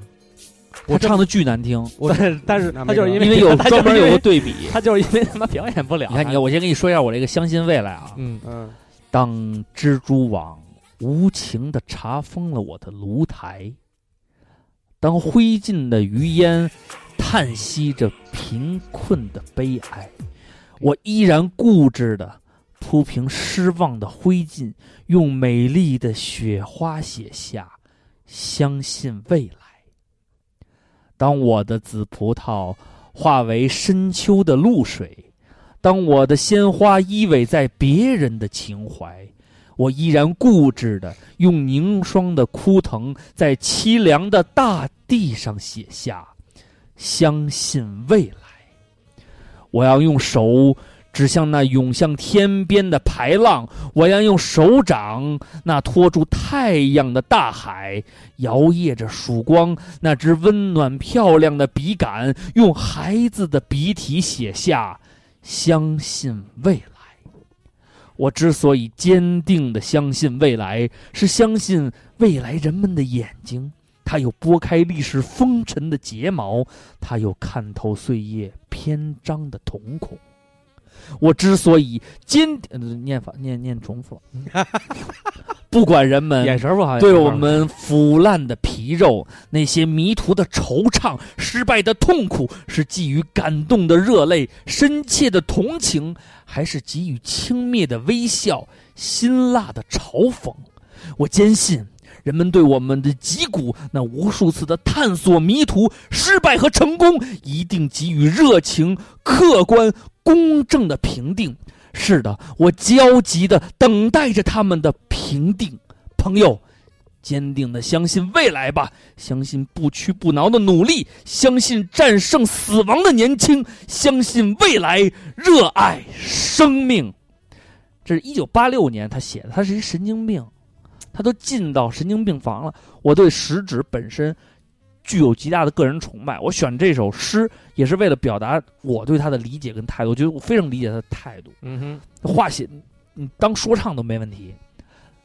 [SPEAKER 2] 我唱的巨难听，
[SPEAKER 5] 我
[SPEAKER 3] 但是但是
[SPEAKER 5] 那
[SPEAKER 3] 他
[SPEAKER 5] 没
[SPEAKER 3] 就是
[SPEAKER 5] 辙
[SPEAKER 3] 因
[SPEAKER 2] 因为有
[SPEAKER 3] 他就是
[SPEAKER 2] 专门有
[SPEAKER 3] 因
[SPEAKER 2] 个
[SPEAKER 3] 为
[SPEAKER 2] 对比。啊
[SPEAKER 3] 他就是因为他妈表演不了。
[SPEAKER 2] 你看，你看，我先跟你说一下我这个相信未来啊。
[SPEAKER 3] 嗯，
[SPEAKER 5] 嗯，
[SPEAKER 2] 当蜘蛛网无情地查封了我的炉台，当灰烬的余烟叹息着贫困的悲哀，我依然固执地铺平失望的灰烬，用美丽的雪花写下“相信未来”。当我的紫葡萄化为深秋的露水，当我的鲜花依偎在别人的情怀，我依然固执的用凝霜的枯藤，在凄凉的大地上写下“相信未来”。我要用手指向那涌向天边的排浪，我要用手掌那托住太阳的大海，摇曳着曙光那只温暖漂亮的笔杆，用孩子的笔体写下。相信未来。我之所以坚定的相信未来，是相信未来人们的眼睛，它有拨开历史风尘的睫毛，它有看透岁月篇章的瞳孔。我之所以坚定、呃念法念念重复了，不管人们
[SPEAKER 3] 眼神不好，
[SPEAKER 2] 对我们腐烂的皮肉，那些迷途的惆怅、失败的痛苦，是寄予感动的热泪、深切的同情，还是给予轻蔑的微笑、辛辣的嘲讽？我坚信，人们对我们的脊骨那无数次的探索、迷途、失败和成功，一定给予热情、客观、公正的评定。是的，我焦急的等待着他们的评定。朋友，坚定的相信未来吧，相信不屈不挠的努力，相信战胜死亡的年轻，相信未来，热爱生命。这是一九八六年他写的，他是一神经病，他都进到神经病房了。我对食指本身具有极大的个人崇拜，我选这首诗也是为了表达我对他的理解跟态度，我觉得我非常理解他的态度。
[SPEAKER 3] 嗯哼，
[SPEAKER 2] 化写，你当说唱都没问题。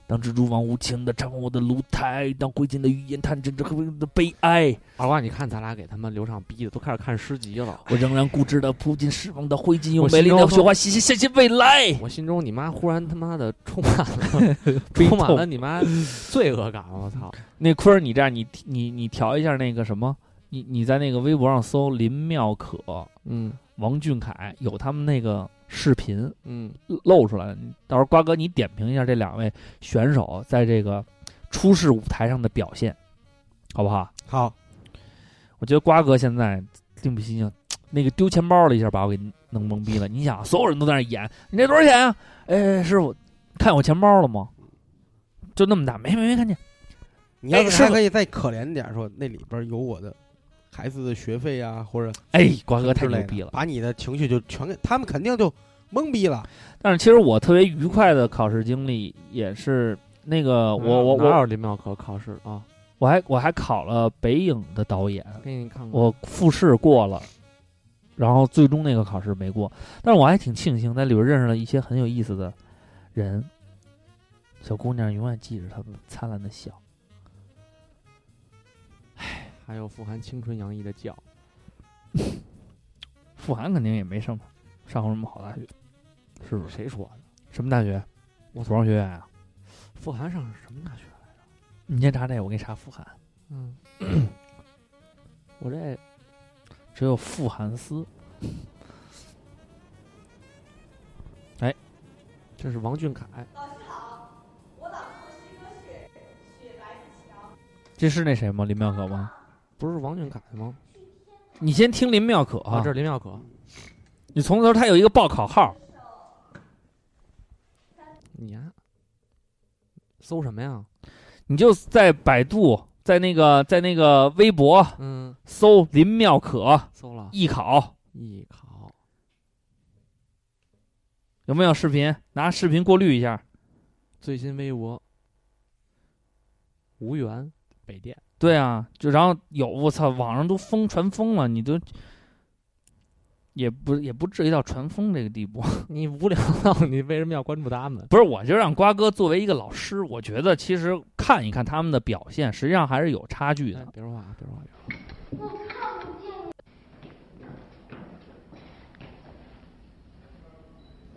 [SPEAKER 2] 当蜘蛛网无情的唱我的炉台，当灰烬的语言探针着黑的悲哀，
[SPEAKER 3] 二瓜，你看咱俩给他们刘畅逼的都开始看诗集 了。
[SPEAKER 2] 我仍然固执的扑进失望的灰烬，用
[SPEAKER 3] 我
[SPEAKER 2] 美丽
[SPEAKER 3] 心
[SPEAKER 2] 的
[SPEAKER 3] 中
[SPEAKER 2] 雪花写下相信未来。
[SPEAKER 3] 我心中你妈忽然他妈的充满 了充满了你妈罪恶感，我操！
[SPEAKER 2] 那坤儿，你这样，你你你调一下那个什么，你你在那个微博上搜林妙可、
[SPEAKER 3] 嗯
[SPEAKER 2] 王俊凯，有他们那个视频
[SPEAKER 3] 嗯，
[SPEAKER 2] 露出来，到时候瓜哥你点评一下这两位选手在这个初试舞台上的表现，好不好？
[SPEAKER 5] 好，
[SPEAKER 2] 我觉得瓜哥现在另辟蹊径，那个丢钱包了一下，把我给弄懵逼了。你想，所有人都在那演，你这多少钱啊？哎，师傅，看我钱包了吗？就那么大，没没没看见。
[SPEAKER 5] 你要
[SPEAKER 2] 哎
[SPEAKER 5] 是
[SPEAKER 2] 是
[SPEAKER 5] 还可以再可怜点儿，说那里边有我的孩子的学费啊，或者
[SPEAKER 2] 哎，瓜哥太
[SPEAKER 5] 之类
[SPEAKER 2] 牛
[SPEAKER 5] 的
[SPEAKER 2] 逼了！
[SPEAKER 5] 把你的情绪就全给他们，肯定就懵逼了。
[SPEAKER 2] 但是其实我特别愉快的考试经历也是那个，
[SPEAKER 5] 嗯
[SPEAKER 2] 我我
[SPEAKER 3] 嗯哪
[SPEAKER 2] 我
[SPEAKER 3] 有林妙可考试啊？
[SPEAKER 2] 我还我还考了北影的导演，
[SPEAKER 3] 给你看看，
[SPEAKER 2] 我复试过了，然后最终那个考试没过，但是我还挺庆幸，在里边认识了一些很有意思的人。小姑娘永远记着他们灿烂的笑。
[SPEAKER 3] 还有富含青春洋溢的脚。
[SPEAKER 2] 傅涵肯定也没上上过什么好大学，是不是？
[SPEAKER 3] 谁说的？
[SPEAKER 2] 什么大学？我服装学院啊。
[SPEAKER 3] 富含上什么大学？
[SPEAKER 2] 你先查这个，我给你查傅涵。
[SPEAKER 3] 嗯， 我这
[SPEAKER 2] 只有傅涵思，
[SPEAKER 3] 这是王俊凯，
[SPEAKER 2] 这是那谁吗？林妙可吗？
[SPEAKER 3] 不是王俊凯吗？
[SPEAKER 2] 你先听林妙可
[SPEAKER 3] 啊，
[SPEAKER 2] 啊
[SPEAKER 3] 这，是林妙可。
[SPEAKER 2] 你从头他有一个报考号，
[SPEAKER 3] 你呀、搜什么呀？
[SPEAKER 2] 你就在百度在那个在那个微博
[SPEAKER 3] 嗯，
[SPEAKER 2] 搜林妙可
[SPEAKER 3] 搜了
[SPEAKER 2] 艺考，
[SPEAKER 3] 艺考，
[SPEAKER 2] 有没有视频？拿视频过滤一下。
[SPEAKER 3] 最新微博，无缘北电，
[SPEAKER 2] 对啊，就然后有我操，网上都疯传疯了，你都也不也不至于到传疯这个地步。
[SPEAKER 3] 你无聊到你为什么要关注他们？
[SPEAKER 2] 不是，我就让瓜哥作为一个老师，我觉得其实看一看他们的表现，实际上还是有差距
[SPEAKER 3] 哎
[SPEAKER 2] 的。
[SPEAKER 3] 别说话啊，别说话，别说话。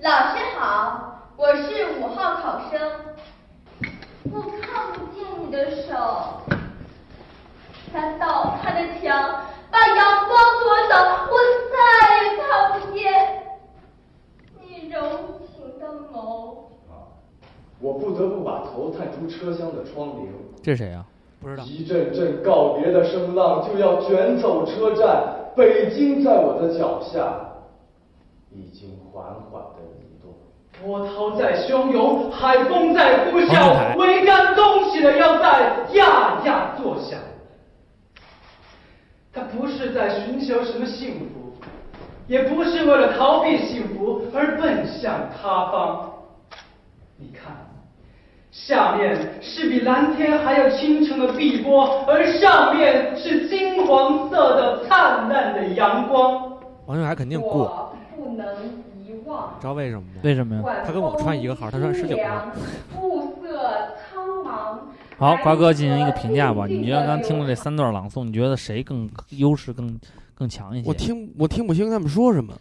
[SPEAKER 11] 老师好，我是五号考生。我看不见你的手，他倒塌的墙把阳光夺走，我再也看不见你柔情的眸。
[SPEAKER 12] 我不得不把头探出车厢的窗棂，
[SPEAKER 2] 这谁啊？
[SPEAKER 3] 不知道
[SPEAKER 12] 一阵阵告别的声浪就要卷走车站，北京在我的脚下已经缓缓的移动。波涛在汹涌，海风在呼
[SPEAKER 2] 黄俊凯
[SPEAKER 12] 啸，桅杆弓起的腰带呀呀作响。他不是在寻求什么幸福，也不是为了逃避幸福而奔向他方。你看，下面是比蓝天还要清澈的碧波，而上面是金黄色的灿烂的阳光。
[SPEAKER 5] 王俊凯肯定过，
[SPEAKER 11] 我不能遗忘
[SPEAKER 5] 你。知道为什么吗？
[SPEAKER 3] 哎
[SPEAKER 2] 为什么呀？
[SPEAKER 11] 他
[SPEAKER 5] 跟我穿一个号他穿19号。
[SPEAKER 11] 暮色苍茫。
[SPEAKER 2] 好，瓜哥进行一个评价吧。你觉得刚听了这三段朗诵，你觉得谁更优势更更强一些？哎
[SPEAKER 5] 我听我听不清他们说什么，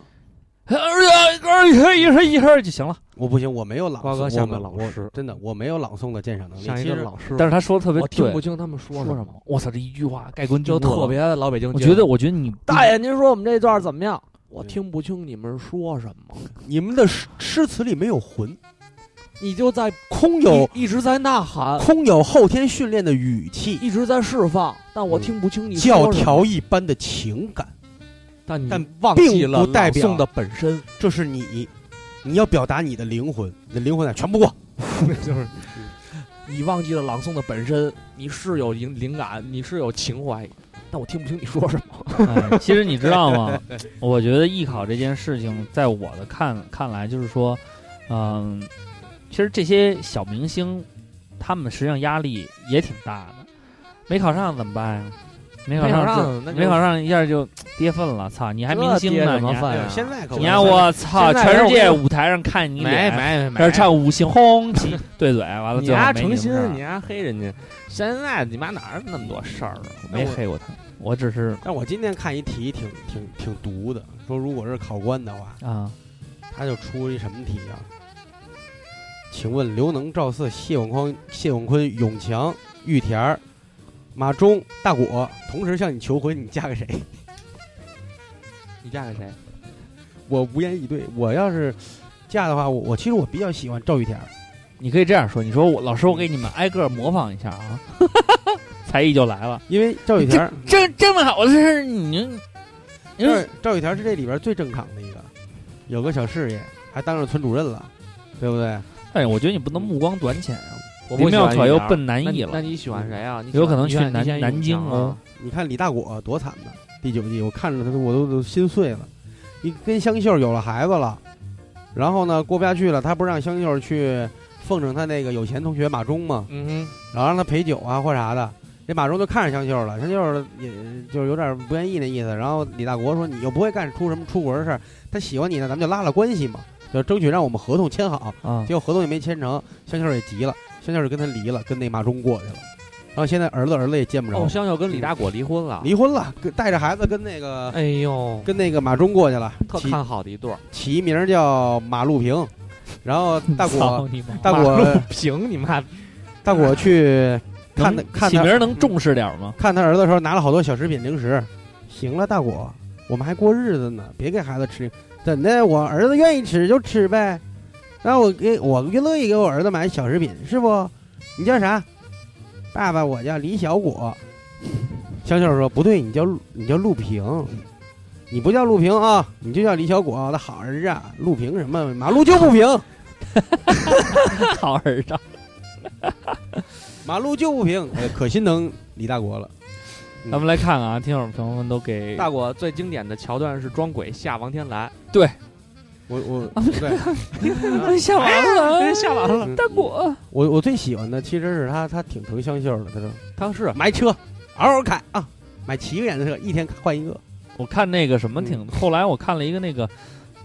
[SPEAKER 2] 一声一声一声就行了。
[SPEAKER 5] 我不行，我没有朗诵，
[SPEAKER 3] 瓜哥像个
[SPEAKER 5] 我
[SPEAKER 3] 老
[SPEAKER 5] 我
[SPEAKER 3] 师
[SPEAKER 5] 真的我没有朗诵的鉴赏能力，
[SPEAKER 3] 像一
[SPEAKER 5] 其
[SPEAKER 3] 个
[SPEAKER 5] 实
[SPEAKER 3] 老师，
[SPEAKER 2] 但是他说的特别
[SPEAKER 3] 我听不
[SPEAKER 2] 对，
[SPEAKER 3] 清他们说
[SPEAKER 2] 说
[SPEAKER 3] 么
[SPEAKER 2] 什，么？我操，这一句话盖棺定
[SPEAKER 3] 就
[SPEAKER 2] 论了
[SPEAKER 3] 特。别老北京
[SPEAKER 2] 我
[SPEAKER 3] 劲儿。
[SPEAKER 2] 觉得，我觉得你
[SPEAKER 3] 大爷，您说我们这段怎么样？我
[SPEAKER 5] 对
[SPEAKER 3] 听不清你们说什 么，
[SPEAKER 5] 你们的诗诗词里没有魂，
[SPEAKER 3] 你就在
[SPEAKER 2] 哎
[SPEAKER 5] 空有
[SPEAKER 3] 一一直在呐喊，
[SPEAKER 5] 空有后天训练的语气，
[SPEAKER 3] 一直在释放，但我
[SPEAKER 5] 嗯
[SPEAKER 3] 听不清你
[SPEAKER 5] 教
[SPEAKER 3] 说什么
[SPEAKER 5] 条，一般的情感，
[SPEAKER 3] 但你
[SPEAKER 5] 但
[SPEAKER 3] 忘
[SPEAKER 5] 并
[SPEAKER 3] 记了
[SPEAKER 5] 不代
[SPEAKER 3] 朗
[SPEAKER 5] 表
[SPEAKER 3] 诵的本身，
[SPEAKER 5] 这是你，你要表达你的灵魂，你的灵魂在全不过，
[SPEAKER 3] 就是你忘记了朗诵的本身，你是有灵灵感，你是有情怀，但我听不清你说什么。
[SPEAKER 2] 哎，其实你知道吗？我觉得艺考这件事情，在我的看看来，就是说，嗯，其实这些小明星，他们实际上压力也挺大的。没考上怎么办呀？没考
[SPEAKER 3] 没考
[SPEAKER 2] 上
[SPEAKER 3] 上
[SPEAKER 2] 自，
[SPEAKER 3] 那就
[SPEAKER 2] 没考上一下就跌份了。操，你还明星
[SPEAKER 3] 这
[SPEAKER 2] 呢？
[SPEAKER 3] 跌什
[SPEAKER 2] 你
[SPEAKER 3] 么
[SPEAKER 2] 还
[SPEAKER 3] 饭呀？
[SPEAKER 5] 现在可
[SPEAKER 2] 你看我操！
[SPEAKER 3] 现在
[SPEAKER 2] 全世
[SPEAKER 3] 我
[SPEAKER 2] 界
[SPEAKER 3] 跟
[SPEAKER 2] 舞台上看你
[SPEAKER 3] 没
[SPEAKER 2] 脸，
[SPEAKER 3] 没没
[SPEAKER 2] 这儿唱五星红 旗对嘴，完了
[SPEAKER 3] 你
[SPEAKER 2] 最后
[SPEAKER 3] 丫
[SPEAKER 2] 没
[SPEAKER 3] 诚
[SPEAKER 2] 们
[SPEAKER 3] 心
[SPEAKER 2] 事儿，
[SPEAKER 3] 你丫黑人家。现在你妈哪有那么多事儿啊？
[SPEAKER 2] 我没黑过他，我只是
[SPEAKER 5] 但我今天看一题挺挺挺毒的，说如果是考官的话，
[SPEAKER 2] 啊，
[SPEAKER 5] 他就出一什么题啊？请问刘能、赵四、谢永匡、谢永坤、永强、玉田儿、马忠、大果同时向你求婚，你嫁给谁？
[SPEAKER 3] 你嫁给谁？
[SPEAKER 5] 我无言以对。我要是嫁的话，我我其实我比较喜欢赵玉田儿，
[SPEAKER 2] 你可以这样说，你说我老师，我给你们挨个模仿一下 啊，才艺就来了，
[SPEAKER 5] 因为赵玉田儿，
[SPEAKER 2] 这这么好的事儿，你你
[SPEAKER 5] 赵赵玉田儿是这里边最正常的一个，有个小事业，还当上村主任了，对不对？
[SPEAKER 2] 哎，我觉得你不能目光短浅啊，
[SPEAKER 3] 我
[SPEAKER 2] 林
[SPEAKER 3] 不喜欢
[SPEAKER 2] 妙可又
[SPEAKER 3] 玉田儿
[SPEAKER 2] 奔南
[SPEAKER 3] 那
[SPEAKER 2] 艺
[SPEAKER 3] 你那
[SPEAKER 2] 了，
[SPEAKER 3] 你喜欢谁啊？你喜欢
[SPEAKER 2] 有可能去
[SPEAKER 3] 你喜欢
[SPEAKER 2] 南
[SPEAKER 3] 你喜欢
[SPEAKER 2] 南京
[SPEAKER 3] 永强
[SPEAKER 2] 哦
[SPEAKER 3] 啊。
[SPEAKER 5] 你看李大果多惨呐，第九季我看着他，我都都心碎了。你跟香秀有了孩子了，然后呢过不下去了，他不是让香秀去奉承他那个有钱同学马忠吗？
[SPEAKER 3] 嗯
[SPEAKER 5] 然后让他陪酒啊或啥的。这马忠就看上香秀了，香秀也就是有点不愿意那意思。然后李大国说：“你又不会干出什么出国的事儿，他喜欢你呢，咱们就拉拉关系嘛，就争取让我们合同签好。”
[SPEAKER 2] 啊，
[SPEAKER 5] 结果合同也没签成，香秀也急了，香秀就跟他离了，跟那马忠过去了。然后现在儿子儿子也见不
[SPEAKER 3] 哼，
[SPEAKER 5] 着，
[SPEAKER 3] 哦，香秀跟李大果离婚了。
[SPEAKER 5] 离婚了，跟带着孩子跟那个、
[SPEAKER 3] 哎呦，
[SPEAKER 5] 跟那个马忠过去了，
[SPEAKER 3] 特
[SPEAKER 5] 起
[SPEAKER 3] 看好的一对儿。
[SPEAKER 5] 起名儿叫马路平，然后大
[SPEAKER 2] 操
[SPEAKER 5] 果
[SPEAKER 2] 你妈
[SPEAKER 5] 大
[SPEAKER 3] 马路
[SPEAKER 5] 果
[SPEAKER 3] 平，你妈！
[SPEAKER 5] 大果去看他
[SPEAKER 2] 能
[SPEAKER 5] 看
[SPEAKER 2] 起
[SPEAKER 5] 他
[SPEAKER 2] 名儿能重视点儿 吗？
[SPEAKER 5] 看他儿子的时候拿了好多小食品零食，行了，大果，我们还过日子呢，别给孩子吃，怎的？我儿子愿意吃就吃呗，然后我给我乐意给我儿子买小食品，是不？你叫啥？爸爸，我叫李小果。香秀说：“不对，你叫陆你叫陆平，你不叫陆平啊，你就叫李小果，我的好儿子啊，陆平什么马路就不平。
[SPEAKER 2] 好儿子，
[SPEAKER 5] 马路就不平，哎可心疼李大国了。
[SPEAKER 2] 咱们来看看啊，听友朋友们都给
[SPEAKER 3] 大果最经典的桥段是装鬼吓王天来，
[SPEAKER 5] 我我对，啊
[SPEAKER 2] 下完
[SPEAKER 3] 哎
[SPEAKER 2] 了，下完
[SPEAKER 5] 嗯
[SPEAKER 2] 大果，
[SPEAKER 5] 我我最喜欢的其实是他，他挺疼香秀的。他说
[SPEAKER 3] 他是
[SPEAKER 5] 买车，嗷嗷开啊，买七个颜色，一天换一个。
[SPEAKER 2] 我看那个什么挺，后来我看了一个那个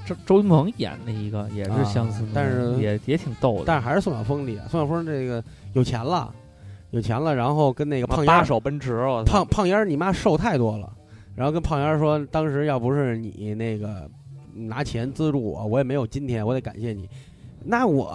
[SPEAKER 2] 周周云鹏演的一个，也是相似的
[SPEAKER 5] 啊，但是
[SPEAKER 2] 也也挺逗的，
[SPEAKER 5] 但是还是宋晓峰厉害，宋晓峰这个有钱了，有钱了，然后跟那个胖丫
[SPEAKER 3] 八手奔驰，
[SPEAKER 2] 嗯
[SPEAKER 3] 我操
[SPEAKER 5] 胖胖丫儿你妈瘦太多了，然后跟胖丫儿说，当时要不是你那个拿钱资助我，我也没有今天，我得感谢你。那我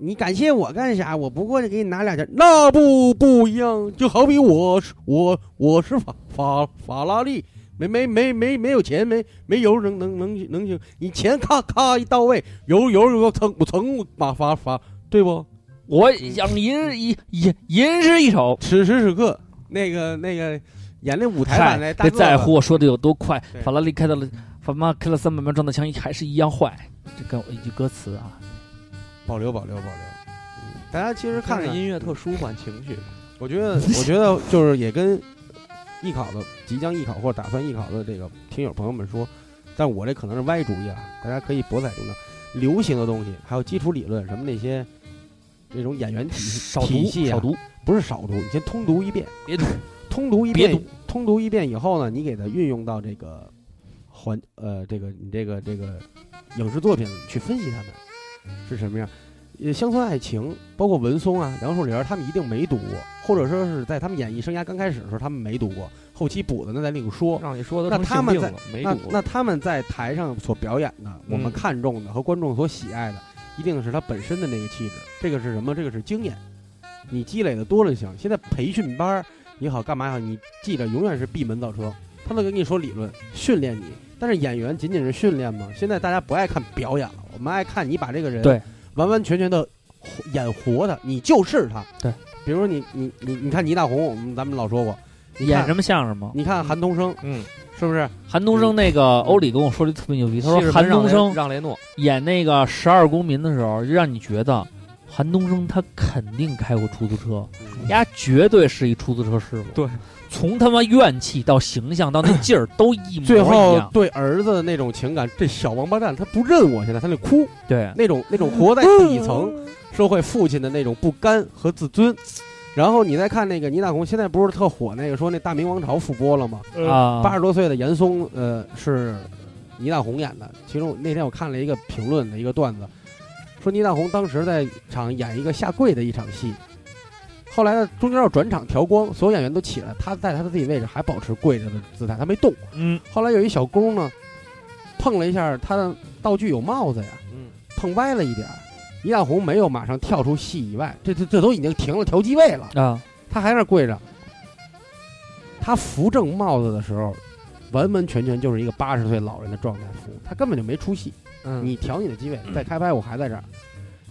[SPEAKER 5] 你感谢我干啥？我不过去给你拿俩钱，那不不一样，就好比我是我我是法法法拉利。没没没没没有钱没没油能能能能行？你钱咔咔一到位，油油有个蹭不蹭法法法，对不？
[SPEAKER 2] 我想吟一吟吟诗一首，
[SPEAKER 5] 此时此刻，那个那个演那舞
[SPEAKER 2] 嗨
[SPEAKER 5] 台版那，大
[SPEAKER 2] 别
[SPEAKER 5] 个
[SPEAKER 2] 在
[SPEAKER 5] 子
[SPEAKER 2] 乎我说的有多快
[SPEAKER 5] 对，
[SPEAKER 2] 法拉利开到了，法妈开了三百迈撞到墙，还是一样坏。这跟我一句歌词啊，
[SPEAKER 5] 保留保留保留。大家其实看
[SPEAKER 3] 看着
[SPEAKER 5] 看音，
[SPEAKER 3] 音乐特舒缓情绪，
[SPEAKER 5] 我觉 得我觉得就是也跟艺考的即将艺考或者打算艺考的这个听友朋友们说，但我这可能是歪主意啊，大家可以博采众长。流行的东西，还有基础理论什么那些，这种演员体系
[SPEAKER 2] 少
[SPEAKER 5] 体
[SPEAKER 2] 读
[SPEAKER 5] 系啊
[SPEAKER 2] 少读，
[SPEAKER 5] 不是少读，你先通读一遍，
[SPEAKER 2] 别读，
[SPEAKER 5] 通读一
[SPEAKER 2] 别
[SPEAKER 5] 遍，通读一遍以后呢，你给它运用到这个环呃这个你这个这个影视作品里去分析它们是什么样。呃，乡村爱情，包括文松啊、梁树林儿，他们一定没读过，或者说是在他们演艺生涯刚开始的时候，他们没读过，后期补的那再另
[SPEAKER 2] 哦
[SPEAKER 5] 说。
[SPEAKER 3] 让你说的
[SPEAKER 5] 那
[SPEAKER 3] 成
[SPEAKER 5] 他
[SPEAKER 3] 性
[SPEAKER 5] 们
[SPEAKER 3] 病
[SPEAKER 5] 在
[SPEAKER 3] 了，没
[SPEAKER 5] 那
[SPEAKER 3] 堵
[SPEAKER 5] 那他们在台上所表演的，我们
[SPEAKER 3] 嗯
[SPEAKER 5] 看重的和观众所喜爱的，一定是他本身的那个气质。这个是什么？这个是经验，你积累的多了就行。现在培训班儿也好，干嘛也好，你记着永远是闭门造车，他都跟你说理论训练你，但是演员仅仅是训练吗？现在大家不爱看表演了，我们爱看你把这个人
[SPEAKER 2] 对
[SPEAKER 5] 完完全全的演活他，你就是他。
[SPEAKER 2] 对，
[SPEAKER 5] 比如说你你你你看倪大红，我们咱们老说过，你
[SPEAKER 2] 演
[SPEAKER 5] 看
[SPEAKER 2] 什么像什么。
[SPEAKER 5] 你看韩童生，
[SPEAKER 3] 嗯，
[SPEAKER 5] 是不是？
[SPEAKER 2] 韩东
[SPEAKER 5] 嗯
[SPEAKER 2] 升那个欧里跟我说的特别牛逼，他
[SPEAKER 3] 西
[SPEAKER 2] 说
[SPEAKER 3] 直
[SPEAKER 2] 韩
[SPEAKER 3] 门让
[SPEAKER 2] 东
[SPEAKER 3] 雷
[SPEAKER 2] 升
[SPEAKER 3] 让雷诺，
[SPEAKER 2] 演那个《十二公民》的时候，就让你觉得韩东升他肯定开过出租车，丫绝对是一出租车师傅。
[SPEAKER 3] 对，
[SPEAKER 2] 从他妈怨气到形象到那劲儿都一模
[SPEAKER 5] 最
[SPEAKER 2] 一
[SPEAKER 5] 后
[SPEAKER 2] 样。
[SPEAKER 5] 对儿子的那种情感，这小王八蛋他不认我，现在他就哭，
[SPEAKER 2] 对，
[SPEAKER 5] 那种那种活在底层
[SPEAKER 2] 嗯
[SPEAKER 5] 社会父亲的那种不甘和自尊。然后你再看那个倪大红，现在不是特火那个说那《大明王朝》复播了吗？
[SPEAKER 2] 啊，
[SPEAKER 5] 呃八十多岁的严嵩，呃，是倪大红演的。其中那天我看了一个评论的一个段子，说倪大红当时在场演一个下跪的一场戏，后来呢中间要转场调光，所有演员都起来，他在他的自己位置还保持跪着的姿态，他没动。
[SPEAKER 2] 嗯，
[SPEAKER 5] 后来有一小工呢，碰了一下他的道具有帽子呀，
[SPEAKER 3] 嗯，
[SPEAKER 5] 碰歪了一点儿。倪大红没有马上跳出戏以外，这这这都已经停了调机位了，
[SPEAKER 2] 啊，
[SPEAKER 5] 他还在那儿跪着。他扶正帽子的时候，完完全全就是一个八十岁老人的状态扶，他根本就没出戏。
[SPEAKER 3] 嗯，
[SPEAKER 5] 你调你的机位，再开拍，我还在这儿。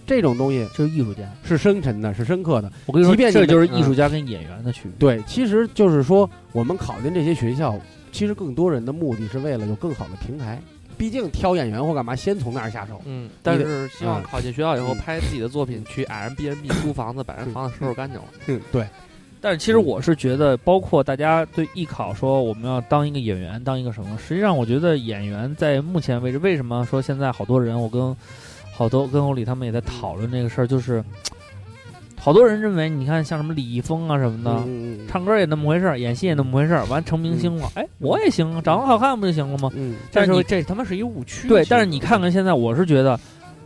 [SPEAKER 5] 这种东西
[SPEAKER 2] 这是艺术家。
[SPEAKER 5] 是深沉的，是深刻的。
[SPEAKER 2] 我跟你说，
[SPEAKER 5] 即便你
[SPEAKER 2] 这
[SPEAKER 5] 们嗯
[SPEAKER 2] 就是艺术家跟演员的区别。
[SPEAKER 5] 对，其实就是说，我们考进这些学校，其实更多人的目的是为了有更好的平台。毕竟挑演员或干嘛，先从那儿下手。
[SPEAKER 3] 嗯，但
[SPEAKER 5] 得
[SPEAKER 3] 是希望
[SPEAKER 5] 嗯
[SPEAKER 3] 考进学校以后
[SPEAKER 5] 嗯
[SPEAKER 3] 拍自己的作品，去 Airbnb 租房子，把人房子收拾干净了。
[SPEAKER 5] 嗯，对，
[SPEAKER 2] 但是其实
[SPEAKER 3] 嗯
[SPEAKER 2] 我是觉得，包括大家对艺考说我们要当一个演员，当一个什么？实际上，我觉得演员在目前为止，为什么说现在好多人，我跟好多跟欧里他们也在讨论这个事儿，就是好多人认为，你看像什么李易峰啊什么的，
[SPEAKER 5] 嗯
[SPEAKER 2] 唱歌也那么回事儿，演戏也那么回事儿，完成明星了，哎，我也行，啊，长得好看不就行了吗？
[SPEAKER 5] 嗯，
[SPEAKER 2] 但是
[SPEAKER 3] 嗯这
[SPEAKER 2] 你
[SPEAKER 3] 这他妈是一误区。
[SPEAKER 2] 对，
[SPEAKER 3] 其
[SPEAKER 2] 但是
[SPEAKER 3] 实
[SPEAKER 2] 你看看现在，我是觉得，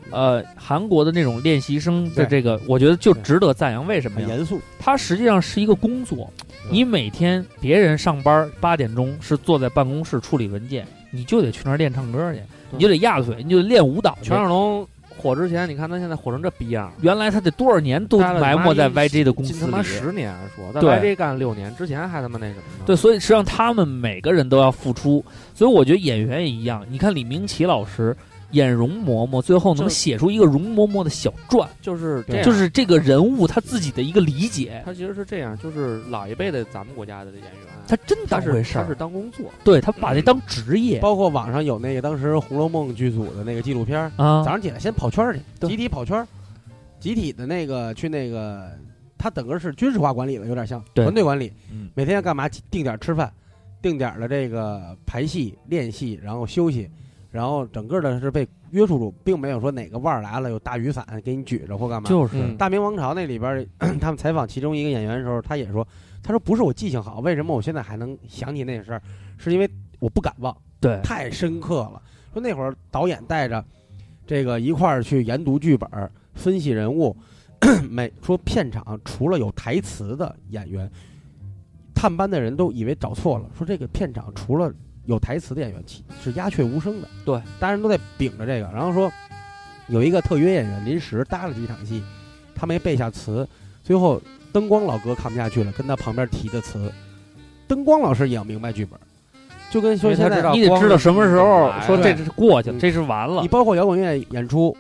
[SPEAKER 2] 呃，韩国的那种练习生的这个，我觉得就
[SPEAKER 5] 对
[SPEAKER 2] 值得赞扬。为什么
[SPEAKER 5] 很
[SPEAKER 2] 呀？
[SPEAKER 5] 严肃。
[SPEAKER 2] 它实际上是一个工作，
[SPEAKER 3] 嗯
[SPEAKER 5] 对
[SPEAKER 2] 你每天别人上班八点钟是坐在办公室处理文件，你就得去那儿练唱歌去，你就得压腿，你就得练舞蹈去
[SPEAKER 3] 权。志龙火之前，你看他现在火成这逼样儿，
[SPEAKER 2] 原来他得多少年都
[SPEAKER 3] 待了
[SPEAKER 2] 埋
[SPEAKER 3] 他妈
[SPEAKER 2] 没在
[SPEAKER 3] 一
[SPEAKER 2] YG 的公
[SPEAKER 3] 近
[SPEAKER 2] 司
[SPEAKER 3] 他
[SPEAKER 2] 里
[SPEAKER 3] 妈。十年啊说，在
[SPEAKER 2] 对
[SPEAKER 3] YG 干了六年，之前还他妈那什么呢？
[SPEAKER 2] 对，，所以实际上他们每个人都要付出，所以我觉得演员也一样。你看李明启老师演容嬷嬷，最后能
[SPEAKER 3] 就啊
[SPEAKER 2] 写出一个容嬷嬷的小传，
[SPEAKER 3] 就是这样。
[SPEAKER 2] 就是这个人物他自己的一个理解，
[SPEAKER 3] 他其实是这样，就是老一辈的咱们国家的演员，啊
[SPEAKER 2] 他真
[SPEAKER 3] 他
[SPEAKER 2] 当
[SPEAKER 3] 是
[SPEAKER 2] 回事
[SPEAKER 3] 他是嗯
[SPEAKER 2] 儿，
[SPEAKER 3] 当工作，
[SPEAKER 2] 对他把这当职业
[SPEAKER 5] 包括网上有那个当时《红楼梦》剧组的那个纪录片儿，
[SPEAKER 2] 啊
[SPEAKER 5] 早。上起来先跑圈儿去，
[SPEAKER 2] 对
[SPEAKER 5] 集体跑圈儿，集体的那个去那个它整个是军事化管理了，有点像
[SPEAKER 2] 对
[SPEAKER 5] 团队管理。
[SPEAKER 1] 嗯
[SPEAKER 5] 每天要干嘛？定点吃饭，定点的这个排戏、练戏，然后休息，然后整个的是被约束住，并没有说哪个腕儿来了有大雨伞给你举着或干嘛。
[SPEAKER 2] 就是、
[SPEAKER 3] 嗯
[SPEAKER 5] 大明王朝那里边儿， 他们采访其中一个演员的时候，他也说，他说不是我记性好，为什么我现在还能想起那事儿，是因为我不敢忘，
[SPEAKER 2] 对，
[SPEAKER 5] 太深刻了。说那会儿导演带着这个一块儿去研读剧本儿、分析人物， 每说片场除了有台词的演员，探班的人都以为找错了，说这个片场除了有台词的演员，其是鸦雀无声的。
[SPEAKER 3] 对，
[SPEAKER 5] 大家人都在秉着这个，然后说有一个特约演员临时搭了几场戏，他没背下词，最后灯光老哥看不下去了，跟他旁边提的词，灯光老师也要明白剧本，就跟说
[SPEAKER 3] 因为他
[SPEAKER 5] 现在
[SPEAKER 3] 知道
[SPEAKER 2] 你得
[SPEAKER 3] 光
[SPEAKER 2] 知道
[SPEAKER 3] 是
[SPEAKER 2] 什么时候说
[SPEAKER 5] 对
[SPEAKER 2] 这是过去了，
[SPEAKER 5] 嗯
[SPEAKER 2] 这是完了
[SPEAKER 5] 你，包括摇滚乐演出，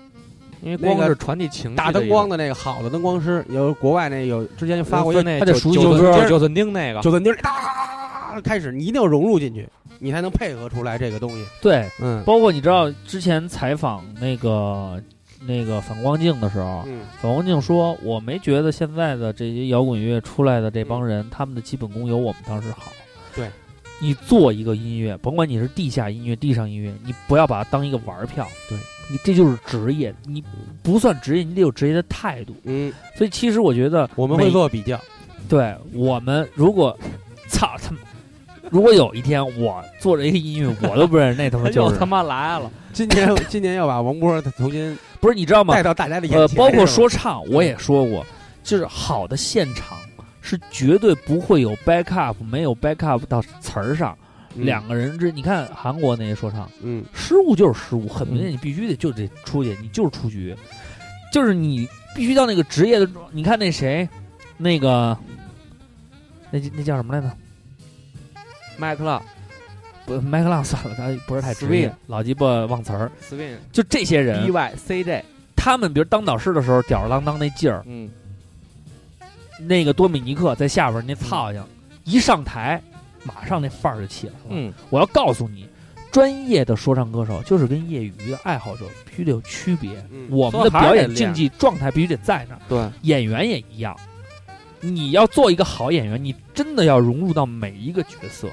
[SPEAKER 3] 因为
[SPEAKER 5] 那
[SPEAKER 3] 光
[SPEAKER 5] 个
[SPEAKER 3] 是传递情绪
[SPEAKER 5] 打
[SPEAKER 3] 的
[SPEAKER 5] 灯
[SPEAKER 3] 一
[SPEAKER 5] 光
[SPEAKER 3] 种
[SPEAKER 5] 的那个好的灯光师，有国外那有之前就发过一
[SPEAKER 3] 分
[SPEAKER 5] 个
[SPEAKER 3] 那
[SPEAKER 2] 他得
[SPEAKER 3] 九
[SPEAKER 2] 熟悉
[SPEAKER 3] 九
[SPEAKER 2] 九
[SPEAKER 3] 寸
[SPEAKER 5] 寸钉儿
[SPEAKER 3] 九寸钉那个，
[SPEAKER 5] 九寸钉儿，哒开始，你一定要融入进去，你才能配合出来这个东西。
[SPEAKER 2] 对，
[SPEAKER 5] 嗯
[SPEAKER 2] 包括你知道之前采访那个那个反光镜的时候，
[SPEAKER 5] 嗯，
[SPEAKER 2] 反光镜说：“我没觉得现在的这些摇滚乐出来的这帮人，他们的基本功有我们当时好。
[SPEAKER 5] 对，
[SPEAKER 2] 你做一个音乐，甭管你是地下音乐、地上音乐，你不要把它当一个玩儿票。
[SPEAKER 5] 对，
[SPEAKER 2] 你这就是职业，你不算职业，你得有职业的态度。
[SPEAKER 5] 嗯，
[SPEAKER 2] 所以其实我觉得，
[SPEAKER 5] 我们会做比较，
[SPEAKER 2] 对我们如果，操他妈！”如果有一天我做了一个音乐，我都不认识，那 他妈就
[SPEAKER 10] 哎
[SPEAKER 3] 又
[SPEAKER 2] 是
[SPEAKER 3] 他妈来了，
[SPEAKER 5] 今年今年要把王波重新
[SPEAKER 2] 不是你知道吗？
[SPEAKER 5] 带到大家的眼
[SPEAKER 2] 呃，
[SPEAKER 5] 前，
[SPEAKER 2] 包括
[SPEAKER 5] 是吧
[SPEAKER 2] 说唱，我也说过，就是好的现场是绝对不会有 backup，没有 backup 到词儿上，两，个人之，你看韩国那些说唱，
[SPEAKER 5] 嗯
[SPEAKER 2] 失误就是失误，很明显，
[SPEAKER 3] 嗯
[SPEAKER 2] 你必须得就得出去，你就是出局，就是你必须到那个职业的，你看那谁，那个，那那叫什么来着？
[SPEAKER 3] 麦克勒
[SPEAKER 2] 不，麦克浪算了，他不是太职业
[SPEAKER 3] Swing，
[SPEAKER 2] 老鸡巴忘词儿。
[SPEAKER 3] Swing
[SPEAKER 2] 就这些人，
[SPEAKER 3] BY CJ，
[SPEAKER 2] 他们比如当导师的时候吊儿郎当那劲儿，
[SPEAKER 3] 嗯，
[SPEAKER 2] 那个多米尼克在下边那操性，一上台，马上那范儿就起来了。
[SPEAKER 3] 嗯，
[SPEAKER 2] 我要告诉你，专业的说唱歌手就是跟业余的爱好者必须得有区别。
[SPEAKER 5] 嗯
[SPEAKER 2] 我们的表演竞技状态必须得在那儿，
[SPEAKER 3] 对，
[SPEAKER 2] 演员也一样。你要做一个好演员，你真的要融入到每一个角色，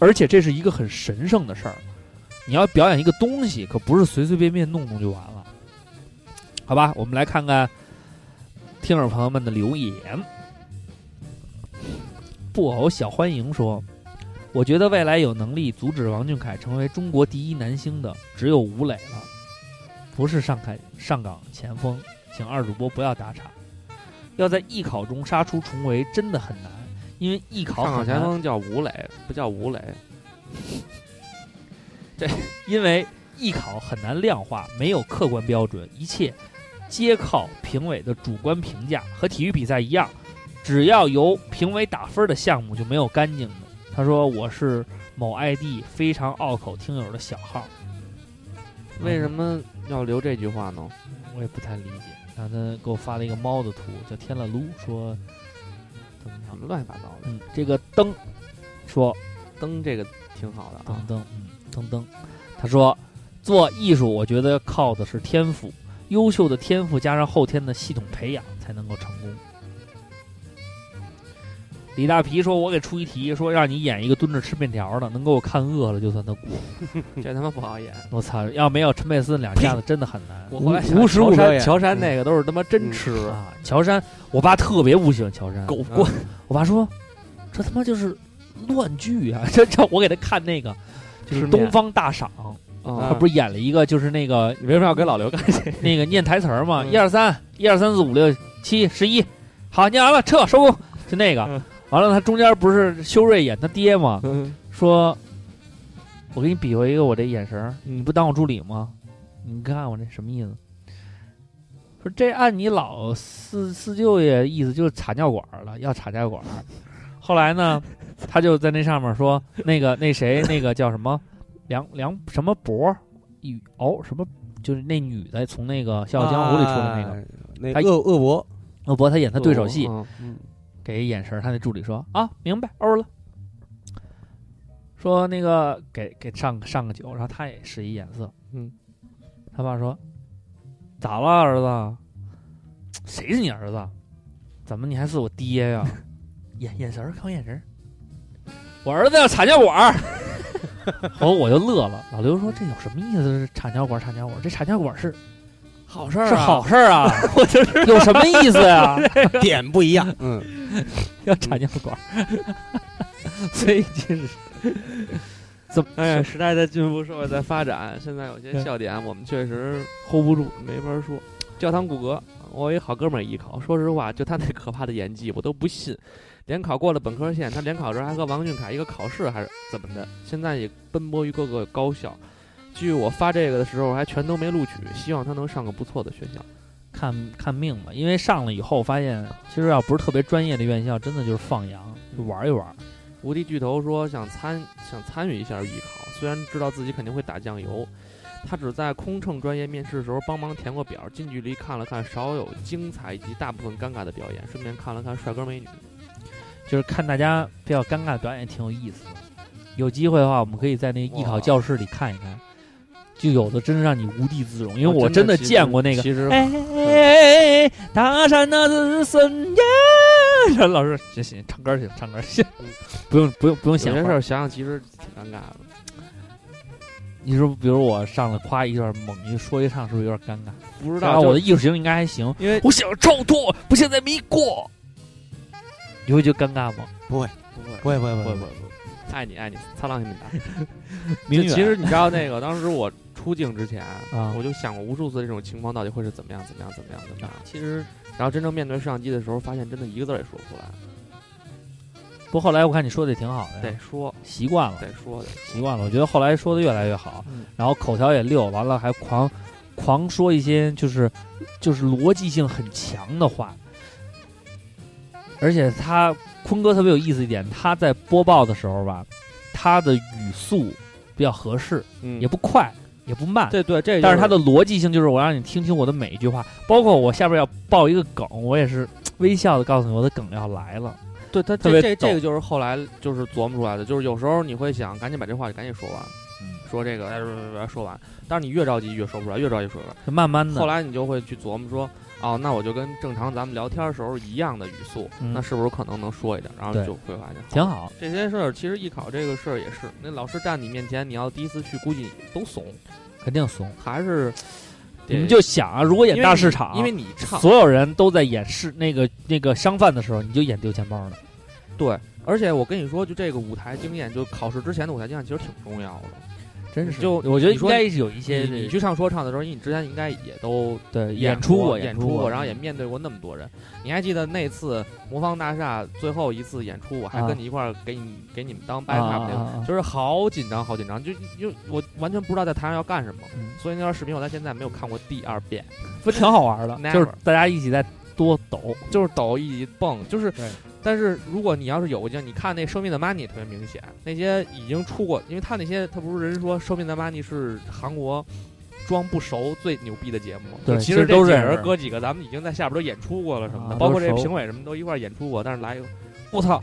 [SPEAKER 2] 而且这是一个很神圣的事儿。你要表演一个东西，可不是随随便便弄弄就完了，好吧？我们来看看听众朋友们的留言。布偶小欢迎说：“我觉得未来有能力阻止王俊凯成为中国第一男星的，只有吴磊了，不是上海上港前锋。请二主播不要打岔，要在艺考中杀出重围真的很难，因为艺考
[SPEAKER 3] 上
[SPEAKER 2] 很
[SPEAKER 3] 港前
[SPEAKER 2] 难
[SPEAKER 3] 锋叫吴磊，不叫吴磊，
[SPEAKER 2] 嗯因为艺考很难量化，没有客观标准，一切皆靠评委的主观评价。和体育比赛一样，只要由评委打分的项目就没有干净的。他说：“我是某 ID 非常拗口听友的小号，
[SPEAKER 3] 为什么要留这句话呢？
[SPEAKER 2] 我也不太理解。”然后他嗯给我发了一个猫的图，叫天了噜，说怎么
[SPEAKER 3] 什
[SPEAKER 2] 样？
[SPEAKER 3] 么乱七八糟的，
[SPEAKER 2] 嗯，这个灯说
[SPEAKER 3] 灯这个挺好的
[SPEAKER 2] 噔
[SPEAKER 3] 啊，
[SPEAKER 2] 噔，嗯，噔噔。他说，做艺术，我觉得靠的是天赋，优秀的天赋加上后天的系统培养，才能够成功。李大皮说：“我给出一题，说让你演一个蹲着吃面条的，能给我看饿了就算他过。嗯
[SPEAKER 3] 这他妈不好演。
[SPEAKER 2] 我操，要没有陈佩斯两下子，真的很难。
[SPEAKER 3] 我后来
[SPEAKER 5] 无
[SPEAKER 3] 想
[SPEAKER 5] 无实
[SPEAKER 3] 乔
[SPEAKER 5] 物
[SPEAKER 3] 杉
[SPEAKER 5] 表演
[SPEAKER 3] 乔杉那个都是他妈真吃，
[SPEAKER 2] 啊，乔杉，我爸特别不喜欢乔杉，
[SPEAKER 3] 狗
[SPEAKER 5] 棍。
[SPEAKER 2] 我爸说，这他妈就是乱剧啊！这这，我给他看那个，就是《
[SPEAKER 3] 吃面
[SPEAKER 2] 东方大赏》，他
[SPEAKER 3] 啊！
[SPEAKER 2] 不是演了一个，就是那个
[SPEAKER 3] 你为什么要给老刘干这个？
[SPEAKER 2] 那个念台词儿嘛，
[SPEAKER 3] 嗯
[SPEAKER 2] 一二三，一二三四五六七十一，好，念完了，撤，收工，就那个
[SPEAKER 3] 嗯。
[SPEAKER 2] 完了，他中间不是修睿演他爹吗？
[SPEAKER 3] 嗯
[SPEAKER 2] 说，我给你比划一个我这眼神儿，
[SPEAKER 3] 嗯
[SPEAKER 2] 你不当我助理吗？你看我这什么意思？说这按你老四四舅爷意思就是插尿管儿了，要插尿管儿。后来呢，他就在那上面说，那个那谁那个叫什么梁梁什么博儿一哦什么，就是那女的从那个《笑傲江湖》里出来那个，
[SPEAKER 5] 啊，那
[SPEAKER 2] 他
[SPEAKER 5] 恶恶魔，
[SPEAKER 2] 恶博他演他对手戏，
[SPEAKER 3] 哎嗯
[SPEAKER 2] 给一眼神儿，他那助理说啊，明白，欧了。说那个给给上个上个酒，然后他也使一眼色，
[SPEAKER 3] 嗯，
[SPEAKER 2] 他爸说咋了儿子？谁是你儿子？怎么你还是我爹呀、 眼眼神儿，看我眼神儿。我儿子要插尿管 儿，我哦我就乐了。老刘说：“这有什么意思？插尿管儿，插尿管儿，这插尿管儿是
[SPEAKER 3] 好事儿、啊，
[SPEAKER 2] 是好事儿啊！ 我就是有什么意思 呀、
[SPEAKER 5] 点不一样，嗯，
[SPEAKER 2] 要插尿管儿， 所以就是怎么
[SPEAKER 3] 哎呀，时代在进步，社会在发展，现在有些笑点我们确实 hold 不住，没法说。教堂骨骼，我有一好哥们儿艺考，说实话，就他那可怕的演技，我都不信。联考过了本科线，他联考时候还和王俊凯一个考试还是怎么的，现在也奔波于各个高校。据我发这个的时候，还全都没录取，希望他能上个不错的学校。
[SPEAKER 2] 看看命吧，因为上了以后发现，其实要不是特别专业的院校，真的就是放羊，就玩一玩。
[SPEAKER 3] 无敌巨头说想参想参与一下艺考，虽然知道自己肯定会打酱油，他只在空乘专业面试的时候帮忙填过表，近距离看了看少有精彩以及大部分尴尬的表演，顺便看了看帅哥美女。
[SPEAKER 2] 就是看大家比较尴尬的表演，挺有意思的。有机会的话，我们可以在那个艺考教室里看一看，就有的真是让你无地自容，因为我哦真的
[SPEAKER 3] 其实
[SPEAKER 2] 见过那个。
[SPEAKER 3] 其实
[SPEAKER 2] 哎哎哎，大山那是深夜。然后 老师行行，唱歌去，唱歌去， 不用不用不用
[SPEAKER 3] 有
[SPEAKER 2] 想
[SPEAKER 3] 些
[SPEAKER 2] 话
[SPEAKER 3] 事儿想想其实挺尴尬的。
[SPEAKER 2] 你说，比如我上来夸一段猛一说一唱，是不是有点尴尬？
[SPEAKER 3] 不
[SPEAKER 2] 不
[SPEAKER 3] 知道
[SPEAKER 2] 我
[SPEAKER 3] 就
[SPEAKER 2] 的艺术型应该还行，
[SPEAKER 3] 因为
[SPEAKER 2] 我想超脱，不现在没过，你会觉得尴尬吗？
[SPEAKER 5] 不会，
[SPEAKER 3] 不会
[SPEAKER 5] 不会，不会，
[SPEAKER 3] 不会
[SPEAKER 5] 不会
[SPEAKER 3] 不，会，爱你爱你，擦浪你们打。
[SPEAKER 2] 明
[SPEAKER 3] 就
[SPEAKER 2] 远
[SPEAKER 3] 其实你知道那个，当时我出境之前
[SPEAKER 2] 啊
[SPEAKER 3] 我就想过无数次这种情况到底会是怎么样，怎么样，怎么样，怎么样。
[SPEAKER 2] 其实
[SPEAKER 3] 然后真正面对摄像机的时候，发现真的一个字儿也说不出来，
[SPEAKER 2] 不，后来我看你说的也挺好哎的呀，
[SPEAKER 3] 得说
[SPEAKER 2] 习惯了，
[SPEAKER 3] 得说得说
[SPEAKER 2] 习惯了。我觉得后来说的越来越好，
[SPEAKER 3] 嗯
[SPEAKER 2] 然后口条也溜，完了还狂狂说一些就是就是逻辑性很强的话。而且他坤哥特别有意思一点，他在播报的时候吧，他的语速比较合适，
[SPEAKER 3] 嗯
[SPEAKER 2] 也不快也不慢。
[SPEAKER 3] 对对，这
[SPEAKER 2] 但是它
[SPEAKER 3] 他
[SPEAKER 2] 的逻辑性就是我让你听听我的每一句话，包括我下边要爆一个梗，我也是微笑的告诉你我的梗要来了。
[SPEAKER 3] 对他
[SPEAKER 2] 特
[SPEAKER 3] 这
[SPEAKER 2] 别
[SPEAKER 3] 这
[SPEAKER 2] 逗
[SPEAKER 3] 这个就是后来就是琢磨出来的，就是有时候你会想赶紧把这话就赶紧说完，
[SPEAKER 2] 嗯，
[SPEAKER 3] 说这个哎说说完，但是你越着急越说不出来，越着急越说不出来。
[SPEAKER 2] 慢慢的，
[SPEAKER 3] 后来你就会去琢磨说，哦，那我就跟正常咱们聊天时候一样的语速，
[SPEAKER 2] 嗯
[SPEAKER 3] 那是不是可能能说一点？然后
[SPEAKER 2] 对
[SPEAKER 3] 就会发现
[SPEAKER 2] 挺。好。
[SPEAKER 3] 这些事儿其实艺考这个事儿也是，那老师站你面前，你要第一次去，估计都怂，
[SPEAKER 2] 肯定怂。
[SPEAKER 3] 还是
[SPEAKER 2] 你们就想啊，如果
[SPEAKER 3] 得
[SPEAKER 2] 演大市场，
[SPEAKER 3] 因为你因为你唱
[SPEAKER 2] 所有人都在演市那个那个商贩的时候，你就演丢钱包的。
[SPEAKER 3] 对，而且我跟你说，就这个舞台经验，就考试之前的舞台经验其实挺重要的。
[SPEAKER 2] 真
[SPEAKER 3] 是
[SPEAKER 2] 就我觉得
[SPEAKER 3] 你
[SPEAKER 2] 应
[SPEAKER 3] 说
[SPEAKER 2] 该是有一些
[SPEAKER 3] 你你去唱说唱的时候，因为你之前应该也都
[SPEAKER 2] 对
[SPEAKER 3] 演
[SPEAKER 2] 出啊
[SPEAKER 3] 过，
[SPEAKER 2] 演
[SPEAKER 3] 演出啊
[SPEAKER 2] 过，嗯
[SPEAKER 3] 然后也面对过那么多人。你还记得那次魔方大厦最后一次演出，我还
[SPEAKER 2] 啊
[SPEAKER 3] 跟你一块儿给你给你们当
[SPEAKER 2] 啊
[SPEAKER 3] back
[SPEAKER 2] 啊
[SPEAKER 3] up 那个，
[SPEAKER 2] 啊
[SPEAKER 3] 就是好紧张，好紧张，就就我完全不知道在台上要干什么。
[SPEAKER 2] 嗯
[SPEAKER 3] 所以那段视频我到现在没有看过第二遍，
[SPEAKER 2] 不挺好玩的
[SPEAKER 3] Never，
[SPEAKER 2] 就是大家一起在多抖，
[SPEAKER 3] 就是抖一蹦，就是
[SPEAKER 2] 对。
[SPEAKER 3] 但是如果你要是有劲，你看那《生命的 Money》特别明显，那些已经出过，因为他那些他不是人说《生命的 Money》是韩国装不熟最牛逼的节目，
[SPEAKER 2] 对
[SPEAKER 3] 就其
[SPEAKER 2] 其实
[SPEAKER 3] 实这
[SPEAKER 2] 都
[SPEAKER 3] 几
[SPEAKER 2] 认识
[SPEAKER 3] 人哥几个咱们已经在下边都演出过了什么的，
[SPEAKER 2] 啊
[SPEAKER 3] 包
[SPEAKER 2] 都
[SPEAKER 3] 括这
[SPEAKER 2] 熟
[SPEAKER 3] 评委什么都一块儿演出过，但是来一个，我操，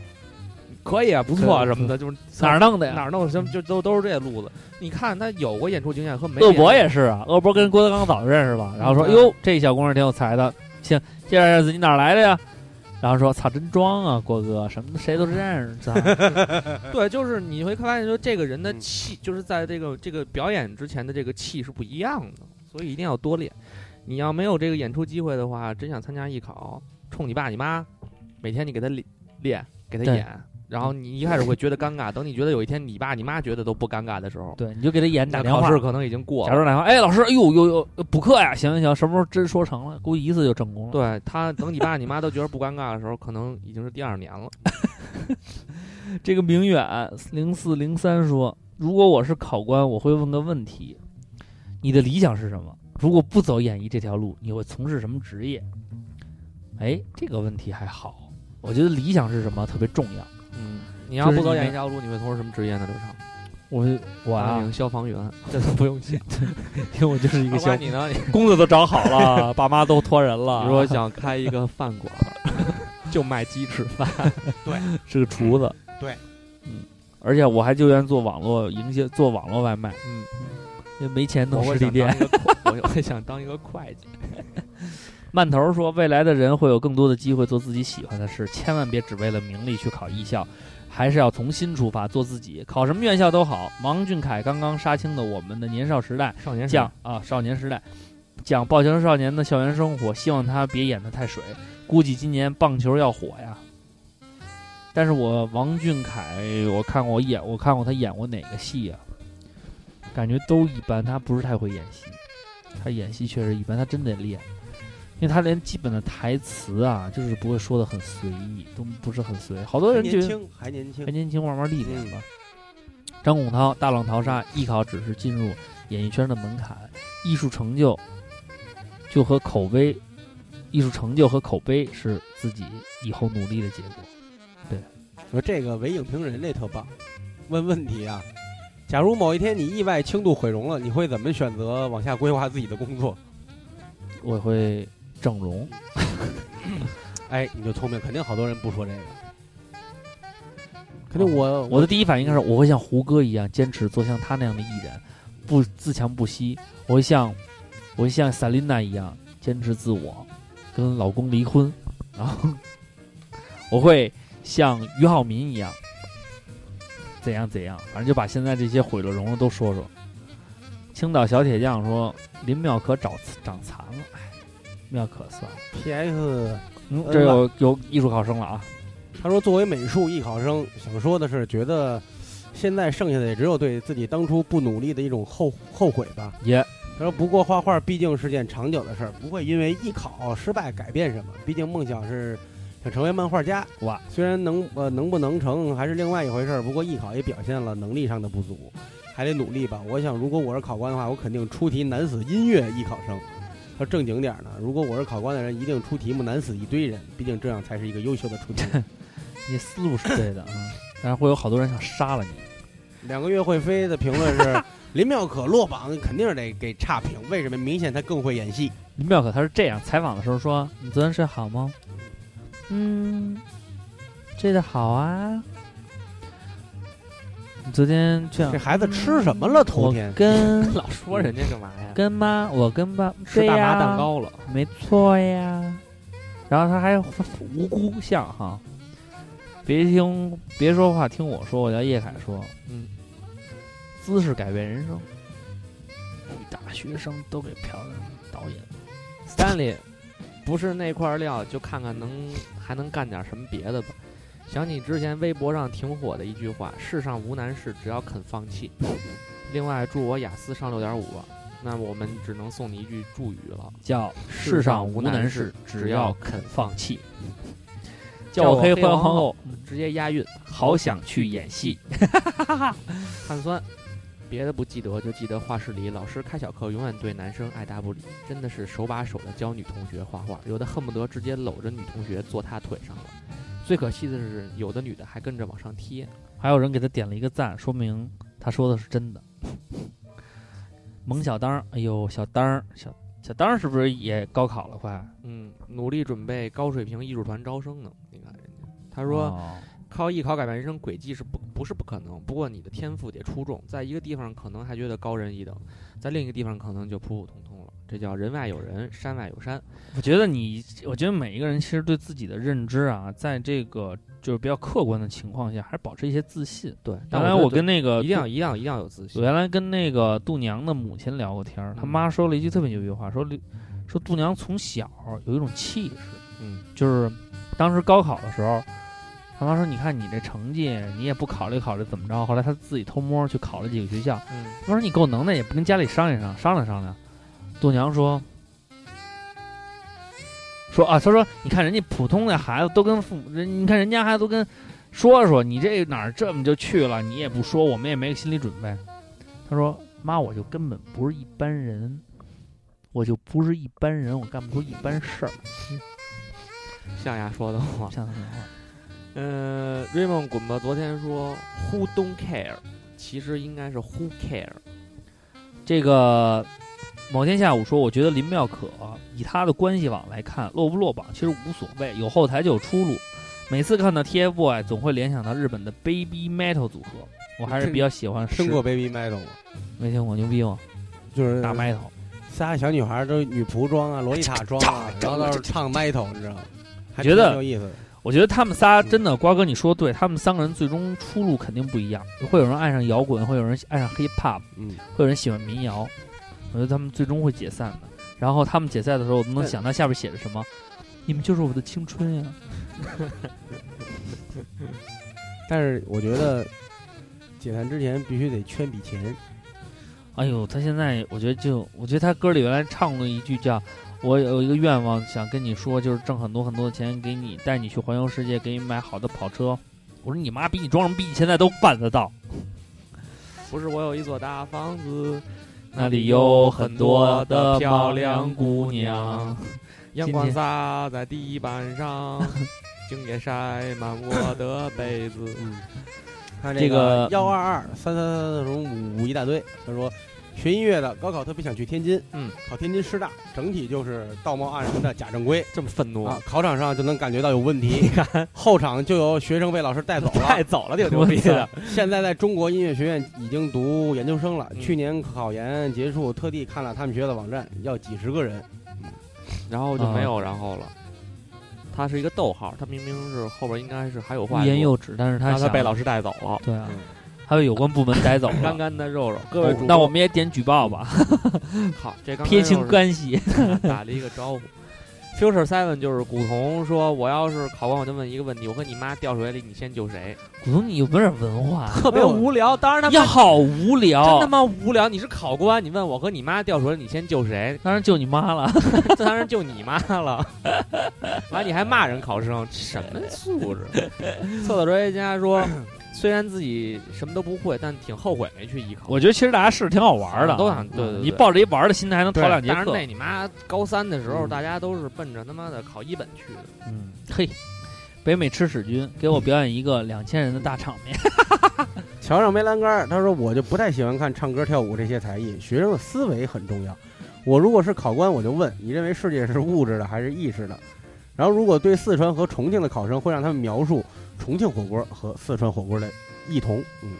[SPEAKER 3] 可以啊，不错啊
[SPEAKER 2] 对
[SPEAKER 3] 什么的，就是
[SPEAKER 2] 哪儿弄的呀？
[SPEAKER 3] 哪儿弄什么就都都是这路子。你看他有过演出经验和没演
[SPEAKER 2] 鄂
[SPEAKER 3] 出，
[SPEAKER 2] 博也是啊，鄂博跟郭德纲早就认识了，然后说：“
[SPEAKER 3] 嗯
[SPEAKER 2] 哟，这小姑娘挺有才的，行，介绍一下自己哪儿来的呀？”然后说：“操，真装啊，郭哥，什么谁都是认识 的。
[SPEAKER 3] 对，就是你会发现说这个人的
[SPEAKER 5] 嗯
[SPEAKER 3] 气，就是在这个这个表演之前的这个气是不一样的，所以一定要多练。你要没有这个演出机会的话，真想参加艺考，冲你爸你妈，每天你给他练练，给他
[SPEAKER 2] 对
[SPEAKER 3] 演，然后你一开始会觉得尴尬，等你觉得有一天你爸你妈觉得都不尴尬的时候”，
[SPEAKER 2] 对，你就给他演打
[SPEAKER 3] 那
[SPEAKER 2] 电话
[SPEAKER 3] 考试，可能已经过
[SPEAKER 2] 假
[SPEAKER 3] 了。
[SPEAKER 2] 装打电话，哎，老师，哎呦呦呦，补课呀，行行行，什么时候真说成了，估计一次就成功了。
[SPEAKER 3] 对他，等你爸你妈都觉得不尴尬的时候，可能已经是第二年了。
[SPEAKER 2] 这个明远零四零三说：“如果我是考官，我会问个问题：你的理想是什么？如果不走演艺这条路，你会从事什么职业？”哎，这个问题还好，我觉得理想是什么特别重要。
[SPEAKER 3] 嗯，你要不
[SPEAKER 2] 就是
[SPEAKER 3] 走
[SPEAKER 2] 你
[SPEAKER 3] 演艺
[SPEAKER 2] 的
[SPEAKER 3] 这条路，你会从事什么职业呢？刘畅，
[SPEAKER 2] 我我
[SPEAKER 3] 当
[SPEAKER 2] 啊
[SPEAKER 3] 名，消防员，这都不用想。
[SPEAKER 2] 因为我就是一个
[SPEAKER 3] 啊要不
[SPEAKER 2] 小
[SPEAKER 3] 然你呢？你
[SPEAKER 2] 工作都找好了，爸妈都托人了。
[SPEAKER 3] 你说想开一个饭馆儿， 就卖鸡翅饭，
[SPEAKER 2] 是个厨子，
[SPEAKER 5] 对，
[SPEAKER 2] 嗯，而且我还就愿做网络营销，做网络外卖，
[SPEAKER 3] 嗯，
[SPEAKER 2] 因为没钱
[SPEAKER 3] 我
[SPEAKER 2] 弄
[SPEAKER 3] 会
[SPEAKER 2] 实
[SPEAKER 3] 想
[SPEAKER 2] 体
[SPEAKER 3] 当
[SPEAKER 2] 店。
[SPEAKER 3] 一个会，我会想当一个会计。
[SPEAKER 2] 慢头说，未来的人会有更多的机会做自己喜欢的事，千万别只为了名利去考艺校，还是要从心出发，做自己。考什么院校都好。王俊凯刚刚杀青的《我们的年少时代
[SPEAKER 3] 少年》时代
[SPEAKER 2] 讲啊，少年时代讲棒球少年的校园生活，希望他别演得太水。估计今年棒球要火呀。但是我王俊凯，我看过我演，我看过他演过哪个戏呀、感觉都一般，他不是太会演戏，他演戏确实一般，他真得练。因为他连基本的台词啊，就是不会说的很随意，都不是很随意。好多人觉
[SPEAKER 5] 年
[SPEAKER 2] 得
[SPEAKER 5] 轻还年轻
[SPEAKER 2] 还，年轻，慢慢历练吧。嗯张拱涛大浪淘沙，艺考只是进入演艺圈的门槛，艺术成就就和口碑，艺术成就和口碑是自己以后努力的结果。
[SPEAKER 5] 说这个伪影评人这特棒，问问题啊。假如某一天你意外轻度毁容了，你会怎么选择往下规划自己的工作？
[SPEAKER 2] 我会整容，
[SPEAKER 5] 哎，你就聪明，肯定好多人不说这个。肯定我
[SPEAKER 2] 我的第一反应是我会像胡歌一样坚持做像他那样的艺人，不自强不息。我会像我会像 Selina 一样坚持自我，跟老公离婚，然后我会像俞灏明一样怎样怎样，反正就把现在这些毁了容了都说说。青岛小铁匠说林妙可长长残了，哎，妙可算了，
[SPEAKER 5] PS
[SPEAKER 2] 嗯，
[SPEAKER 5] 嗯
[SPEAKER 2] 这有有艺术考生了啊。
[SPEAKER 5] 他说，作为美术艺考生，想说的是，觉得现在剩下的也只有对自己当初不努力的一种后后悔吧。
[SPEAKER 2] 耶
[SPEAKER 5] 他说，不过画画毕竟是件长久的事儿，不会因为艺考失败改变什么。毕竟梦想是想成为漫画家，
[SPEAKER 2] 哇，
[SPEAKER 5] 虽然能呃能不能成还是另外一回事儿。不过艺考也表现了能力上的不足，还得努力吧。我想，如果我是考官的话，我肯定出题难死音乐艺考生。他说正经点儿呢，如果我是考官的人，一定出题目难死一堆人，毕竟这样才是一个优秀的 出题人。
[SPEAKER 2] 你思路是对的啊，但是会有好多人想杀了你。
[SPEAKER 5] 两个月会飞的评论是林妙可落榜，肯定是得给差评。为什么？明显他更会演戏。
[SPEAKER 2] 林妙可他是这样采访的时候说：“你昨天睡好吗？”嗯，睡得好啊。你昨天这样
[SPEAKER 5] 这，孩子吃什么了？头
[SPEAKER 2] 我
[SPEAKER 5] 天
[SPEAKER 2] 跟
[SPEAKER 3] 老说人家干嘛呀？
[SPEAKER 2] 跟妈，我跟爸
[SPEAKER 3] 吃大
[SPEAKER 2] 对呀
[SPEAKER 3] 麻蛋糕了，
[SPEAKER 2] 没错呀。然后他还无辜像哈，别听别说话，听我说，我叫叶凯说，
[SPEAKER 3] 嗯，
[SPEAKER 2] 姿势改变人生，女大学生都给漂亮导演。
[SPEAKER 3] 山里不是那块料，就看看能还能干点什么别的吧。想起之前微博上挺火的一句话：“世上无难事，只要肯放弃。”另外，祝我雅思上六点五。那我们只能送你一句祝语了。
[SPEAKER 2] 叫“
[SPEAKER 3] 世上无难事
[SPEAKER 2] 只
[SPEAKER 3] 只
[SPEAKER 2] 要
[SPEAKER 3] 要
[SPEAKER 2] 肯
[SPEAKER 3] 肯
[SPEAKER 2] 放弃”，
[SPEAKER 3] 叫我
[SPEAKER 2] 黑
[SPEAKER 3] 黑
[SPEAKER 2] 皇
[SPEAKER 3] 皇
[SPEAKER 2] 后
[SPEAKER 3] 后，直接押韵，
[SPEAKER 2] 好想去演戏。
[SPEAKER 3] 碳酸。别的不记得，就记得画室里老师开小课，永远对男生爱答不理，真的是手把手的教女同学画画，有的恨不得直接搂着女同学坐她腿上了。最可惜的是，有的女的还跟着往上贴。
[SPEAKER 2] 还有人给他点了一个赞，说明他说的是真的。蒙小当儿，哎呦，小当儿，小小当儿是不是也高考了？快
[SPEAKER 3] 嗯，努力准备高水平艺术团招生呢。你看人家，他说、
[SPEAKER 2] 说
[SPEAKER 3] 靠艺考改变人生轨迹是不不是不可能，不过你的天赋得出众，在一个地方可能还觉得高人一等，在另一个地方可能就普普通通了。这叫人外有人，山外有山。
[SPEAKER 2] 我觉得你，我觉得每一个人其实对自己的认知啊，在这个就是比较客观的情况下，还是保持一些自信。
[SPEAKER 3] 对，
[SPEAKER 2] 原
[SPEAKER 3] 当
[SPEAKER 2] 来
[SPEAKER 3] 然
[SPEAKER 2] 我跟那个
[SPEAKER 3] 一定要一定要一定要有自
[SPEAKER 2] 我
[SPEAKER 3] 信。
[SPEAKER 2] 原来跟那个度娘的母亲聊过天儿，她
[SPEAKER 3] 嗯
[SPEAKER 2] 妈说了一句特别牛逼的话，说刘说度娘从小有一种气势，
[SPEAKER 3] 嗯，
[SPEAKER 2] 就是当时高考的时候，她妈说你看你这成绩，你也不考虑考虑怎么着，后来她自己偷摸去考了几个学校，
[SPEAKER 3] 嗯，
[SPEAKER 2] 她说你够能耐，也不跟家里商量商商量商量。度娘说。说啊，她说，你看人家普通的孩子都跟父母，人你看人家孩子都跟说说，你这哪儿这么就去了，你也不说，我们也没个心理准备。他说：“妈，我就根本不是一般人，我就不是一般人，我干不出一般事儿。
[SPEAKER 3] 象牙说的话”。
[SPEAKER 2] 像他这种话
[SPEAKER 3] 呃，Raymond 滚吧，昨天说 Who don't care，其实应该是 Who care。
[SPEAKER 2] 这个某天下午说，我觉得林妙可以她的关系网来看，落不落榜其实无所谓，有后台就有出路。每次看到 TFBOY，总会联想到日本的 Baby Metal 组合，我还是比较喜欢
[SPEAKER 5] 听嗯
[SPEAKER 2] 实
[SPEAKER 5] 过 Baby Metal 吗？
[SPEAKER 2] 没听过牛逼吗？
[SPEAKER 5] 就是
[SPEAKER 2] 大 Metal
[SPEAKER 5] 仨小女孩都女仆装啊、洛 丽塔装啊，然后到时候唱 metal，你知道吗？还
[SPEAKER 2] 觉得
[SPEAKER 5] 挺有意思的。
[SPEAKER 2] 我觉得他们仨真的，瓜哥你说对，他们三个人最终出路肯定不一样，会有人爱上摇滚，会有人爱上 hip hop，
[SPEAKER 5] 嗯，
[SPEAKER 2] 会有人喜欢民谣，我觉得他们最终会解散的。然后他们解散的时候，我都能
[SPEAKER 5] 对
[SPEAKER 2] 想到下边写着什么：“你们就是我的青春呀、
[SPEAKER 5] 但是我觉得解散之前必须得圈笔钱，
[SPEAKER 2] 哎呦，他现在我觉得就，我觉得他歌里原来唱过一句叫“我有一个愿望想跟你说，就是挣很多很多的钱给你，带你去环游世界，给你买好的跑车。”我说你妈逼，你装什么逼？你现在都办得到。
[SPEAKER 3] 不是我有一座大房子，
[SPEAKER 2] 那里有很多的漂亮姑娘。
[SPEAKER 3] 阳光洒在地板 上，今夜晒满我的被子。
[SPEAKER 2] 嗯
[SPEAKER 5] 看
[SPEAKER 2] 这个
[SPEAKER 5] 幺二二三三三三什么五五一大堆。他说学音乐的高考特别想去天津，
[SPEAKER 3] 嗯，
[SPEAKER 5] 考天津师大，整体就是道貌岸然的假正规
[SPEAKER 3] 这么愤怒
[SPEAKER 5] 啊，考场上就能感觉到有问 题，后场就有学生被老师带走
[SPEAKER 3] 太
[SPEAKER 5] 了。
[SPEAKER 3] 早了，挺牛逼的。
[SPEAKER 5] 现在在中国音乐学院已经读研究生了，
[SPEAKER 3] 嗯
[SPEAKER 5] 去年考研结束，特地看了他们学校的网站，要几十个人。
[SPEAKER 3] 然后就
[SPEAKER 2] 啊
[SPEAKER 3] 没有然后了。它是一个逗号，它明明是后边应该是还有话
[SPEAKER 2] 欲言
[SPEAKER 3] 说，
[SPEAKER 2] 又止，但是他
[SPEAKER 3] 然后
[SPEAKER 2] 想
[SPEAKER 3] 它被老师带走 了，
[SPEAKER 2] 对啊
[SPEAKER 5] 嗯，
[SPEAKER 2] 他被有关部门逮走
[SPEAKER 3] 干
[SPEAKER 2] 了。
[SPEAKER 3] 干的肉肉。各位主播，
[SPEAKER 2] 哦那我们也点举报吧，
[SPEAKER 3] 好，这刚
[SPEAKER 2] 撇
[SPEAKER 3] 刚又
[SPEAKER 2] 清
[SPEAKER 3] 是
[SPEAKER 2] 关系。
[SPEAKER 3] 打了一个招呼。Future Seven 就是古潼说，我要是考官，我就问一个问题：我和你妈掉水里，你先救谁？
[SPEAKER 2] 古潼，你有没有点文化？
[SPEAKER 3] 特别无聊，当然他
[SPEAKER 2] 呀，
[SPEAKER 3] 妈
[SPEAKER 2] 好无
[SPEAKER 3] 真他
[SPEAKER 2] 聊。
[SPEAKER 3] 妈无聊。你是考官，你问我和你妈掉水里，你先救谁？
[SPEAKER 2] 当然救你妈了，
[SPEAKER 3] 这当然救你妈了。 完，你还骂人考生，什么素质？ 厕所专家说，虽然自己什么都不会，但挺后悔没去艺考。
[SPEAKER 2] 我觉得其实大家是挺好玩的，
[SPEAKER 3] 啊
[SPEAKER 2] 啊
[SPEAKER 3] 都想对对对
[SPEAKER 2] 你抱着一玩的心态还能逃
[SPEAKER 3] 对
[SPEAKER 2] 两节
[SPEAKER 3] 当然
[SPEAKER 2] 课
[SPEAKER 3] 那。你妈高三的时候，大家都是奔着他妈的考一本去的。
[SPEAKER 2] 嗯，嘿，北美吃屎君给我表演一个两千人的大场面，
[SPEAKER 5] 桥上没栏杆儿，他说我就不太喜欢看唱歌、跳舞这些才艺，学生的思维很重要。我如果是考官，我就问你认为世界是物质的还是意识的？然后如果对四川和重庆的考生，会让他们描述重庆火锅和四川火锅的异同，嗯，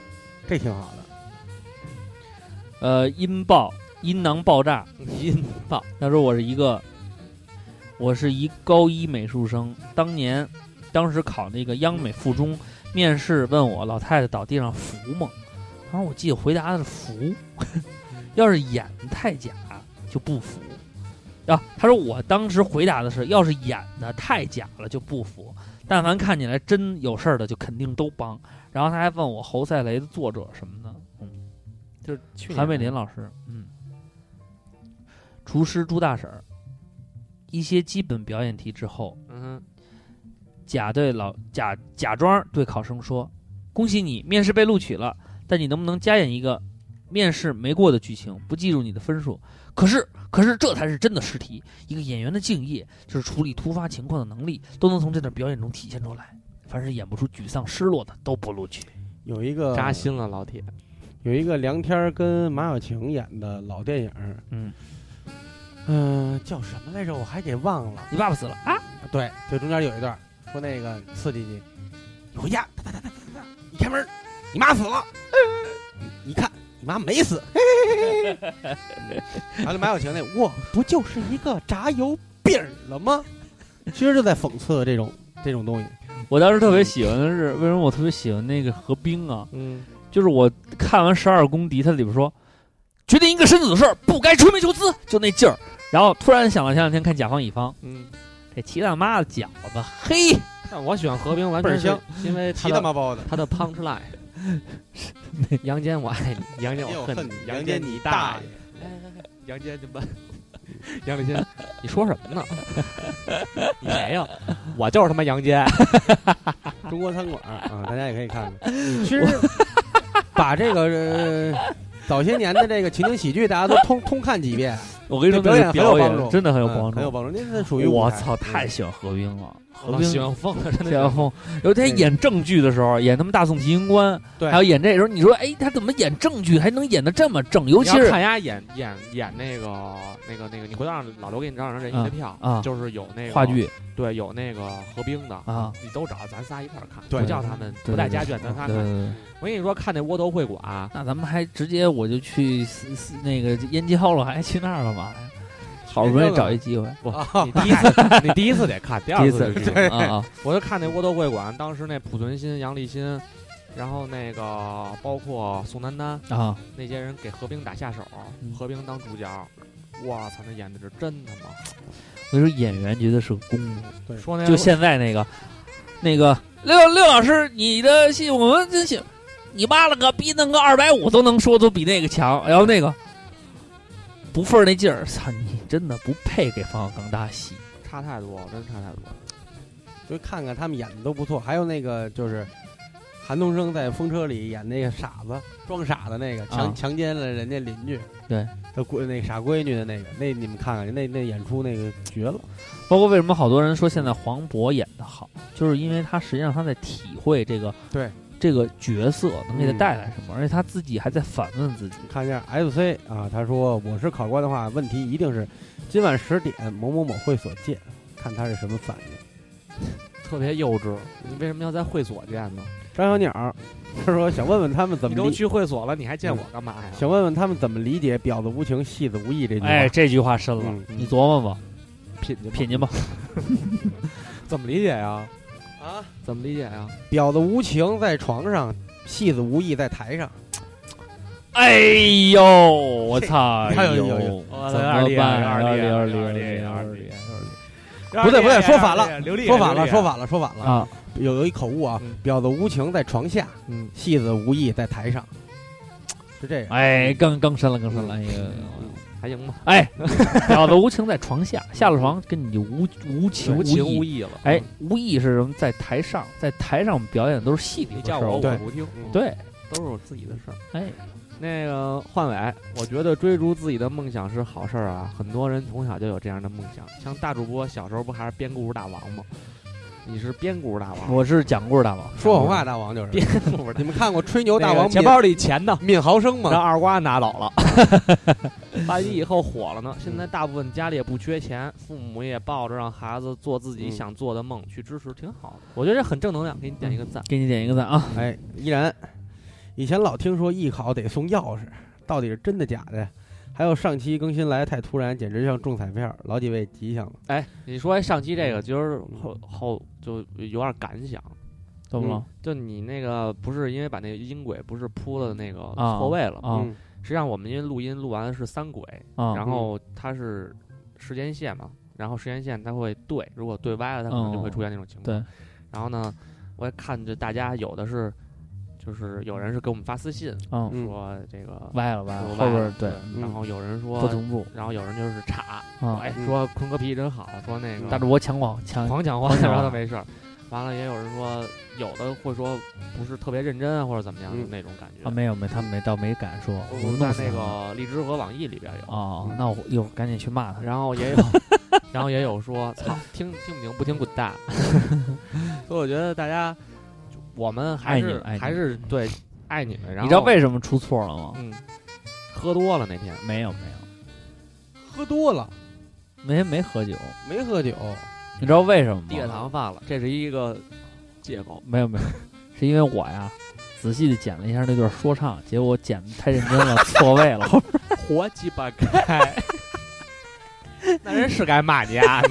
[SPEAKER 5] 这挺好的。
[SPEAKER 2] 呃，音爆音囊爆炸
[SPEAKER 3] 音
[SPEAKER 2] 爆。他说我是一个，我是一高一美术生，当年当时考那个央美附中，面试问我老太太倒地上服吗？当时我记得回答的是服， 要是演太假就不服。啊，他说我当时回答的是，要是演的太假了就不服，但凡看起来真有事儿的就肯定都帮。然后他还问我侯赛雷的作者什么的，嗯，
[SPEAKER 3] 就是去年
[SPEAKER 2] 韩卫林老师，嗯，厨师朱大婶儿，一些基本表演题之后，
[SPEAKER 3] 嗯
[SPEAKER 2] 假对老假假装对考生说：“恭喜你面试被录取了，但你能不能加演一个面试没过的剧情，不记住你的分数？可是，可是这才是真的试题。一个演员的敬业，就是处理突发情况的能力，都能从这段表演中体现出来。凡是演不出沮丧、失落的，都不录取。
[SPEAKER 5] 有一个
[SPEAKER 3] 哼，扎心了，老铁。
[SPEAKER 5] 有一个梁天儿跟马小晴演的老电影，
[SPEAKER 2] 嗯，
[SPEAKER 5] 嗯、叫什么来着？我还给忘了。
[SPEAKER 2] 你爸爸死了啊？
[SPEAKER 5] 对，就中间有一段说那个刺激你，你回家，哒哒哒哒哒哒，一开门，你妈死了， 你看你妈没 死，嘿嘿嘿嘿然后马小晴那我不就是一个炸油饼了吗？其实就在讽刺这种这种东西，
[SPEAKER 2] 我当时特别喜欢的是，为什么我特别喜欢那个何冰啊？
[SPEAKER 3] 嗯，
[SPEAKER 2] 就是我看完《十二宫敌》，它里边说，决定一个生死的事儿，不该吹毛求疵，就那劲儿。然后突然想了前两天看《甲方乙方》，
[SPEAKER 3] 嗯，
[SPEAKER 2] 这齐大妈的饺子，嘿，
[SPEAKER 3] 但我喜欢何冰，完
[SPEAKER 5] 倍
[SPEAKER 3] 全
[SPEAKER 5] 儿
[SPEAKER 3] 是
[SPEAKER 5] 香
[SPEAKER 3] 因为他
[SPEAKER 5] 提他
[SPEAKER 3] 的
[SPEAKER 5] 妈包的。
[SPEAKER 3] 他的 punch line。杨坚我爱你，杨坚
[SPEAKER 5] 我
[SPEAKER 3] 我
[SPEAKER 5] 哎恨
[SPEAKER 3] 你，
[SPEAKER 5] 杨
[SPEAKER 3] 杨
[SPEAKER 5] 坚
[SPEAKER 3] 坚
[SPEAKER 5] 你
[SPEAKER 3] 大
[SPEAKER 5] 爷！！
[SPEAKER 3] 杨坚你们， 杨立坚，你说什么呢？你谁呀？我就是他妈杨坚。
[SPEAKER 5] 中国餐馆啊，大家也可以看 看。其实把这个、呃、早些年的这个情景喜剧，大家都 通通看几遍，
[SPEAKER 2] 我跟你说，
[SPEAKER 5] 这表
[SPEAKER 2] 那
[SPEAKER 5] 演
[SPEAKER 2] 个表
[SPEAKER 5] 很有帮助
[SPEAKER 2] 演真的很有
[SPEAKER 5] 嗯
[SPEAKER 2] 帮
[SPEAKER 5] 很有
[SPEAKER 2] 助。
[SPEAKER 5] 帮助。那是属于
[SPEAKER 2] 我
[SPEAKER 5] 舞台
[SPEAKER 2] 操，
[SPEAKER 5] 嗯
[SPEAKER 2] 太喜欢何冰了，何
[SPEAKER 3] 喜
[SPEAKER 2] 冰。
[SPEAKER 3] 欢疯了，
[SPEAKER 2] 谢
[SPEAKER 3] 真的
[SPEAKER 2] 晓
[SPEAKER 3] 是。
[SPEAKER 2] 峰，有一天
[SPEAKER 5] 对
[SPEAKER 2] 演正剧的时候，演他们大宋提刑官，
[SPEAKER 5] 对
[SPEAKER 2] 还有演这时候，你说，哎，他怎么演正剧还能演的这么正？尤
[SPEAKER 3] 你
[SPEAKER 2] 其
[SPEAKER 3] 要
[SPEAKER 2] 是
[SPEAKER 3] 看丫演演演那个那个那个，你回头让老刘给你找找人人一的票
[SPEAKER 2] 啊啊
[SPEAKER 3] 就是有那个
[SPEAKER 2] 话，剧
[SPEAKER 3] 对，有那个何冰的，
[SPEAKER 2] 啊，
[SPEAKER 3] 你都找，咱仨一块儿看，
[SPEAKER 5] 对
[SPEAKER 3] 不叫他们
[SPEAKER 2] 对
[SPEAKER 3] 不带
[SPEAKER 2] 对
[SPEAKER 3] 家眷，咱仨
[SPEAKER 2] 对对
[SPEAKER 3] 看。
[SPEAKER 2] 对。
[SPEAKER 3] 我跟你说，看那窝头会馆，
[SPEAKER 2] 那咱们还直接我就去四四那个烟机号了，还去那儿干嘛呀？好不容易找一机会
[SPEAKER 3] 不
[SPEAKER 5] 啊，
[SPEAKER 3] 你第一次你第一次 得看，第
[SPEAKER 2] 哦第
[SPEAKER 3] 二
[SPEAKER 2] 一
[SPEAKER 3] 次
[SPEAKER 2] 次
[SPEAKER 3] 就拒绝
[SPEAKER 2] 啊啊，
[SPEAKER 3] 我就看那窝头会馆，当时那濮存昕、杨立新，然后那个包括宋丹丹
[SPEAKER 2] 啊，
[SPEAKER 3] 那些人给何冰打下手，
[SPEAKER 2] 嗯
[SPEAKER 3] 何冰当主角，我操，那演的是真他妈。
[SPEAKER 2] 所以说演员觉得是个功夫。
[SPEAKER 3] 说那
[SPEAKER 2] 就现在那个，那个六六老师，你的戏我们真行，你妈了个逼，弄个二百五都能说，都比那个强。然后那个不忿儿那劲儿，操你真的不配给冯小刚搭戏。
[SPEAKER 3] 差太多，真差太多。
[SPEAKER 5] 就看看他们演的都不错。还有那个就是韩东升在风车里演那个傻子装傻的那个，强、
[SPEAKER 2] 啊
[SPEAKER 5] 强奸了人家邻居，
[SPEAKER 2] 对，
[SPEAKER 5] 他闺那个傻闺女的那个，那你们看看那那演出那个绝了，
[SPEAKER 2] 包括为什么好多人说现在黄渤演的好，就是因为他实际上他在体会这个
[SPEAKER 5] 对
[SPEAKER 2] 这个角色能给他
[SPEAKER 5] 嗯
[SPEAKER 2] 带来什么，而且他自己还在反问自己。
[SPEAKER 5] 看一下 FC 啊，他说我是考官的话，问题一定是今晚十点某某某会所见，看他是什么反应。
[SPEAKER 3] 特别幼稚，你为什么要在会所见呢？
[SPEAKER 5] 张小鸟，他说想问问他们怎
[SPEAKER 3] 你
[SPEAKER 5] 么
[SPEAKER 3] 都
[SPEAKER 5] 理，
[SPEAKER 3] 去会所了，你还见
[SPEAKER 2] 嗯
[SPEAKER 3] 我干嘛呀？
[SPEAKER 5] 想问问他们怎么理解“婊子无情，戏子无义”这句话。
[SPEAKER 2] 哎，这句话深了，
[SPEAKER 5] 嗯
[SPEAKER 2] 你琢磨吧，
[SPEAKER 3] 品去吧
[SPEAKER 2] 品去吧。
[SPEAKER 3] 怎么理解呀？
[SPEAKER 5] 啊，
[SPEAKER 3] 怎么理解呀？
[SPEAKER 5] 婊子无情在床上，戏子无义在台上。
[SPEAKER 2] 哎呦，我操！
[SPEAKER 5] 哎呦
[SPEAKER 2] 呦，
[SPEAKER 5] 有有
[SPEAKER 2] 怎么
[SPEAKER 3] 我
[SPEAKER 2] 办？啊二
[SPEAKER 3] 二弟二
[SPEAKER 2] 二
[SPEAKER 3] 弟二
[SPEAKER 2] 弟
[SPEAKER 3] 弟
[SPEAKER 2] 二
[SPEAKER 3] 二
[SPEAKER 2] 弟
[SPEAKER 3] 弟
[SPEAKER 2] 二
[SPEAKER 3] 二
[SPEAKER 2] 弟
[SPEAKER 5] 不对不对，说反
[SPEAKER 2] 哎
[SPEAKER 5] 了，
[SPEAKER 3] 刘丽
[SPEAKER 5] 说反了，说反了，说反了。
[SPEAKER 2] 啊！
[SPEAKER 5] 有有一口误啊
[SPEAKER 3] 嗯，
[SPEAKER 5] 婊子无情在床下，
[SPEAKER 3] 嗯，
[SPEAKER 5] 戏子无义在台上，是这样。
[SPEAKER 2] 哎，更更深了，更深了。
[SPEAKER 5] 嗯
[SPEAKER 2] 哎呦，
[SPEAKER 3] 还行吧，
[SPEAKER 2] 哎，小子无情在床下，下了床跟你就无无情
[SPEAKER 3] 无情无
[SPEAKER 2] 义。
[SPEAKER 3] 义了。
[SPEAKER 2] 哎，，无义是什么？在台上，在台上我们表演的都是戏里
[SPEAKER 3] 你
[SPEAKER 2] 的
[SPEAKER 3] 叫
[SPEAKER 2] 事儿
[SPEAKER 3] 我
[SPEAKER 5] 对
[SPEAKER 3] 我不听，嗯，
[SPEAKER 2] 对，
[SPEAKER 3] 都是我自己的事儿。
[SPEAKER 2] 哎，
[SPEAKER 3] 那个焕伟，我觉得追逐自己的梦想是好事儿啊，很多人从小就有这样的梦想。像大主播小时候不还是编故事大王吗？你是编故事大王，
[SPEAKER 2] 我是讲故事大王，
[SPEAKER 5] 说谎话大王就是，
[SPEAKER 3] 编故 事大
[SPEAKER 5] 你们看过吹牛
[SPEAKER 3] 王。
[SPEAKER 5] 大王
[SPEAKER 3] 钱包里钱呢？
[SPEAKER 5] 闵闵豪生吗
[SPEAKER 3] 让？二瓜拿走 了，万一以后火了呢？现在大部分家里也不缺钱，父母也抱着让孩子做自己想做的梦去支持，挺好的。我觉得这很正能量，给你点一个赞。
[SPEAKER 2] 给你点一个赞啊！
[SPEAKER 5] 哎，依然，以前老听说艺考得送钥匙，到底是真的假的呀？还有上期更新来得太突然，简直像中彩票，老几位吉祥了。
[SPEAKER 3] 哎，你说上期这个，今儿后后就有点感想，
[SPEAKER 2] 怎么了？
[SPEAKER 3] 就你那个不是因为把那个音轨不是铺的那个
[SPEAKER 2] 啊
[SPEAKER 3] 错位了吗？
[SPEAKER 2] 啊
[SPEAKER 5] 嗯
[SPEAKER 3] 实际上我们因为录音录完的是三轨，
[SPEAKER 2] 啊！
[SPEAKER 3] 嗯然后它是时间线嘛，然后时间线它会对，如果对歪了，它可能就会出现那种情况。
[SPEAKER 2] 哦对
[SPEAKER 3] 然后呢，我也看着大家有的是，就是有人是给我们发私信
[SPEAKER 2] 嗯，
[SPEAKER 5] 嗯
[SPEAKER 3] 说这个，
[SPEAKER 2] 歪了歪了，
[SPEAKER 3] 说
[SPEAKER 2] 后
[SPEAKER 3] 歪
[SPEAKER 2] 边
[SPEAKER 3] 了
[SPEAKER 2] 儿对
[SPEAKER 5] 嗯
[SPEAKER 3] 然后有人
[SPEAKER 2] 不
[SPEAKER 3] 说，
[SPEAKER 2] 同步
[SPEAKER 3] 然后有人就是查，说
[SPEAKER 2] 啊。嗯
[SPEAKER 3] 哎，
[SPEAKER 5] 嗯
[SPEAKER 3] 说坤哥脾气真好，说那个
[SPEAKER 2] 大主播强广强
[SPEAKER 3] 啊狂讲话，
[SPEAKER 2] 狂讲
[SPEAKER 3] 然
[SPEAKER 2] 话
[SPEAKER 3] 后他没事儿。完了，也有人说，有的会说不是特别认真啊，或者怎么样，
[SPEAKER 5] 嗯
[SPEAKER 3] 就那种感
[SPEAKER 2] 啊，
[SPEAKER 3] 觉。
[SPEAKER 2] 没有没，他们没倒没敢说，
[SPEAKER 3] 我
[SPEAKER 2] 我
[SPEAKER 3] 我
[SPEAKER 2] 弄
[SPEAKER 3] 在
[SPEAKER 2] 死
[SPEAKER 3] 那
[SPEAKER 2] 他们
[SPEAKER 3] 个荔枝和网易里边有，
[SPEAKER 2] 哦，那我一会儿赶紧去骂他。
[SPEAKER 3] 然后也有，然后也有说，操，听听不听不听滚 蛋。所以我觉得大家，就我们还
[SPEAKER 2] 爱你
[SPEAKER 3] 是
[SPEAKER 2] 们爱你
[SPEAKER 3] 还是对爱你们。然后
[SPEAKER 2] 你知道为什么出错了吗？
[SPEAKER 3] 嗯，喝多了那天，
[SPEAKER 2] 没有没有，
[SPEAKER 5] 喝多了，
[SPEAKER 2] 没没喝酒。
[SPEAKER 5] 没喝酒，
[SPEAKER 2] 你知道为什么吗？
[SPEAKER 3] 低血糖犯了，这是一个借口。
[SPEAKER 2] 没有没有，是因为我呀，仔细的剪了一下那段说唱，结果剪的太认真了， 错位了。
[SPEAKER 3] 活鸡巴该，那人是该骂你啊！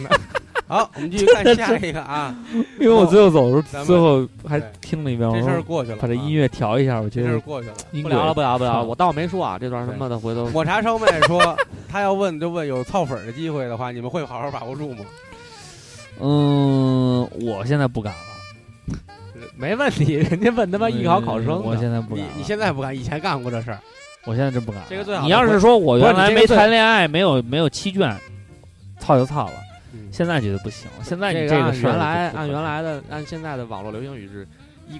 [SPEAKER 5] 好，我们继续看下一个啊。
[SPEAKER 2] 因为我最后走的时候，
[SPEAKER 5] 咱们
[SPEAKER 2] 最后 还听了一遍，我
[SPEAKER 5] 这事儿
[SPEAKER 2] 说
[SPEAKER 5] 过去了啊，
[SPEAKER 2] 把这音乐调一下，我觉
[SPEAKER 5] 这事儿
[SPEAKER 2] 得
[SPEAKER 5] 过去了。
[SPEAKER 2] 音
[SPEAKER 3] 不
[SPEAKER 2] 轨
[SPEAKER 3] 聊了，不聊了，不聊了。
[SPEAKER 2] 唱
[SPEAKER 3] 我倒没说啊，这段什么的，回头
[SPEAKER 5] 抹茶烧麦说，他要问就问有操粉儿的机会的话，你们会好好把握住吗？
[SPEAKER 2] 嗯，我现在不敢了，
[SPEAKER 3] 没问题。人家问他妈艺考考
[SPEAKER 2] 嗯
[SPEAKER 3] 生
[SPEAKER 2] 我
[SPEAKER 3] 呢，
[SPEAKER 2] 现在不
[SPEAKER 5] 你
[SPEAKER 2] 敢了。
[SPEAKER 5] 你现在不干，以前干过这事儿。
[SPEAKER 2] 我现在真不敢了。
[SPEAKER 3] 这个最好的
[SPEAKER 2] 你要是说我
[SPEAKER 3] 不是
[SPEAKER 2] 原
[SPEAKER 3] 你
[SPEAKER 2] 来
[SPEAKER 3] 这个
[SPEAKER 2] 没
[SPEAKER 3] 最
[SPEAKER 2] 谈恋爱，没有没有欺卷，操就操了。
[SPEAKER 5] 嗯
[SPEAKER 2] 现在觉得不行，现在你
[SPEAKER 3] 这个
[SPEAKER 2] 个
[SPEAKER 3] 按
[SPEAKER 2] 事儿
[SPEAKER 3] 原来
[SPEAKER 2] 就不可能
[SPEAKER 3] 按原来的按现在的网络流行语是 e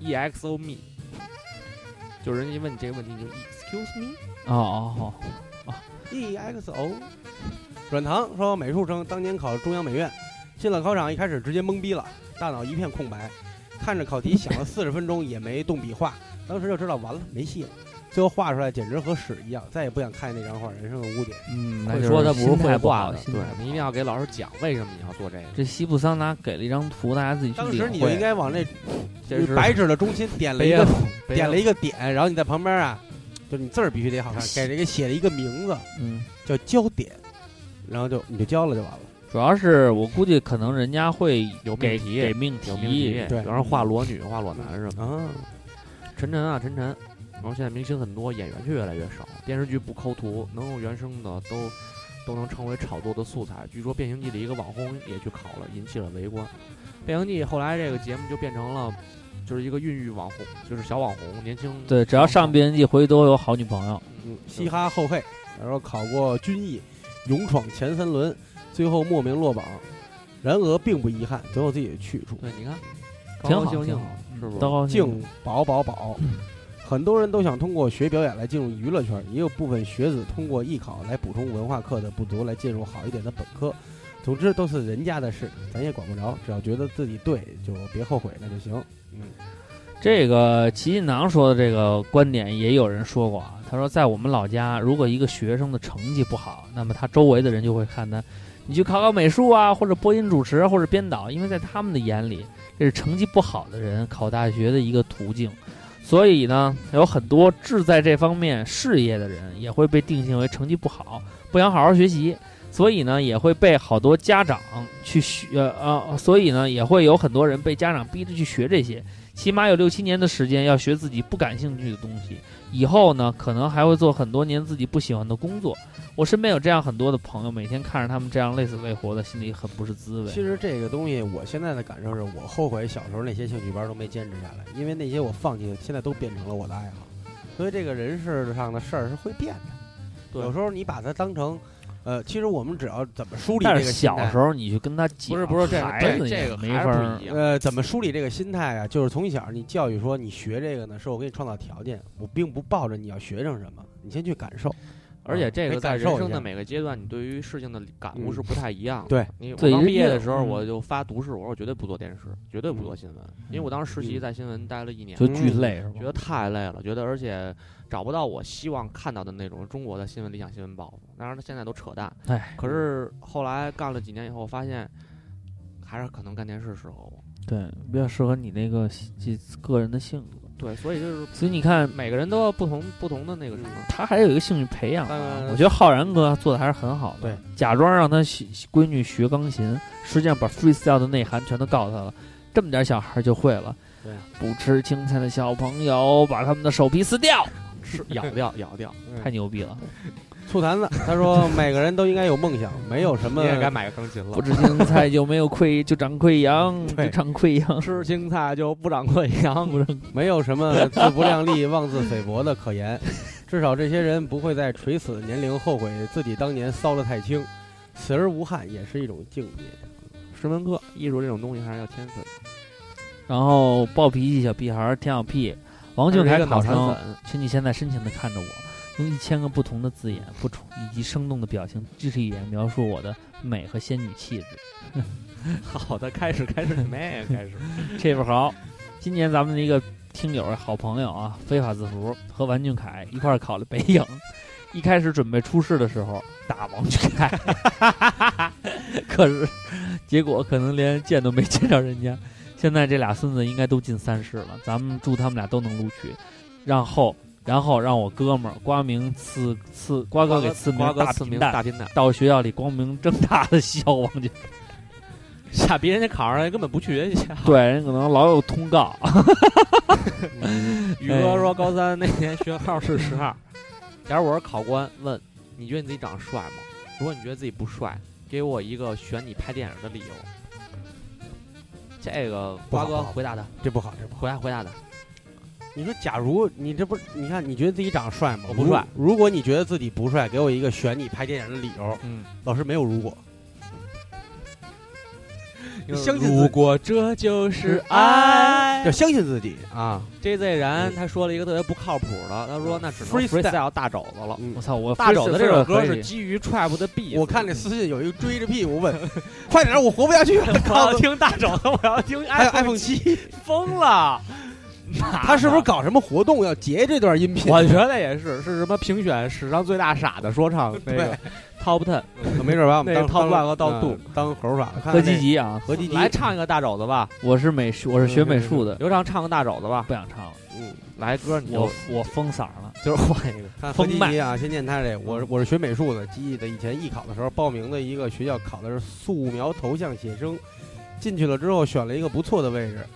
[SPEAKER 3] e e x o me，就是人家问你这个问题，你就 excuse me，
[SPEAKER 2] 哦哦哦，
[SPEAKER 5] E EXO。软糖说，美术生当年考中央美院，进了考场，一开始直接懵逼了，大脑一片空白，看着考题想了四十分钟也没动笔画，当时就知道完了没戏了。最后画出来简直和屎一样，再也不想看见那张画，人生的污点。
[SPEAKER 2] 嗯，那
[SPEAKER 3] 会
[SPEAKER 2] 就是
[SPEAKER 3] 说他不是
[SPEAKER 2] 心态
[SPEAKER 3] 会
[SPEAKER 2] 不
[SPEAKER 3] 画
[SPEAKER 2] 好
[SPEAKER 3] 的，
[SPEAKER 2] 心
[SPEAKER 3] 对
[SPEAKER 2] 态不
[SPEAKER 3] 你一定
[SPEAKER 2] 好
[SPEAKER 3] 要给老师讲为什么你要做这个。
[SPEAKER 2] 这西部桑拿给了一张图，大家自己去
[SPEAKER 5] 当
[SPEAKER 2] 领
[SPEAKER 5] 时
[SPEAKER 2] 会
[SPEAKER 5] 你就应该往那
[SPEAKER 3] 这是
[SPEAKER 5] 白纸的中心点了一
[SPEAKER 3] 别
[SPEAKER 5] 个
[SPEAKER 3] 别
[SPEAKER 5] 点了一个点，然后你在旁边啊，就是你字儿必须得好看，给这个写了一个名字
[SPEAKER 2] 嗯，
[SPEAKER 5] 叫焦点。然后就你就交了就完了。
[SPEAKER 2] 主要是我估计可能人家会
[SPEAKER 3] 有命
[SPEAKER 2] 给
[SPEAKER 3] 题
[SPEAKER 2] 给命题，
[SPEAKER 3] 有命题，
[SPEAKER 5] 对
[SPEAKER 3] 有人画裸女、画裸男什么的。
[SPEAKER 5] 啊，
[SPEAKER 3] 陈晨啊，陈晨，然后现在明星很多，演员却越来越少，电视剧不抠图，能用原声的都都能成为炒作的素材。据说《变形记》的一个网红也去考了，引起了围观。《变形记》后来这个节目就变成了就是一个孕育网红，就是小网红，年轻
[SPEAKER 2] 对，只要上
[SPEAKER 3] 边，
[SPEAKER 2] 编辑回都有好女朋友。
[SPEAKER 5] 嗯，嘻哈后辈，然后考过军艺，勇闯前三轮，最后莫名落榜。然而并不遗憾，总有自己的去处。
[SPEAKER 3] 对，你看，
[SPEAKER 2] 挺好
[SPEAKER 3] 高高兴
[SPEAKER 2] 挺
[SPEAKER 3] 兴
[SPEAKER 2] 好，
[SPEAKER 3] 是不是？
[SPEAKER 2] 都高兴
[SPEAKER 5] 敬保保保。很多人都想通过学表演来进入娱乐圈，也有部分学子通过艺考来补充文化课的不足，来进入好一点的本科。总之都是人家的事，咱也管不着，只要觉得自己对，就别后悔，那就行。
[SPEAKER 2] 这个齐进囊说的这个观点也有人说过啊，他说在我们老家，如果一个学生的成绩不好，那么他周围的人就会看他，你去考考美术啊，或者播音主持啊或者编导，因为在他们的眼里，这是成绩不好的人考大学的一个途径。所以呢，有很多志在这方面事业的人也会被定性为成绩不好，不想好好学习，所以呢，也会被好多家长去学呃呃，所以呢，也会有很多人被家长逼着去学这些。起码有六七年的时间要学自己不感兴趣的东西，以后呢，可能还会做很多年自己不喜欢的工作。我身边有这样很多的朋友，每天看着他们这样累死累活的，心里很不是滋味。
[SPEAKER 5] 其实这个东西，我现在的感受是我后悔小时候那些兴趣班都没坚持下来，因为那些我放弃的，现在都变成了我的爱好。所以这个人世上的事儿是会变的，
[SPEAKER 3] 对
[SPEAKER 5] 有时候你把它当成，呃，其实我们只要怎么梳理这
[SPEAKER 2] 但
[SPEAKER 5] 个
[SPEAKER 2] 是
[SPEAKER 5] 心
[SPEAKER 2] 小
[SPEAKER 5] 态
[SPEAKER 2] 时候你去跟他讲，
[SPEAKER 3] 不是不是这个
[SPEAKER 2] 孩子
[SPEAKER 3] 这这个
[SPEAKER 2] 也没
[SPEAKER 3] 还是
[SPEAKER 2] 法
[SPEAKER 3] 不
[SPEAKER 2] 儿
[SPEAKER 3] 一样。
[SPEAKER 5] 呃，怎么梳理这个心态啊？就是从小你教育说你学这个呢，是我给你创造条件，我并不抱着你要学成什么，你先去感受。
[SPEAKER 3] 而且这
[SPEAKER 5] 得
[SPEAKER 3] 个在
[SPEAKER 5] 啊感
[SPEAKER 3] 人
[SPEAKER 5] 受一
[SPEAKER 3] 生
[SPEAKER 5] 下
[SPEAKER 3] 的每个阶段，你对于事情的感悟
[SPEAKER 5] 嗯
[SPEAKER 3] 是不太一样的。
[SPEAKER 5] 对
[SPEAKER 3] 你我
[SPEAKER 2] 对
[SPEAKER 3] 刚
[SPEAKER 2] 人
[SPEAKER 3] 毕业
[SPEAKER 2] 家
[SPEAKER 3] 的时候，
[SPEAKER 2] 嗯
[SPEAKER 3] 我就发毒誓，我说我绝对不做电视，绝对不做新闻，因为我当时实习
[SPEAKER 5] 嗯
[SPEAKER 3] 在新闻待了一年，
[SPEAKER 2] 就巨累是吧
[SPEAKER 3] 嗯觉？得太累了，觉得而且找不到我希望看到的那种中国的新闻理想新闻报复。当然，现在都扯淡。
[SPEAKER 2] 哎，
[SPEAKER 3] 可是后来干了几年以后，发现还是可能干电视适合我。
[SPEAKER 2] 对，比较适合你那个这个人的性格。
[SPEAKER 3] 对，所以就是
[SPEAKER 2] 所以你看，
[SPEAKER 3] 每个人都要不同不同的那个什么。
[SPEAKER 5] 嗯
[SPEAKER 2] 他还有一个兴趣培养啊、
[SPEAKER 3] 但
[SPEAKER 2] 我觉得浩然哥做的还是很好的，
[SPEAKER 5] 对，
[SPEAKER 2] 假装让他学闺女学钢琴，实际上把 freestyle 的内涵全都告诉他了，这么点小孩就会了。
[SPEAKER 5] 对，
[SPEAKER 2] 不吃青菜的小朋友，把他们的手皮撕掉，
[SPEAKER 3] 吃咬掉咬 掉，
[SPEAKER 2] 太牛逼了！
[SPEAKER 5] 醋坛子他 说每个人都应该有梦想，没有什么
[SPEAKER 3] 买个钢琴
[SPEAKER 2] 不。吃青菜就没有溃，就长溃 疡，
[SPEAKER 5] 对
[SPEAKER 2] 就长溃疡。
[SPEAKER 3] 吃青菜就不长溃疡，
[SPEAKER 5] 没有什么自不量力、妄自菲薄的可言。至少这些人不会在垂死的年龄后悔自己当年骚得太轻，死而无憾也是一种境界。
[SPEAKER 3] 十门课，艺术这种东西还是要天分。
[SPEAKER 2] 然后暴脾气小屁孩儿舔小屁，王俊凯
[SPEAKER 3] 还是一个
[SPEAKER 2] 考
[SPEAKER 3] 脑
[SPEAKER 2] 生
[SPEAKER 3] 残。粉，
[SPEAKER 2] 请你现在深情地看着我，用一千个不同的字眼、不同以及生动的表情、肢体语言描述我的美和仙女气质。
[SPEAKER 3] 好的，开始开始， 没开始。
[SPEAKER 2] 这份好，今年咱们的一个听友、好朋友啊，非法字符和王俊凯一块儿考了北影。一开始准备出试的时候打王俊凯，可是结果可能连见都没见着人家。现在这俩孙子应该都进三试了，咱们祝他们俩都能录取。然后，然后让我哥们儿瓜明赐赐瓜哥给赐名
[SPEAKER 3] 瓜哥
[SPEAKER 2] 大
[SPEAKER 3] 赐
[SPEAKER 2] 平
[SPEAKER 3] 名
[SPEAKER 2] 蛋，
[SPEAKER 3] 大 平蛋，
[SPEAKER 2] 到学校里光明正大的笑王俊凯。
[SPEAKER 3] 傻逼人家考上来根本不去 人家。
[SPEAKER 2] 对，人可能老有通告，
[SPEAKER 3] 宇哥说高三那年学号是十二， 假如我是考官，问你觉得你自己长得帅吗？如果你觉得自己不帅，给我一个选你拍电影的理由。这个
[SPEAKER 5] 不
[SPEAKER 3] 瓜
[SPEAKER 5] 好
[SPEAKER 3] 哥
[SPEAKER 5] 不好
[SPEAKER 3] 回答他，
[SPEAKER 5] 这不好，这不好。
[SPEAKER 3] 回答回答他，
[SPEAKER 5] 你说，假如你这不，你看，你觉得自己长得帅吗？
[SPEAKER 3] 我不帅
[SPEAKER 5] 如。如果你觉得自己不帅，给我一个选你拍电影的理由。
[SPEAKER 3] 嗯，
[SPEAKER 5] 老师没有如果。
[SPEAKER 3] 因为
[SPEAKER 5] 相信自
[SPEAKER 3] 如
[SPEAKER 5] 己
[SPEAKER 3] 果这就是爱
[SPEAKER 5] 要，相信自己啊！
[SPEAKER 3] JZ 然他说了一个特别不靠谱的，他说那只能
[SPEAKER 5] Freestyle
[SPEAKER 3] 嗯 freestyle 大肘子了。
[SPEAKER 5] 嗯
[SPEAKER 2] 我操！我
[SPEAKER 3] 大肘子这首歌
[SPEAKER 2] 可
[SPEAKER 3] 是
[SPEAKER 2] 以
[SPEAKER 3] 基于 trap 的 beat，
[SPEAKER 5] 我看这私信有一个追着屁股 问：“快点儿，我活不下去 了！”
[SPEAKER 3] 我
[SPEAKER 5] 告
[SPEAKER 3] 要
[SPEAKER 5] 诉
[SPEAKER 3] 听大肘子，我要听
[SPEAKER 5] 还有
[SPEAKER 3] iPhone，
[SPEAKER 5] iPhone 七，
[SPEAKER 3] 疯 了。
[SPEAKER 5] 他是不是搞什么活动要截这段音频？
[SPEAKER 3] 我觉得也是，是什么评选史上最大傻的说 唱那个 Top Ten，
[SPEAKER 5] 没准把我们当
[SPEAKER 3] 那套
[SPEAKER 5] 当
[SPEAKER 3] 段和盗度
[SPEAKER 5] 嗯当猴耍了。看
[SPEAKER 2] 何
[SPEAKER 5] 看
[SPEAKER 2] 吉
[SPEAKER 5] 那
[SPEAKER 2] 吉啊！
[SPEAKER 5] 何吉吉，
[SPEAKER 3] 来唱一个大肘子吧，
[SPEAKER 2] 我是美术，我是学美术的，
[SPEAKER 3] 刘畅唱个大肘子吧。
[SPEAKER 2] 不想唱了。
[SPEAKER 5] 嗯，
[SPEAKER 3] 来歌你就
[SPEAKER 2] 我我封嗓了，
[SPEAKER 3] 就是换一个。
[SPEAKER 5] 看何
[SPEAKER 2] 封
[SPEAKER 5] 基
[SPEAKER 2] 麦
[SPEAKER 5] 迪啊，先念他这，我是我是学美术的，记忆的以前艺考的时候报名的一个学校考的是素描头像写生，进去了之后选了一个不错的位置，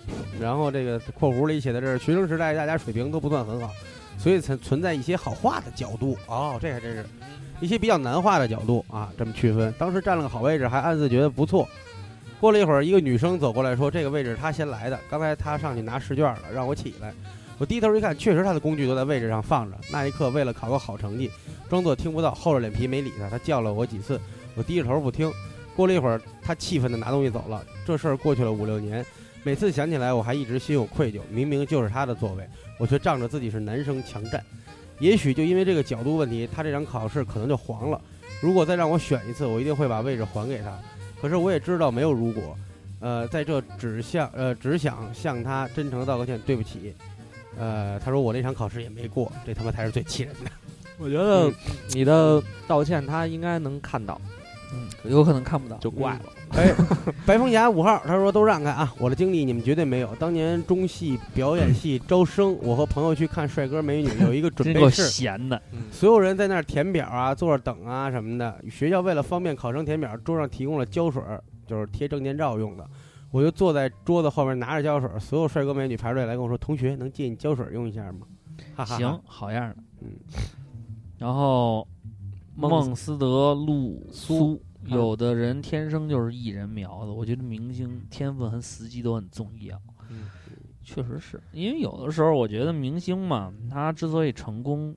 [SPEAKER 5] 然后这个括弧里写的这是学生时代大家水平都不算很好，所以才存在一些好画的角度哦，这还真是一些比较难画的角度啊，这么区分。当时占了个好位置，还暗自觉得不错。过了一会儿，一个女生走过来说：“这个位置她先来的，刚才她上去拿试卷了，让我起来。”我低头一看，确实他的工具都在位置上放着。那一刻，为了考个好成绩，装作听不到，厚着脸皮没理他。他叫了我几次，我低着头不听。过了一会儿，他气愤地拿东西走了。这事儿过去了五六年，每次想起来，我还一直心有愧疚。明明就是他的座位，我却仗着自己是男生强占。也许就因为这个角度问题，他这场考试可能就黄了。如果再让我选一次，我一定会把位置还给他。可是我也知道没有如果，呃，在这只向呃只想向他真诚地道个歉，对不起。呃，他说我那场考试也没过，这他妈才是最气人的。
[SPEAKER 3] 我觉得你的道歉他应该能看到，
[SPEAKER 5] 嗯
[SPEAKER 2] 有可能看不到。
[SPEAKER 3] 就怪了。
[SPEAKER 5] 哎，白凤霞五号，他说都让开啊！我的经历你们绝对没有。当年中戏表演系招生，我和朋友去看帅哥美女，有一个准
[SPEAKER 2] 真
[SPEAKER 5] 备
[SPEAKER 2] 够
[SPEAKER 5] 室，
[SPEAKER 2] 闲的，
[SPEAKER 5] 所有人在那儿填表啊，坐着等啊什么的。学校为了方便考生填表，桌上提供了胶水儿，就是贴证件照用的。我就坐在桌子后面拿着胶水儿，所有帅哥美女排队来跟我说：“同学，能借你胶水儿用一下吗？”哈哈哈
[SPEAKER 2] 行，，好样的。
[SPEAKER 5] 嗯
[SPEAKER 2] 然后
[SPEAKER 3] 孟
[SPEAKER 2] 孟思德、陆苏，
[SPEAKER 3] 嗯
[SPEAKER 2] 有的人天生就是艺人苗子，我觉得明星天分和时机都很啊重要。
[SPEAKER 5] 嗯
[SPEAKER 2] 确实是因为有的时候，我觉得明星嘛，他之所以成功，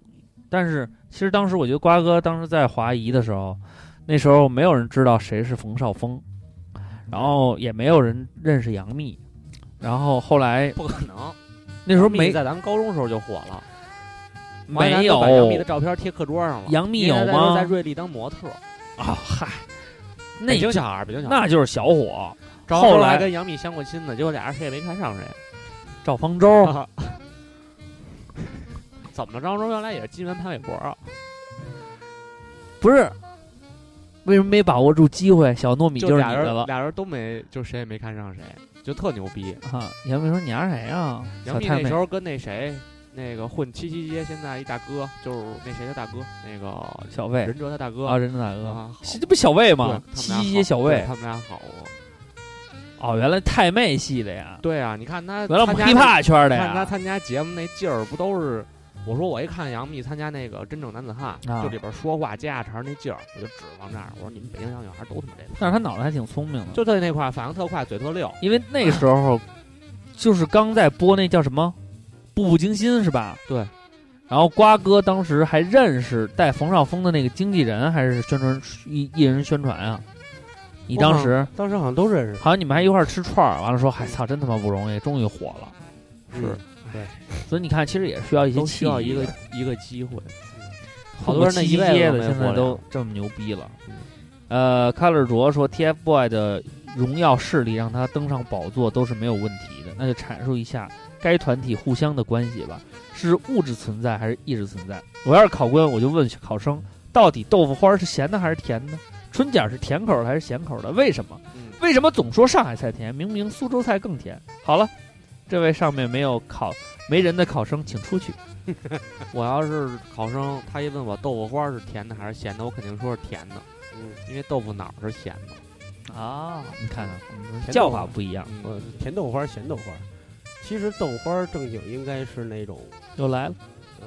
[SPEAKER 2] 但是其实当时我觉得瓜哥当时在华谊的时候，那时候没有人知道谁是冯绍峰，然后也没有人认识杨幂，然后后来
[SPEAKER 3] 不可能，
[SPEAKER 2] 那时候
[SPEAKER 3] 没
[SPEAKER 2] 没
[SPEAKER 3] 在咱们高中时候就火了，华南
[SPEAKER 2] 没
[SPEAKER 3] 都
[SPEAKER 2] 有
[SPEAKER 3] 把杨幂的照片贴课桌上了。
[SPEAKER 2] 杨幂
[SPEAKER 3] 因为
[SPEAKER 2] 有
[SPEAKER 3] 她那时候
[SPEAKER 2] 吗
[SPEAKER 3] 在瑞丽当模特，
[SPEAKER 2] 啊，嗨，那
[SPEAKER 3] 北京小孩儿，北京小孩儿。
[SPEAKER 2] 那就是小伙。
[SPEAKER 3] 赵
[SPEAKER 2] 后
[SPEAKER 3] 方舟
[SPEAKER 2] 来
[SPEAKER 3] 还跟杨幂相过亲呢，结果俩人谁也没看上 谁。
[SPEAKER 2] 赵方舟，
[SPEAKER 3] 啊怎么着？赵方舟原来也是金元潘玮柏啊，
[SPEAKER 2] 不是，为什么没把握住机会？小糯米是
[SPEAKER 3] 俩
[SPEAKER 2] 你的
[SPEAKER 3] 人
[SPEAKER 2] 了
[SPEAKER 3] 俩人都没，就谁也没看上谁，就特牛逼。
[SPEAKER 2] 啊！杨幂说：“你丫谁啊？”
[SPEAKER 3] 杨
[SPEAKER 2] 小
[SPEAKER 3] 幂
[SPEAKER 2] 太
[SPEAKER 3] 那
[SPEAKER 2] 妹
[SPEAKER 3] 时，候跟那谁，那个混七七街现在一大哥，就是那谁的大哥，那个
[SPEAKER 2] 小魏
[SPEAKER 3] 任哲他大哥
[SPEAKER 2] 啊，任正大哥，
[SPEAKER 3] 啊，好
[SPEAKER 2] 这不小魏
[SPEAKER 3] 对
[SPEAKER 2] 吗？
[SPEAKER 3] 他们俩
[SPEAKER 2] 七七小
[SPEAKER 3] 好对
[SPEAKER 2] 魏
[SPEAKER 3] 他们俩好啊。
[SPEAKER 2] 哦，原来太妹系的呀，
[SPEAKER 3] 对啊，你看他
[SPEAKER 2] 原来我
[SPEAKER 3] 参
[SPEAKER 2] 们
[SPEAKER 3] 加
[SPEAKER 2] hiphop 圈的
[SPEAKER 3] 看他
[SPEAKER 2] 呀。
[SPEAKER 3] 参加节目那劲儿，不都是？我说我一看杨幂参加那个《真正男子汉》
[SPEAKER 2] 啊
[SPEAKER 3] 就里边说话接下茬儿那劲儿，我就指望这儿。我说你们北京小女孩都他妈这
[SPEAKER 2] 但是他脑子还挺聪明的，
[SPEAKER 3] 就特那块儿反应特快，嘴特溜。
[SPEAKER 2] 因为那时 候就是刚在播那叫什么《步步惊心》是吧？
[SPEAKER 3] 对。
[SPEAKER 2] 然后瓜哥当时还认识带冯绍峰的那个经纪人，还是宣传艺艺人宣传啊？你当时
[SPEAKER 5] 当时好像都认识，
[SPEAKER 2] 好像你们还一块儿吃串儿，完了说：“嗨，操，真他妈不容易，终于火了。
[SPEAKER 5] 是
[SPEAKER 2] 所以你看，其实也需要一些
[SPEAKER 3] 都需要
[SPEAKER 2] 契机
[SPEAKER 3] 一个
[SPEAKER 2] 的
[SPEAKER 3] 一个机会。
[SPEAKER 2] 好
[SPEAKER 3] 好
[SPEAKER 2] 多
[SPEAKER 3] 多
[SPEAKER 2] 人
[SPEAKER 3] 人
[SPEAKER 2] 那
[SPEAKER 3] 那
[SPEAKER 2] 一
[SPEAKER 3] 一
[SPEAKER 2] 辈
[SPEAKER 3] 辈
[SPEAKER 2] 子
[SPEAKER 3] 子
[SPEAKER 2] 现
[SPEAKER 3] 现
[SPEAKER 2] 在
[SPEAKER 3] 在
[SPEAKER 2] 都
[SPEAKER 3] 都
[SPEAKER 2] 这么牛逼了。呃，卡勒卓说，TFBOY 的荣耀势力让他登上宝座都是没有问题的。那就阐述一下该团体互相的关系吧，是物质存在还是意识存在？我要是考官，我就问考生，到底豆腐花是咸的还是甜的？春卷是甜口的还是咸口的？为什么？为什么总说上海菜甜？明明苏州菜更甜。好了，这位上面没有考没人的考生，请出去。
[SPEAKER 3] 我要是考生，他一问我豆腐花是甜的还是咸的，我肯定说是甜的，
[SPEAKER 5] 嗯，
[SPEAKER 3] 因为豆腐脑是咸的。
[SPEAKER 2] 啊，你看看我们
[SPEAKER 5] 甜
[SPEAKER 2] 叫
[SPEAKER 5] 豆
[SPEAKER 2] 法
[SPEAKER 5] 花
[SPEAKER 2] 不一样，
[SPEAKER 5] 我呃甜豆花儿、咸豆花儿。其实豆花儿正经应该是那种，
[SPEAKER 2] 又来了，
[SPEAKER 5] 呃，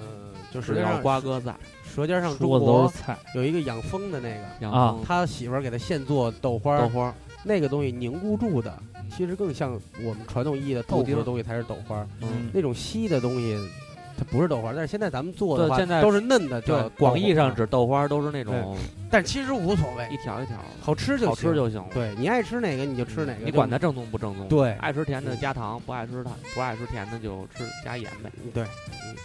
[SPEAKER 5] 就
[SPEAKER 3] 只
[SPEAKER 5] 是
[SPEAKER 3] 要瓜哥在，
[SPEAKER 5] 舌尖上中
[SPEAKER 2] 说的都
[SPEAKER 5] 国
[SPEAKER 2] 是菜，
[SPEAKER 5] 有一个养蜂的那个，
[SPEAKER 3] 杨
[SPEAKER 2] 啊
[SPEAKER 3] 峰
[SPEAKER 5] 他媳妇儿给他现做豆花，
[SPEAKER 3] 嗯豆，花，嗯
[SPEAKER 5] 那个东西凝固住的，其实更像我们传统意义的
[SPEAKER 3] 豆
[SPEAKER 5] 豆腐
[SPEAKER 3] 丁
[SPEAKER 5] 的东西才是豆花，
[SPEAKER 2] 嗯，
[SPEAKER 5] 那种稀的东西它不是豆花，但是现在咱们做的
[SPEAKER 3] 对
[SPEAKER 5] 话，
[SPEAKER 3] 现在
[SPEAKER 5] 都是嫩的，叫
[SPEAKER 3] 对
[SPEAKER 5] 豆，花
[SPEAKER 3] 广义上，指豆花都是那种
[SPEAKER 5] 但其实无所谓
[SPEAKER 3] 一，条一条的，
[SPEAKER 5] 好吃就
[SPEAKER 3] 好吃
[SPEAKER 5] 行
[SPEAKER 3] 就行了。
[SPEAKER 5] 对你爱吃哪个你就吃哪个，
[SPEAKER 3] 你管它正宗不正宗。
[SPEAKER 5] 对
[SPEAKER 3] 爱吃甜的
[SPEAKER 5] 嗯
[SPEAKER 3] 加糖，不爱吃糖不爱吃甜的就吃加盐呗。
[SPEAKER 5] 对，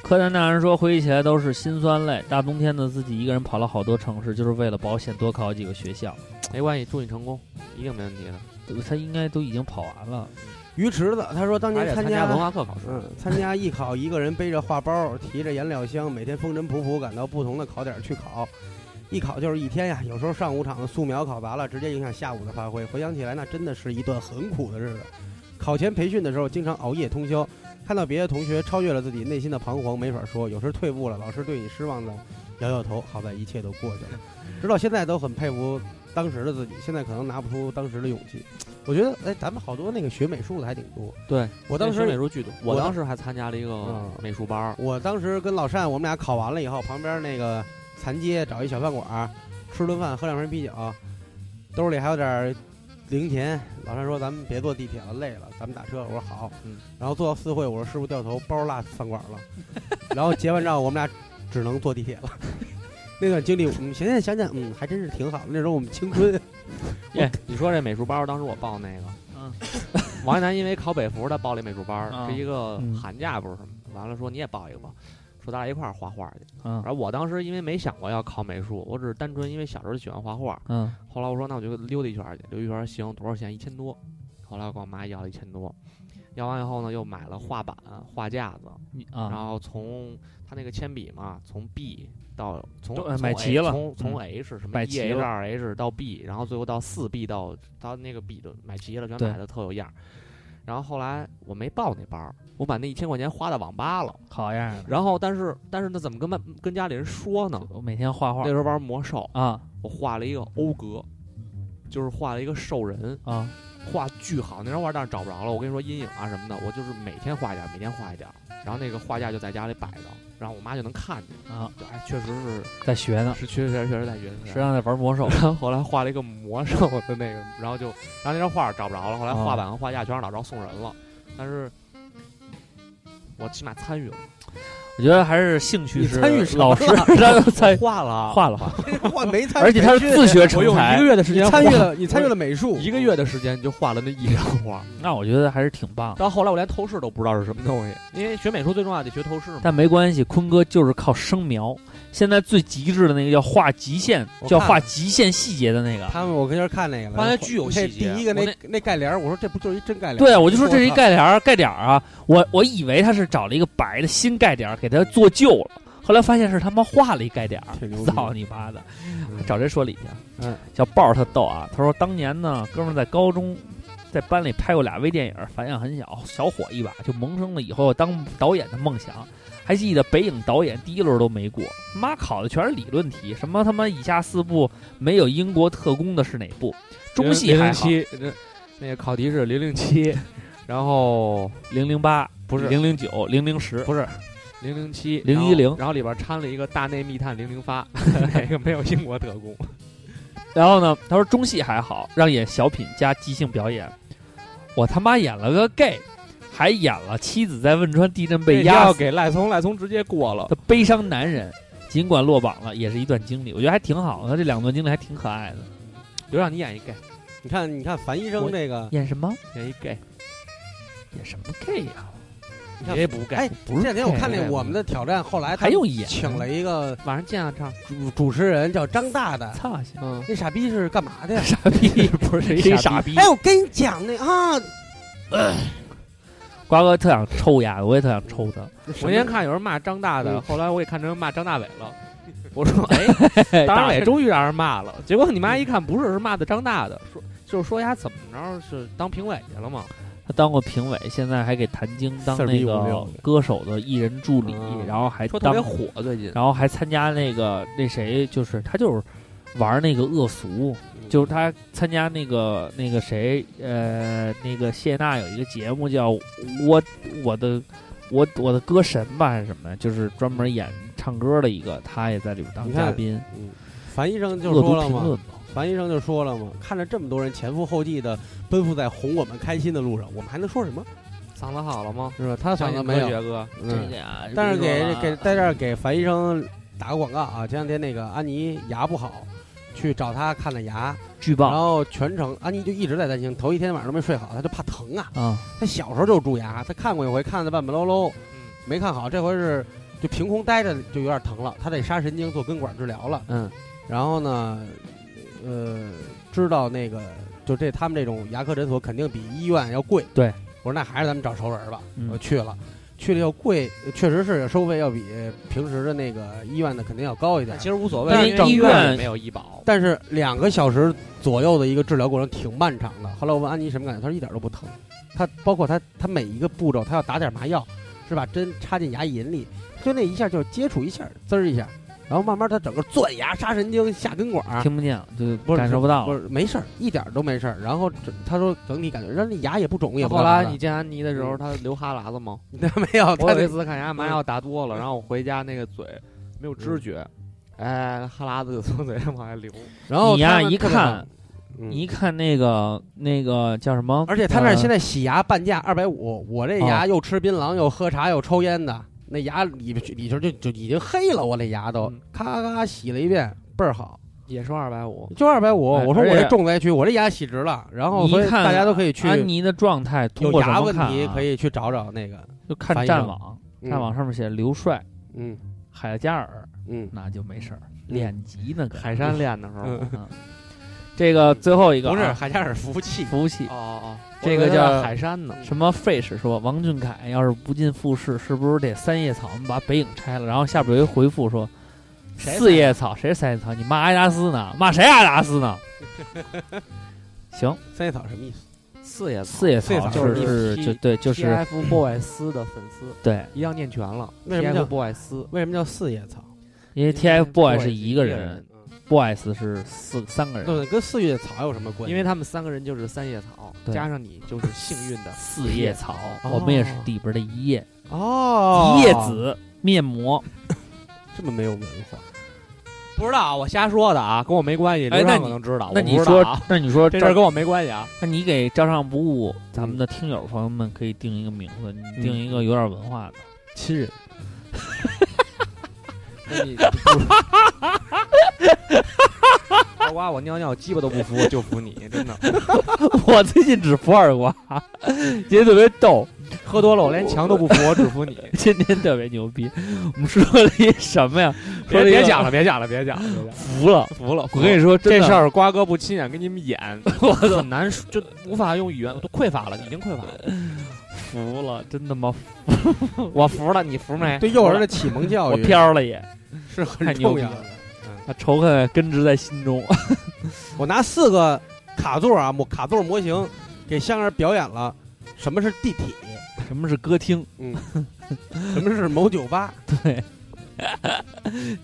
[SPEAKER 2] 柯南大人说回忆起来都是辛酸泪，大冬天的自己一个人跑了好多城市，就是为了保险多考几个学校。
[SPEAKER 3] 没关系，祝你成功，一定没问题的。
[SPEAKER 2] 他应该都已经跑完了，
[SPEAKER 5] 鱼池子，他说当
[SPEAKER 3] 而
[SPEAKER 5] 年
[SPEAKER 3] 且
[SPEAKER 5] 参
[SPEAKER 3] 参
[SPEAKER 5] 加
[SPEAKER 3] 文化课考试，
[SPEAKER 5] 嗯，参加艺考，一个人背着画包，提着颜料箱，每天风尘仆仆赶到不同的考点去考。艺考就是一天呀，有时候上午场的素描考砸了，直接影响下午的发挥。回想起来，那真的是一段很苦的日子。考前培训的时候，经常熬夜通宵，看到别的同学超越了自己内心的彷徨，没法说，有时退步了，老师对你失望的摇摇头。好在一切都过去了，直到现在都很佩服当时的自己，现在可能拿不出当时的勇气。我觉得，哎，咱们好多那个学美术的还挺多。
[SPEAKER 3] 对
[SPEAKER 5] 我当时
[SPEAKER 3] 哎美术剧多，
[SPEAKER 5] 我
[SPEAKER 3] 我
[SPEAKER 5] 当
[SPEAKER 3] 当时还参加了一个
[SPEAKER 5] 嗯
[SPEAKER 3] 美术班儿，
[SPEAKER 5] 我当时跟老单，我们俩考完了以后，旁边那个残街找一小饭馆儿，吃顿饭，喝两瓶啤酒，兜里还有点儿零钱。老单说：“咱们别坐地铁了，累了，咱们打车。”我说：“好。”
[SPEAKER 3] 嗯
[SPEAKER 5] 然后坐到四惠，我说：“师傅掉头，包落饭馆了。”然后结完账，我们俩只能坐地铁了。 那段经历，我们现在想想，嗯，还真是挺好的。那时候我们青春，
[SPEAKER 3] 耶、你说这美术班儿，当时我报那个，
[SPEAKER 2] 嗯，
[SPEAKER 3] 王一楠因为考北服，他报了一美术班儿，
[SPEAKER 2] 啊
[SPEAKER 3] 是一个
[SPEAKER 4] 嗯
[SPEAKER 3] 寒假不是什么，完了说你也报一个吧，说咱俩一块儿画画去。
[SPEAKER 2] 嗯
[SPEAKER 3] 然后我当时因为没想过要考美术，我只是单纯因为小时候喜欢画画，
[SPEAKER 2] 嗯
[SPEAKER 3] 后来我说那我就溜达一圈儿去，溜一圈儿行，多少钱？一千多。后来我跟我妈要了一千多，要完以后呢，又买了画板、画架子，
[SPEAKER 2] 你
[SPEAKER 3] 然
[SPEAKER 2] 啊，
[SPEAKER 3] 后从他那个铅笔嘛，从 B 到从
[SPEAKER 2] 都
[SPEAKER 3] 从
[SPEAKER 2] 买
[SPEAKER 3] A-
[SPEAKER 2] 齐了
[SPEAKER 3] 从
[SPEAKER 2] 嗯
[SPEAKER 3] 从 H 什么
[SPEAKER 2] 买
[SPEAKER 3] E
[SPEAKER 2] 齐
[SPEAKER 3] H
[SPEAKER 2] 了
[SPEAKER 3] 二 H 到 B，然后最后到四 B 到到那个 B 都买齐了，全
[SPEAKER 2] 对
[SPEAKER 3] 买的特有样儿。然后后来我没报那班儿，我把那一千块钱花到网吧了。
[SPEAKER 2] 好样的！
[SPEAKER 3] 然后但是但是那怎么跟班跟家里人说呢？
[SPEAKER 2] 我每天画画
[SPEAKER 3] 那时候玩魔兽，
[SPEAKER 2] 啊
[SPEAKER 3] 我画了一个欧格，就是画了一个兽人，
[SPEAKER 2] 啊，
[SPEAKER 3] 画巨好。那时候画但是找不着了，我跟你说阴影啊什么的，我就是每天画一点儿，每天画一点儿，然后那个画架就在家里摆着，然后我妈就能看见。
[SPEAKER 2] 啊，
[SPEAKER 3] 就哎，确实 是
[SPEAKER 2] 在学呢，
[SPEAKER 3] 是确实确实确实在原
[SPEAKER 2] 实际
[SPEAKER 3] 上。
[SPEAKER 2] 上在玩魔兽。
[SPEAKER 3] 然后后来画了一个魔兽的那个，然后就然后那张画找不着了，后来
[SPEAKER 2] 哦
[SPEAKER 3] 画板和画架全让老赵送人了，但是我起码参与 了，
[SPEAKER 2] 我觉得还是兴趣
[SPEAKER 5] 你
[SPEAKER 2] 是
[SPEAKER 5] 参与什么
[SPEAKER 2] 老师
[SPEAKER 5] 了
[SPEAKER 2] 他都参
[SPEAKER 3] 画了，
[SPEAKER 2] 画了画，
[SPEAKER 5] 我没参与，
[SPEAKER 2] 而且他是自学
[SPEAKER 3] 我
[SPEAKER 2] 成
[SPEAKER 3] 用一
[SPEAKER 2] 才
[SPEAKER 3] 个，月的时
[SPEAKER 5] 你
[SPEAKER 3] 间
[SPEAKER 5] 参与
[SPEAKER 3] 画
[SPEAKER 5] 了，你参与了美术，
[SPEAKER 3] 一个月的时间就画了那一张画，
[SPEAKER 2] 那我觉得还是挺棒的。
[SPEAKER 3] 到后来我连透视都不知道是什么东西，因为学美术最重要得学透视嘛。
[SPEAKER 2] 但没关系，坤哥就是靠生描。现在最极致的那个叫画极限，
[SPEAKER 5] 我
[SPEAKER 2] 叫
[SPEAKER 5] 看
[SPEAKER 2] 画
[SPEAKER 5] 了
[SPEAKER 2] 极限细节的那个。
[SPEAKER 5] 他们我跟这儿看那个了，
[SPEAKER 3] 发现巨有
[SPEAKER 5] 这
[SPEAKER 3] 细节
[SPEAKER 5] 第一个
[SPEAKER 3] 我
[SPEAKER 5] 那那盖帘儿，我说这不就是一真盖帘儿？
[SPEAKER 2] 对，啊我就说这是一
[SPEAKER 5] 操
[SPEAKER 2] 盖帘儿，盖点儿啊！我我以为他是找了一个白的新盖点儿给他做旧了，后来发现是他妈画了一盖点儿
[SPEAKER 5] 挺牛，逼
[SPEAKER 2] 操你妈的！找谁说理去啊？
[SPEAKER 5] 嗯，
[SPEAKER 2] 小豹儿特逗啊，他说当年呢，哥们儿在高中在班里拍过俩微电影，反响很小，小火一把，就萌生了以后当导演的梦想。还记得北影导演第一轮都没过，妈考的全是理论题，什么他妈以下四部没有英国特工的是哪部？中戏
[SPEAKER 3] 零
[SPEAKER 2] 还
[SPEAKER 3] 零
[SPEAKER 2] 好，
[SPEAKER 3] 七，那那个考题是零零七，然后
[SPEAKER 2] 零零八
[SPEAKER 3] 不是
[SPEAKER 2] 零零九零零十
[SPEAKER 3] 不是零零七
[SPEAKER 2] 010
[SPEAKER 3] 然后里边掺了一个大内密探零零发， 那个没有英国特工。
[SPEAKER 2] 然后呢，他说中戏还好，让演小品加即兴表演。我他妈演了个 gay，还演了妻子在汶川地震被
[SPEAKER 3] 这
[SPEAKER 2] 压
[SPEAKER 3] 要
[SPEAKER 2] 死
[SPEAKER 3] 给赖聪，赖聪直接过了。
[SPEAKER 2] 的悲伤男人。尽管落榜了，也是一段经历，我觉得还挺好的。他这两段经历还挺可爱的。
[SPEAKER 3] 刘让你演一 gay，
[SPEAKER 5] 你看，你看樊医
[SPEAKER 2] 我
[SPEAKER 5] 生这个，
[SPEAKER 2] 演什么？
[SPEAKER 3] 演一 gay，
[SPEAKER 2] 演什么 gay 啊呀、
[SPEAKER 5] 你看
[SPEAKER 3] 也不 gay。
[SPEAKER 5] 哎，
[SPEAKER 2] 不是
[SPEAKER 5] 这两天我看那
[SPEAKER 3] gay
[SPEAKER 5] 我们的挑战，后来他
[SPEAKER 2] 还用演？
[SPEAKER 5] 请了一个
[SPEAKER 3] 晚上见啊，唱。
[SPEAKER 5] 主主持人叫张大的，
[SPEAKER 2] 操心！
[SPEAKER 3] 嗯，
[SPEAKER 5] 那傻逼是干嘛的呀？
[SPEAKER 2] 傻 逼不是
[SPEAKER 3] 谁
[SPEAKER 2] 傻逼
[SPEAKER 5] 哎，我跟你讲那啊，
[SPEAKER 2] 瓜哥特想抽丫，我也特想抽 他。
[SPEAKER 3] 我那天看有人骂张大的，
[SPEAKER 5] 嗯
[SPEAKER 3] 后来我也看成骂张大伟了。我说，哎，张大伟终于让人骂了。结果你妈一看不是，是骂的张大的，说就是说丫怎么着是当评委去了嘛？
[SPEAKER 2] 他当过评委，现在还给谭晶当那个歌手的艺人助理，
[SPEAKER 5] 嗯
[SPEAKER 2] 然后还
[SPEAKER 3] 说特
[SPEAKER 2] 当
[SPEAKER 3] 别火最近。
[SPEAKER 2] 然后还参加那个那谁，就是他就是玩那个恶俗，就是他参加那个那个谁，呃，那个谢娜有一个节目叫我我的我我的歌神吧还是什么的，就是专门演唱歌的一个，他也在里边当
[SPEAKER 5] 你看
[SPEAKER 2] 嘉宾。
[SPEAKER 5] 樊医生就
[SPEAKER 2] 恶毒
[SPEAKER 5] 说了
[SPEAKER 2] 评论
[SPEAKER 5] 嘛，
[SPEAKER 2] 吧，
[SPEAKER 5] 樊医生就说了嘛，看着这么多人前赴后继的奔赴在哄我们开心的路上，我们还能说什么？
[SPEAKER 3] 嗓子好了吗？
[SPEAKER 5] 是吧？他嗓
[SPEAKER 3] 相
[SPEAKER 5] 子
[SPEAKER 3] 信
[SPEAKER 5] 没有
[SPEAKER 3] 科，学哥，
[SPEAKER 5] 嗯，
[SPEAKER 2] 呀
[SPEAKER 5] 但是给
[SPEAKER 2] 啊
[SPEAKER 5] 给在这儿给樊医生打个广告啊！前两天那个安妮牙不好，去找他看的牙，
[SPEAKER 2] 巨
[SPEAKER 5] 然
[SPEAKER 2] 棒
[SPEAKER 5] 后全程安妮就一直在担心，头一天晚上都没睡好，她就怕疼啊。
[SPEAKER 2] 啊！
[SPEAKER 5] 她小时候就蛀牙，她看过一回，看的半半喽喽，
[SPEAKER 3] 嗯
[SPEAKER 5] 没看好，这回是就凭空待着就有点疼了，她得杀神经做根管治疗了。
[SPEAKER 3] 嗯，
[SPEAKER 5] 然后呢，呃，知道那个就这他们这种牙科诊所肯定比医院要贵。
[SPEAKER 2] 对，
[SPEAKER 5] 我说那还是咱们找熟人吧。
[SPEAKER 2] 嗯
[SPEAKER 5] 我去了，去了要贵，确实是收费要比平时的那个医院的肯定要高一点
[SPEAKER 3] 其。实无所
[SPEAKER 5] 但
[SPEAKER 3] 谓，
[SPEAKER 5] 是
[SPEAKER 3] 因
[SPEAKER 5] 整
[SPEAKER 3] 为医
[SPEAKER 5] 个
[SPEAKER 3] 院也没有医保。
[SPEAKER 5] 但是两个小时左右的一个治疗过程挺漫长的。后来我问安妮什么感觉，她说一点都不疼。她包括她她每一个步骤，她要打点麻药，是把针插进牙龈里，就那一下就接触一下，滋儿一下，然后慢慢它整个钻牙、杀神经、下根管儿，
[SPEAKER 2] 听不见了，就
[SPEAKER 5] 不是
[SPEAKER 2] 感受不到
[SPEAKER 5] 不
[SPEAKER 2] 了。
[SPEAKER 5] 是没事儿，一点儿都没事儿。然后整他说整体感觉，然后那牙也不肿，也不
[SPEAKER 3] 后
[SPEAKER 5] 干
[SPEAKER 3] 来
[SPEAKER 5] 嘛的
[SPEAKER 3] 你见安妮的时候，她流哈喇子吗？
[SPEAKER 5] 没有，
[SPEAKER 3] 我
[SPEAKER 5] 他
[SPEAKER 3] 有一
[SPEAKER 5] 得
[SPEAKER 3] 次看牙麻药打多了，然后我回家那个嘴没有知觉，哎，哈喇子就从嘴上往外流。
[SPEAKER 5] 然后
[SPEAKER 2] 你呀、
[SPEAKER 5] 他们
[SPEAKER 2] 一
[SPEAKER 5] 特别好
[SPEAKER 2] 看，
[SPEAKER 5] 嗯
[SPEAKER 2] 你一看那个那个叫什么？
[SPEAKER 5] 而且他那儿
[SPEAKER 2] 呃
[SPEAKER 5] 现在洗牙半价二百五，我
[SPEAKER 2] 哦
[SPEAKER 5] 这牙又吃槟榔又喝茶又抽烟的，那牙里边里头就就已经黑了，我那牙都
[SPEAKER 3] 嗯
[SPEAKER 5] 咔咔咔洗了一遍，倍儿好，
[SPEAKER 3] 也是二百五，
[SPEAKER 5] 就二百五。
[SPEAKER 2] 哎
[SPEAKER 5] 我说
[SPEAKER 2] 而
[SPEAKER 5] 我
[SPEAKER 2] 且
[SPEAKER 5] 这重灾区，我这牙洗直了，然后
[SPEAKER 2] 你
[SPEAKER 5] 所
[SPEAKER 2] 一
[SPEAKER 5] 以
[SPEAKER 2] 看
[SPEAKER 5] 大家都可以去
[SPEAKER 2] 安妮的状态，通
[SPEAKER 5] 有
[SPEAKER 2] 过什
[SPEAKER 5] 牙
[SPEAKER 2] 么
[SPEAKER 5] 问
[SPEAKER 2] 看、
[SPEAKER 5] 题可
[SPEAKER 2] 以
[SPEAKER 5] 以去找找那个，
[SPEAKER 2] 就看
[SPEAKER 5] 翻译
[SPEAKER 2] 战
[SPEAKER 5] 上
[SPEAKER 2] 网，
[SPEAKER 5] 嗯
[SPEAKER 2] 战网上面写刘帅、
[SPEAKER 5] 嗯
[SPEAKER 2] 海加尔，
[SPEAKER 5] 嗯
[SPEAKER 2] 那就没事儿，练级呢。可
[SPEAKER 3] 海山练的时候。
[SPEAKER 5] 嗯，
[SPEAKER 2] 这个最后啊一个
[SPEAKER 5] 不是
[SPEAKER 2] 啊
[SPEAKER 5] 海加尔服务器，
[SPEAKER 2] 服务器，
[SPEAKER 3] 哦哦，
[SPEAKER 2] 这
[SPEAKER 3] 这
[SPEAKER 2] 个
[SPEAKER 3] 个
[SPEAKER 2] 叫
[SPEAKER 3] 叫海山呢。
[SPEAKER 2] 什么 fish 说王俊凯要是不进复试，是不是得三叶草？我们把北影拆了。然后下边有一回复说，
[SPEAKER 3] 谁
[SPEAKER 2] 四叶草谁是三叶草？你骂阿迪达斯呢？骂谁阿迪达斯 呢？行，
[SPEAKER 5] 三叶草什么意思？
[SPEAKER 3] 四叶
[SPEAKER 2] 四叶
[SPEAKER 5] 四叶草
[SPEAKER 2] 草
[SPEAKER 5] 就是是
[SPEAKER 2] 是
[SPEAKER 3] T-
[SPEAKER 2] 就对，就是
[SPEAKER 3] TF Boys 的粉丝，
[SPEAKER 2] 对，
[SPEAKER 3] 一样念全了。
[SPEAKER 5] 为什么
[SPEAKER 3] TF
[SPEAKER 5] 叫
[SPEAKER 3] Boys？
[SPEAKER 5] 为什么叫四叶草？
[SPEAKER 2] 因为 TFBOY 是
[SPEAKER 3] 一
[SPEAKER 2] 一个
[SPEAKER 3] 个嗯
[SPEAKER 2] 人，BOYS 是四三个人，
[SPEAKER 5] 对，跟四叶草有什么关系？
[SPEAKER 3] 因为他们三个人就是三叶草，
[SPEAKER 2] 对
[SPEAKER 3] 加上你就是幸运 的
[SPEAKER 2] 四叶草，
[SPEAKER 5] 哦
[SPEAKER 2] 我们也是里边的一叶
[SPEAKER 5] 哦，
[SPEAKER 2] 一叶子面膜。
[SPEAKER 5] 这么没有文化，
[SPEAKER 3] 不知道啊，我瞎说的啊，跟我没关系。
[SPEAKER 2] 哎
[SPEAKER 3] 刘
[SPEAKER 2] 那
[SPEAKER 3] 畅
[SPEAKER 2] 你
[SPEAKER 3] 可能知道，
[SPEAKER 2] 那
[SPEAKER 3] 我不
[SPEAKER 2] 你
[SPEAKER 3] 知道
[SPEAKER 2] 说
[SPEAKER 3] 啊，
[SPEAKER 2] 那你说
[SPEAKER 3] 这事儿跟我没关系啊。
[SPEAKER 2] 那你给照上不误，咱们的听友朋友们可以定一个名字，你定一个有点文化的。
[SPEAKER 5] 亲人。
[SPEAKER 3] 呱呱，我尿尿鸡巴都不服，就服你， 真的。
[SPEAKER 2] 我最近只服二 瓜，也特别逗，
[SPEAKER 3] 喝多了我连墙都不服，我只服 你。
[SPEAKER 2] 今天特别牛逼。我们说了一什么呀？说
[SPEAKER 3] 别
[SPEAKER 2] 了一个
[SPEAKER 3] 别讲了，别讲了，别 讲了，别讲了
[SPEAKER 2] 服了。
[SPEAKER 3] 服了。
[SPEAKER 2] 我跟你说，真
[SPEAKER 3] 这
[SPEAKER 2] 的
[SPEAKER 3] 事儿瓜哥不亲眼给你们演，我很难说，就无法用语言，我都匮乏了，已经匮乏了。
[SPEAKER 2] 服了，真他 妈服
[SPEAKER 3] 我服了，你服没？
[SPEAKER 5] 对幼儿的启蒙教
[SPEAKER 2] 哎我
[SPEAKER 5] 育
[SPEAKER 2] 飘了也，
[SPEAKER 5] 是很
[SPEAKER 2] 太牛
[SPEAKER 5] 重
[SPEAKER 2] 逼
[SPEAKER 5] 要
[SPEAKER 2] 了
[SPEAKER 5] 的。。
[SPEAKER 2] 那仇恨根植在心中，
[SPEAKER 5] 我拿四个卡座啊，模卡座模型给香儿表演了什么是地 铁，
[SPEAKER 2] 什么是歌厅？
[SPEAKER 5] 什么是某酒吧。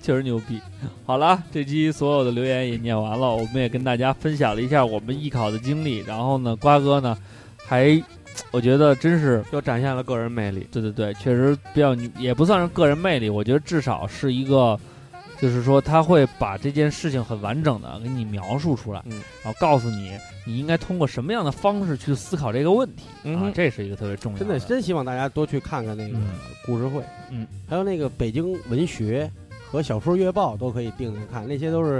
[SPEAKER 2] 确实牛逼。好了，这期所有的留言也念完了，我们也跟大家分享了一下我们艺考的经历。然后呢，瓜哥呢，还我觉得真是，
[SPEAKER 3] 又展现了个人魅力。
[SPEAKER 2] 对对对，确实比较牛，也不算是个人魅力，我觉得至少是一个，就是说他会把这件事情很完整的给你描述出来，
[SPEAKER 3] 嗯
[SPEAKER 2] 然后告诉你你应该通过什么样的方式去思考这个问题、
[SPEAKER 3] 嗯
[SPEAKER 2] 啊
[SPEAKER 3] 哼，
[SPEAKER 2] 这是一个特别重要
[SPEAKER 5] 真
[SPEAKER 2] 的
[SPEAKER 5] 的，真希望大家多去看看那个
[SPEAKER 2] 嗯
[SPEAKER 5] 故事会，
[SPEAKER 2] 嗯，
[SPEAKER 5] 还有那个北京文学和小说月报都可以定定看，那些都是，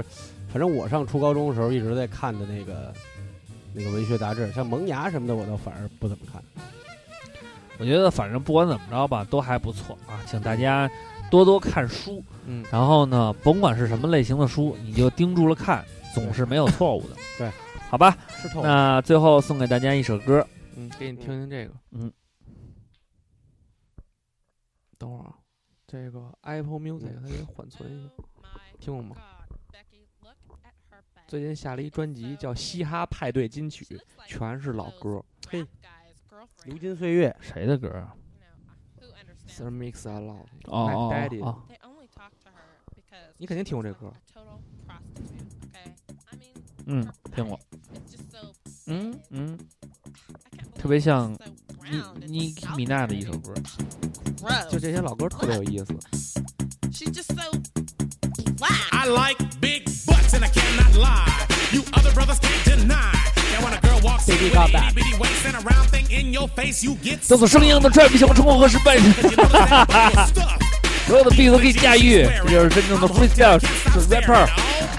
[SPEAKER 5] 反正我上初高中的时候一直在看的那个那个文学杂志，像《萌芽》什么的，我倒反而不怎么看。
[SPEAKER 2] 我觉得反正不管怎么着吧，都还不错啊，请大家多多看书，
[SPEAKER 3] 嗯
[SPEAKER 2] 然后呢，甭管是什么类型的书，你就盯住了看，总是没有错误的。
[SPEAKER 5] 对，
[SPEAKER 2] 好吧，
[SPEAKER 5] 是透
[SPEAKER 2] 那最后送给大家一首歌，
[SPEAKER 3] 嗯，给你听听这个。
[SPEAKER 2] 嗯，
[SPEAKER 3] 等会儿啊，这个 Apple Music 它给缓存一下，听过吗？最近下了一专辑叫《嘻哈派对金曲》，全是老歌。
[SPEAKER 5] 嘿，流金岁月，
[SPEAKER 2] 谁的歌啊？
[SPEAKER 3] Sir Mix I Love，
[SPEAKER 2] 哦
[SPEAKER 3] Mac
[SPEAKER 2] 哦
[SPEAKER 3] Daddy
[SPEAKER 2] 哦，
[SPEAKER 3] 你肯定听过这歌。
[SPEAKER 2] 嗯，听过，
[SPEAKER 13] 嗯
[SPEAKER 2] 嗯，嗯，
[SPEAKER 13] 特
[SPEAKER 2] 特
[SPEAKER 13] 别
[SPEAKER 2] 别像
[SPEAKER 13] 你
[SPEAKER 2] 妮
[SPEAKER 13] 你
[SPEAKER 2] 妮
[SPEAKER 13] 米
[SPEAKER 2] 米
[SPEAKER 13] 娜
[SPEAKER 2] 娜
[SPEAKER 13] 的
[SPEAKER 2] 的
[SPEAKER 13] 一
[SPEAKER 2] 一
[SPEAKER 13] 首
[SPEAKER 2] 首
[SPEAKER 13] 歌
[SPEAKER 2] 歌，
[SPEAKER 3] 就这些老歌特别有意思。
[SPEAKER 13] She's just so wow.
[SPEAKER 9] I like big butts and I cannot lie. You other brothers can't deny. Now when a girl walks in with
[SPEAKER 2] got
[SPEAKER 9] an
[SPEAKER 2] that.
[SPEAKER 9] itty bitty waist and a round thing in your face, you get
[SPEAKER 2] 叫做生硬的 trap 想冲破和失败，
[SPEAKER 9] you know that you're stuck.
[SPEAKER 2] 所有的 beat 都可以驾驭，这就是真正的 freestyle 是 rapper。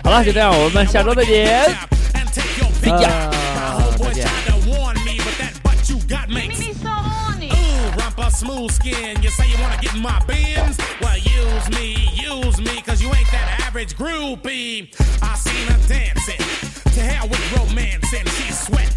[SPEAKER 2] 好了，就这样，我们下周再见。
[SPEAKER 9] And take your
[SPEAKER 2] See
[SPEAKER 9] big
[SPEAKER 2] ya.
[SPEAKER 9] ass. My homeboy tried to warn me, but that butt you got makes
[SPEAKER 6] Make me so horny.
[SPEAKER 9] Ooh, rumpa smooth skin. You say you wanna get in my bins? Well, use me, use me, cause you ain't that average groupie. I seen her dancing. To hell with romance, and she's sweat,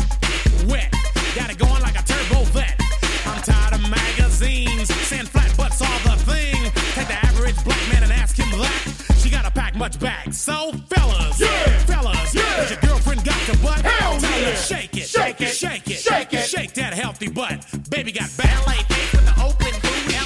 [SPEAKER 9] wet. Got it going like a turbo vet. I'm tired of magazines, sand flat butts all the thing. Take the average black man and ask him that. She gotta pack much back. So, fellas, yeah. fellas, yeah. your girlfriend got the butt? Hell Tell her, shake it, shake it, shake it, shake it, shake that healthy butt. Baby got ballet feet with the open booty.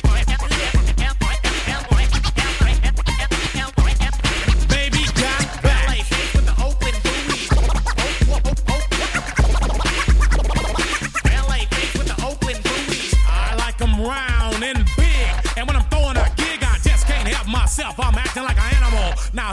[SPEAKER 9] Now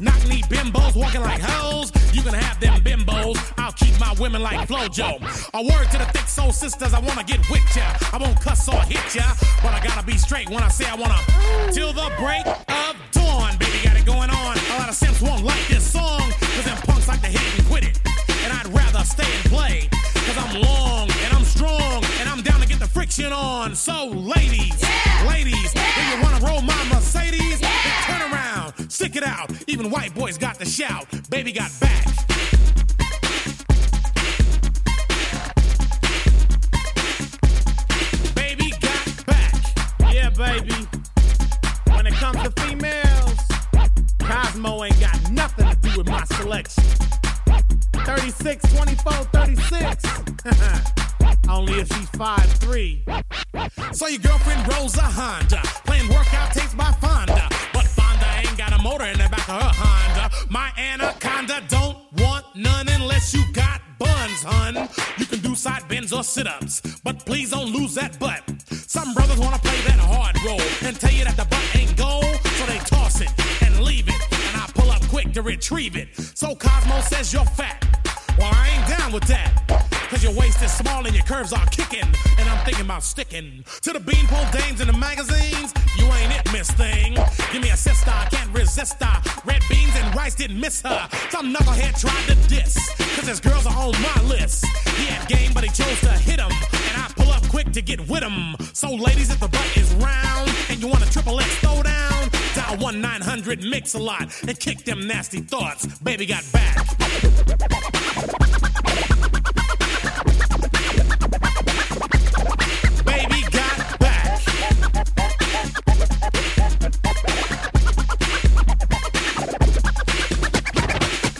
[SPEAKER 9] Knock knee bimbos walking like hoes. You can have them bimbos. I'll keep my women like Flojo. A word to the thick soul sisters, I wanna get with ya. I won't cuss or hit ya, but I gotta be straight when I say I wanna. Till the break of dawn, baby, got it going on. A lot of simps won't like this song, cause them punks like to hit it and quit it. And I'd rather stay and play, cause I'm long and I'm strong, and I'm down to get the friction on. So, ladies, ladies, if you wanna roll my Mercedes, then turn around, stick it out. Even white boys got the shout, baby got back. Baby got back. Yeah, baby. When it comes to females, Cosmo ain't got nothing to do with my selection. 36, 24, 36. Only if she's 5'3. So your girlfriend rolls a Honda, playing workout tapes by Fonda. But Fonda ain't got a motor in the back of her Honda. My anaconda don't want none unless you got buns, hun. You can do side bends or sit ups, but please don't lose that butt. Some brothers wanna play that hard role and tell you that the butt ain't gold, so they toss it and leave it. And I pull up quick to retrieve it. So Cosmo says you're fat. Well, I ain't down with that. Cause your waist is small and your curves are kicking. And I'm thinking about sticking to the beanpole dames in the magazines. You ain't it, Miss Thing. Give me a sister, I can't resist her. Red beans and rice didn't miss her. Some knucklehead tried to diss. Cause his girls are on my list. He had game, but he chose to hit him. And I pull up quick to get with him. So, ladies, if the butt is round and you want a triple X throwdown, dial 1 900 Mix a Lot and kick them nasty thoughts. Baby got back. Baby got back.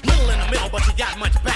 [SPEAKER 9] Little in the middle, but you got much back.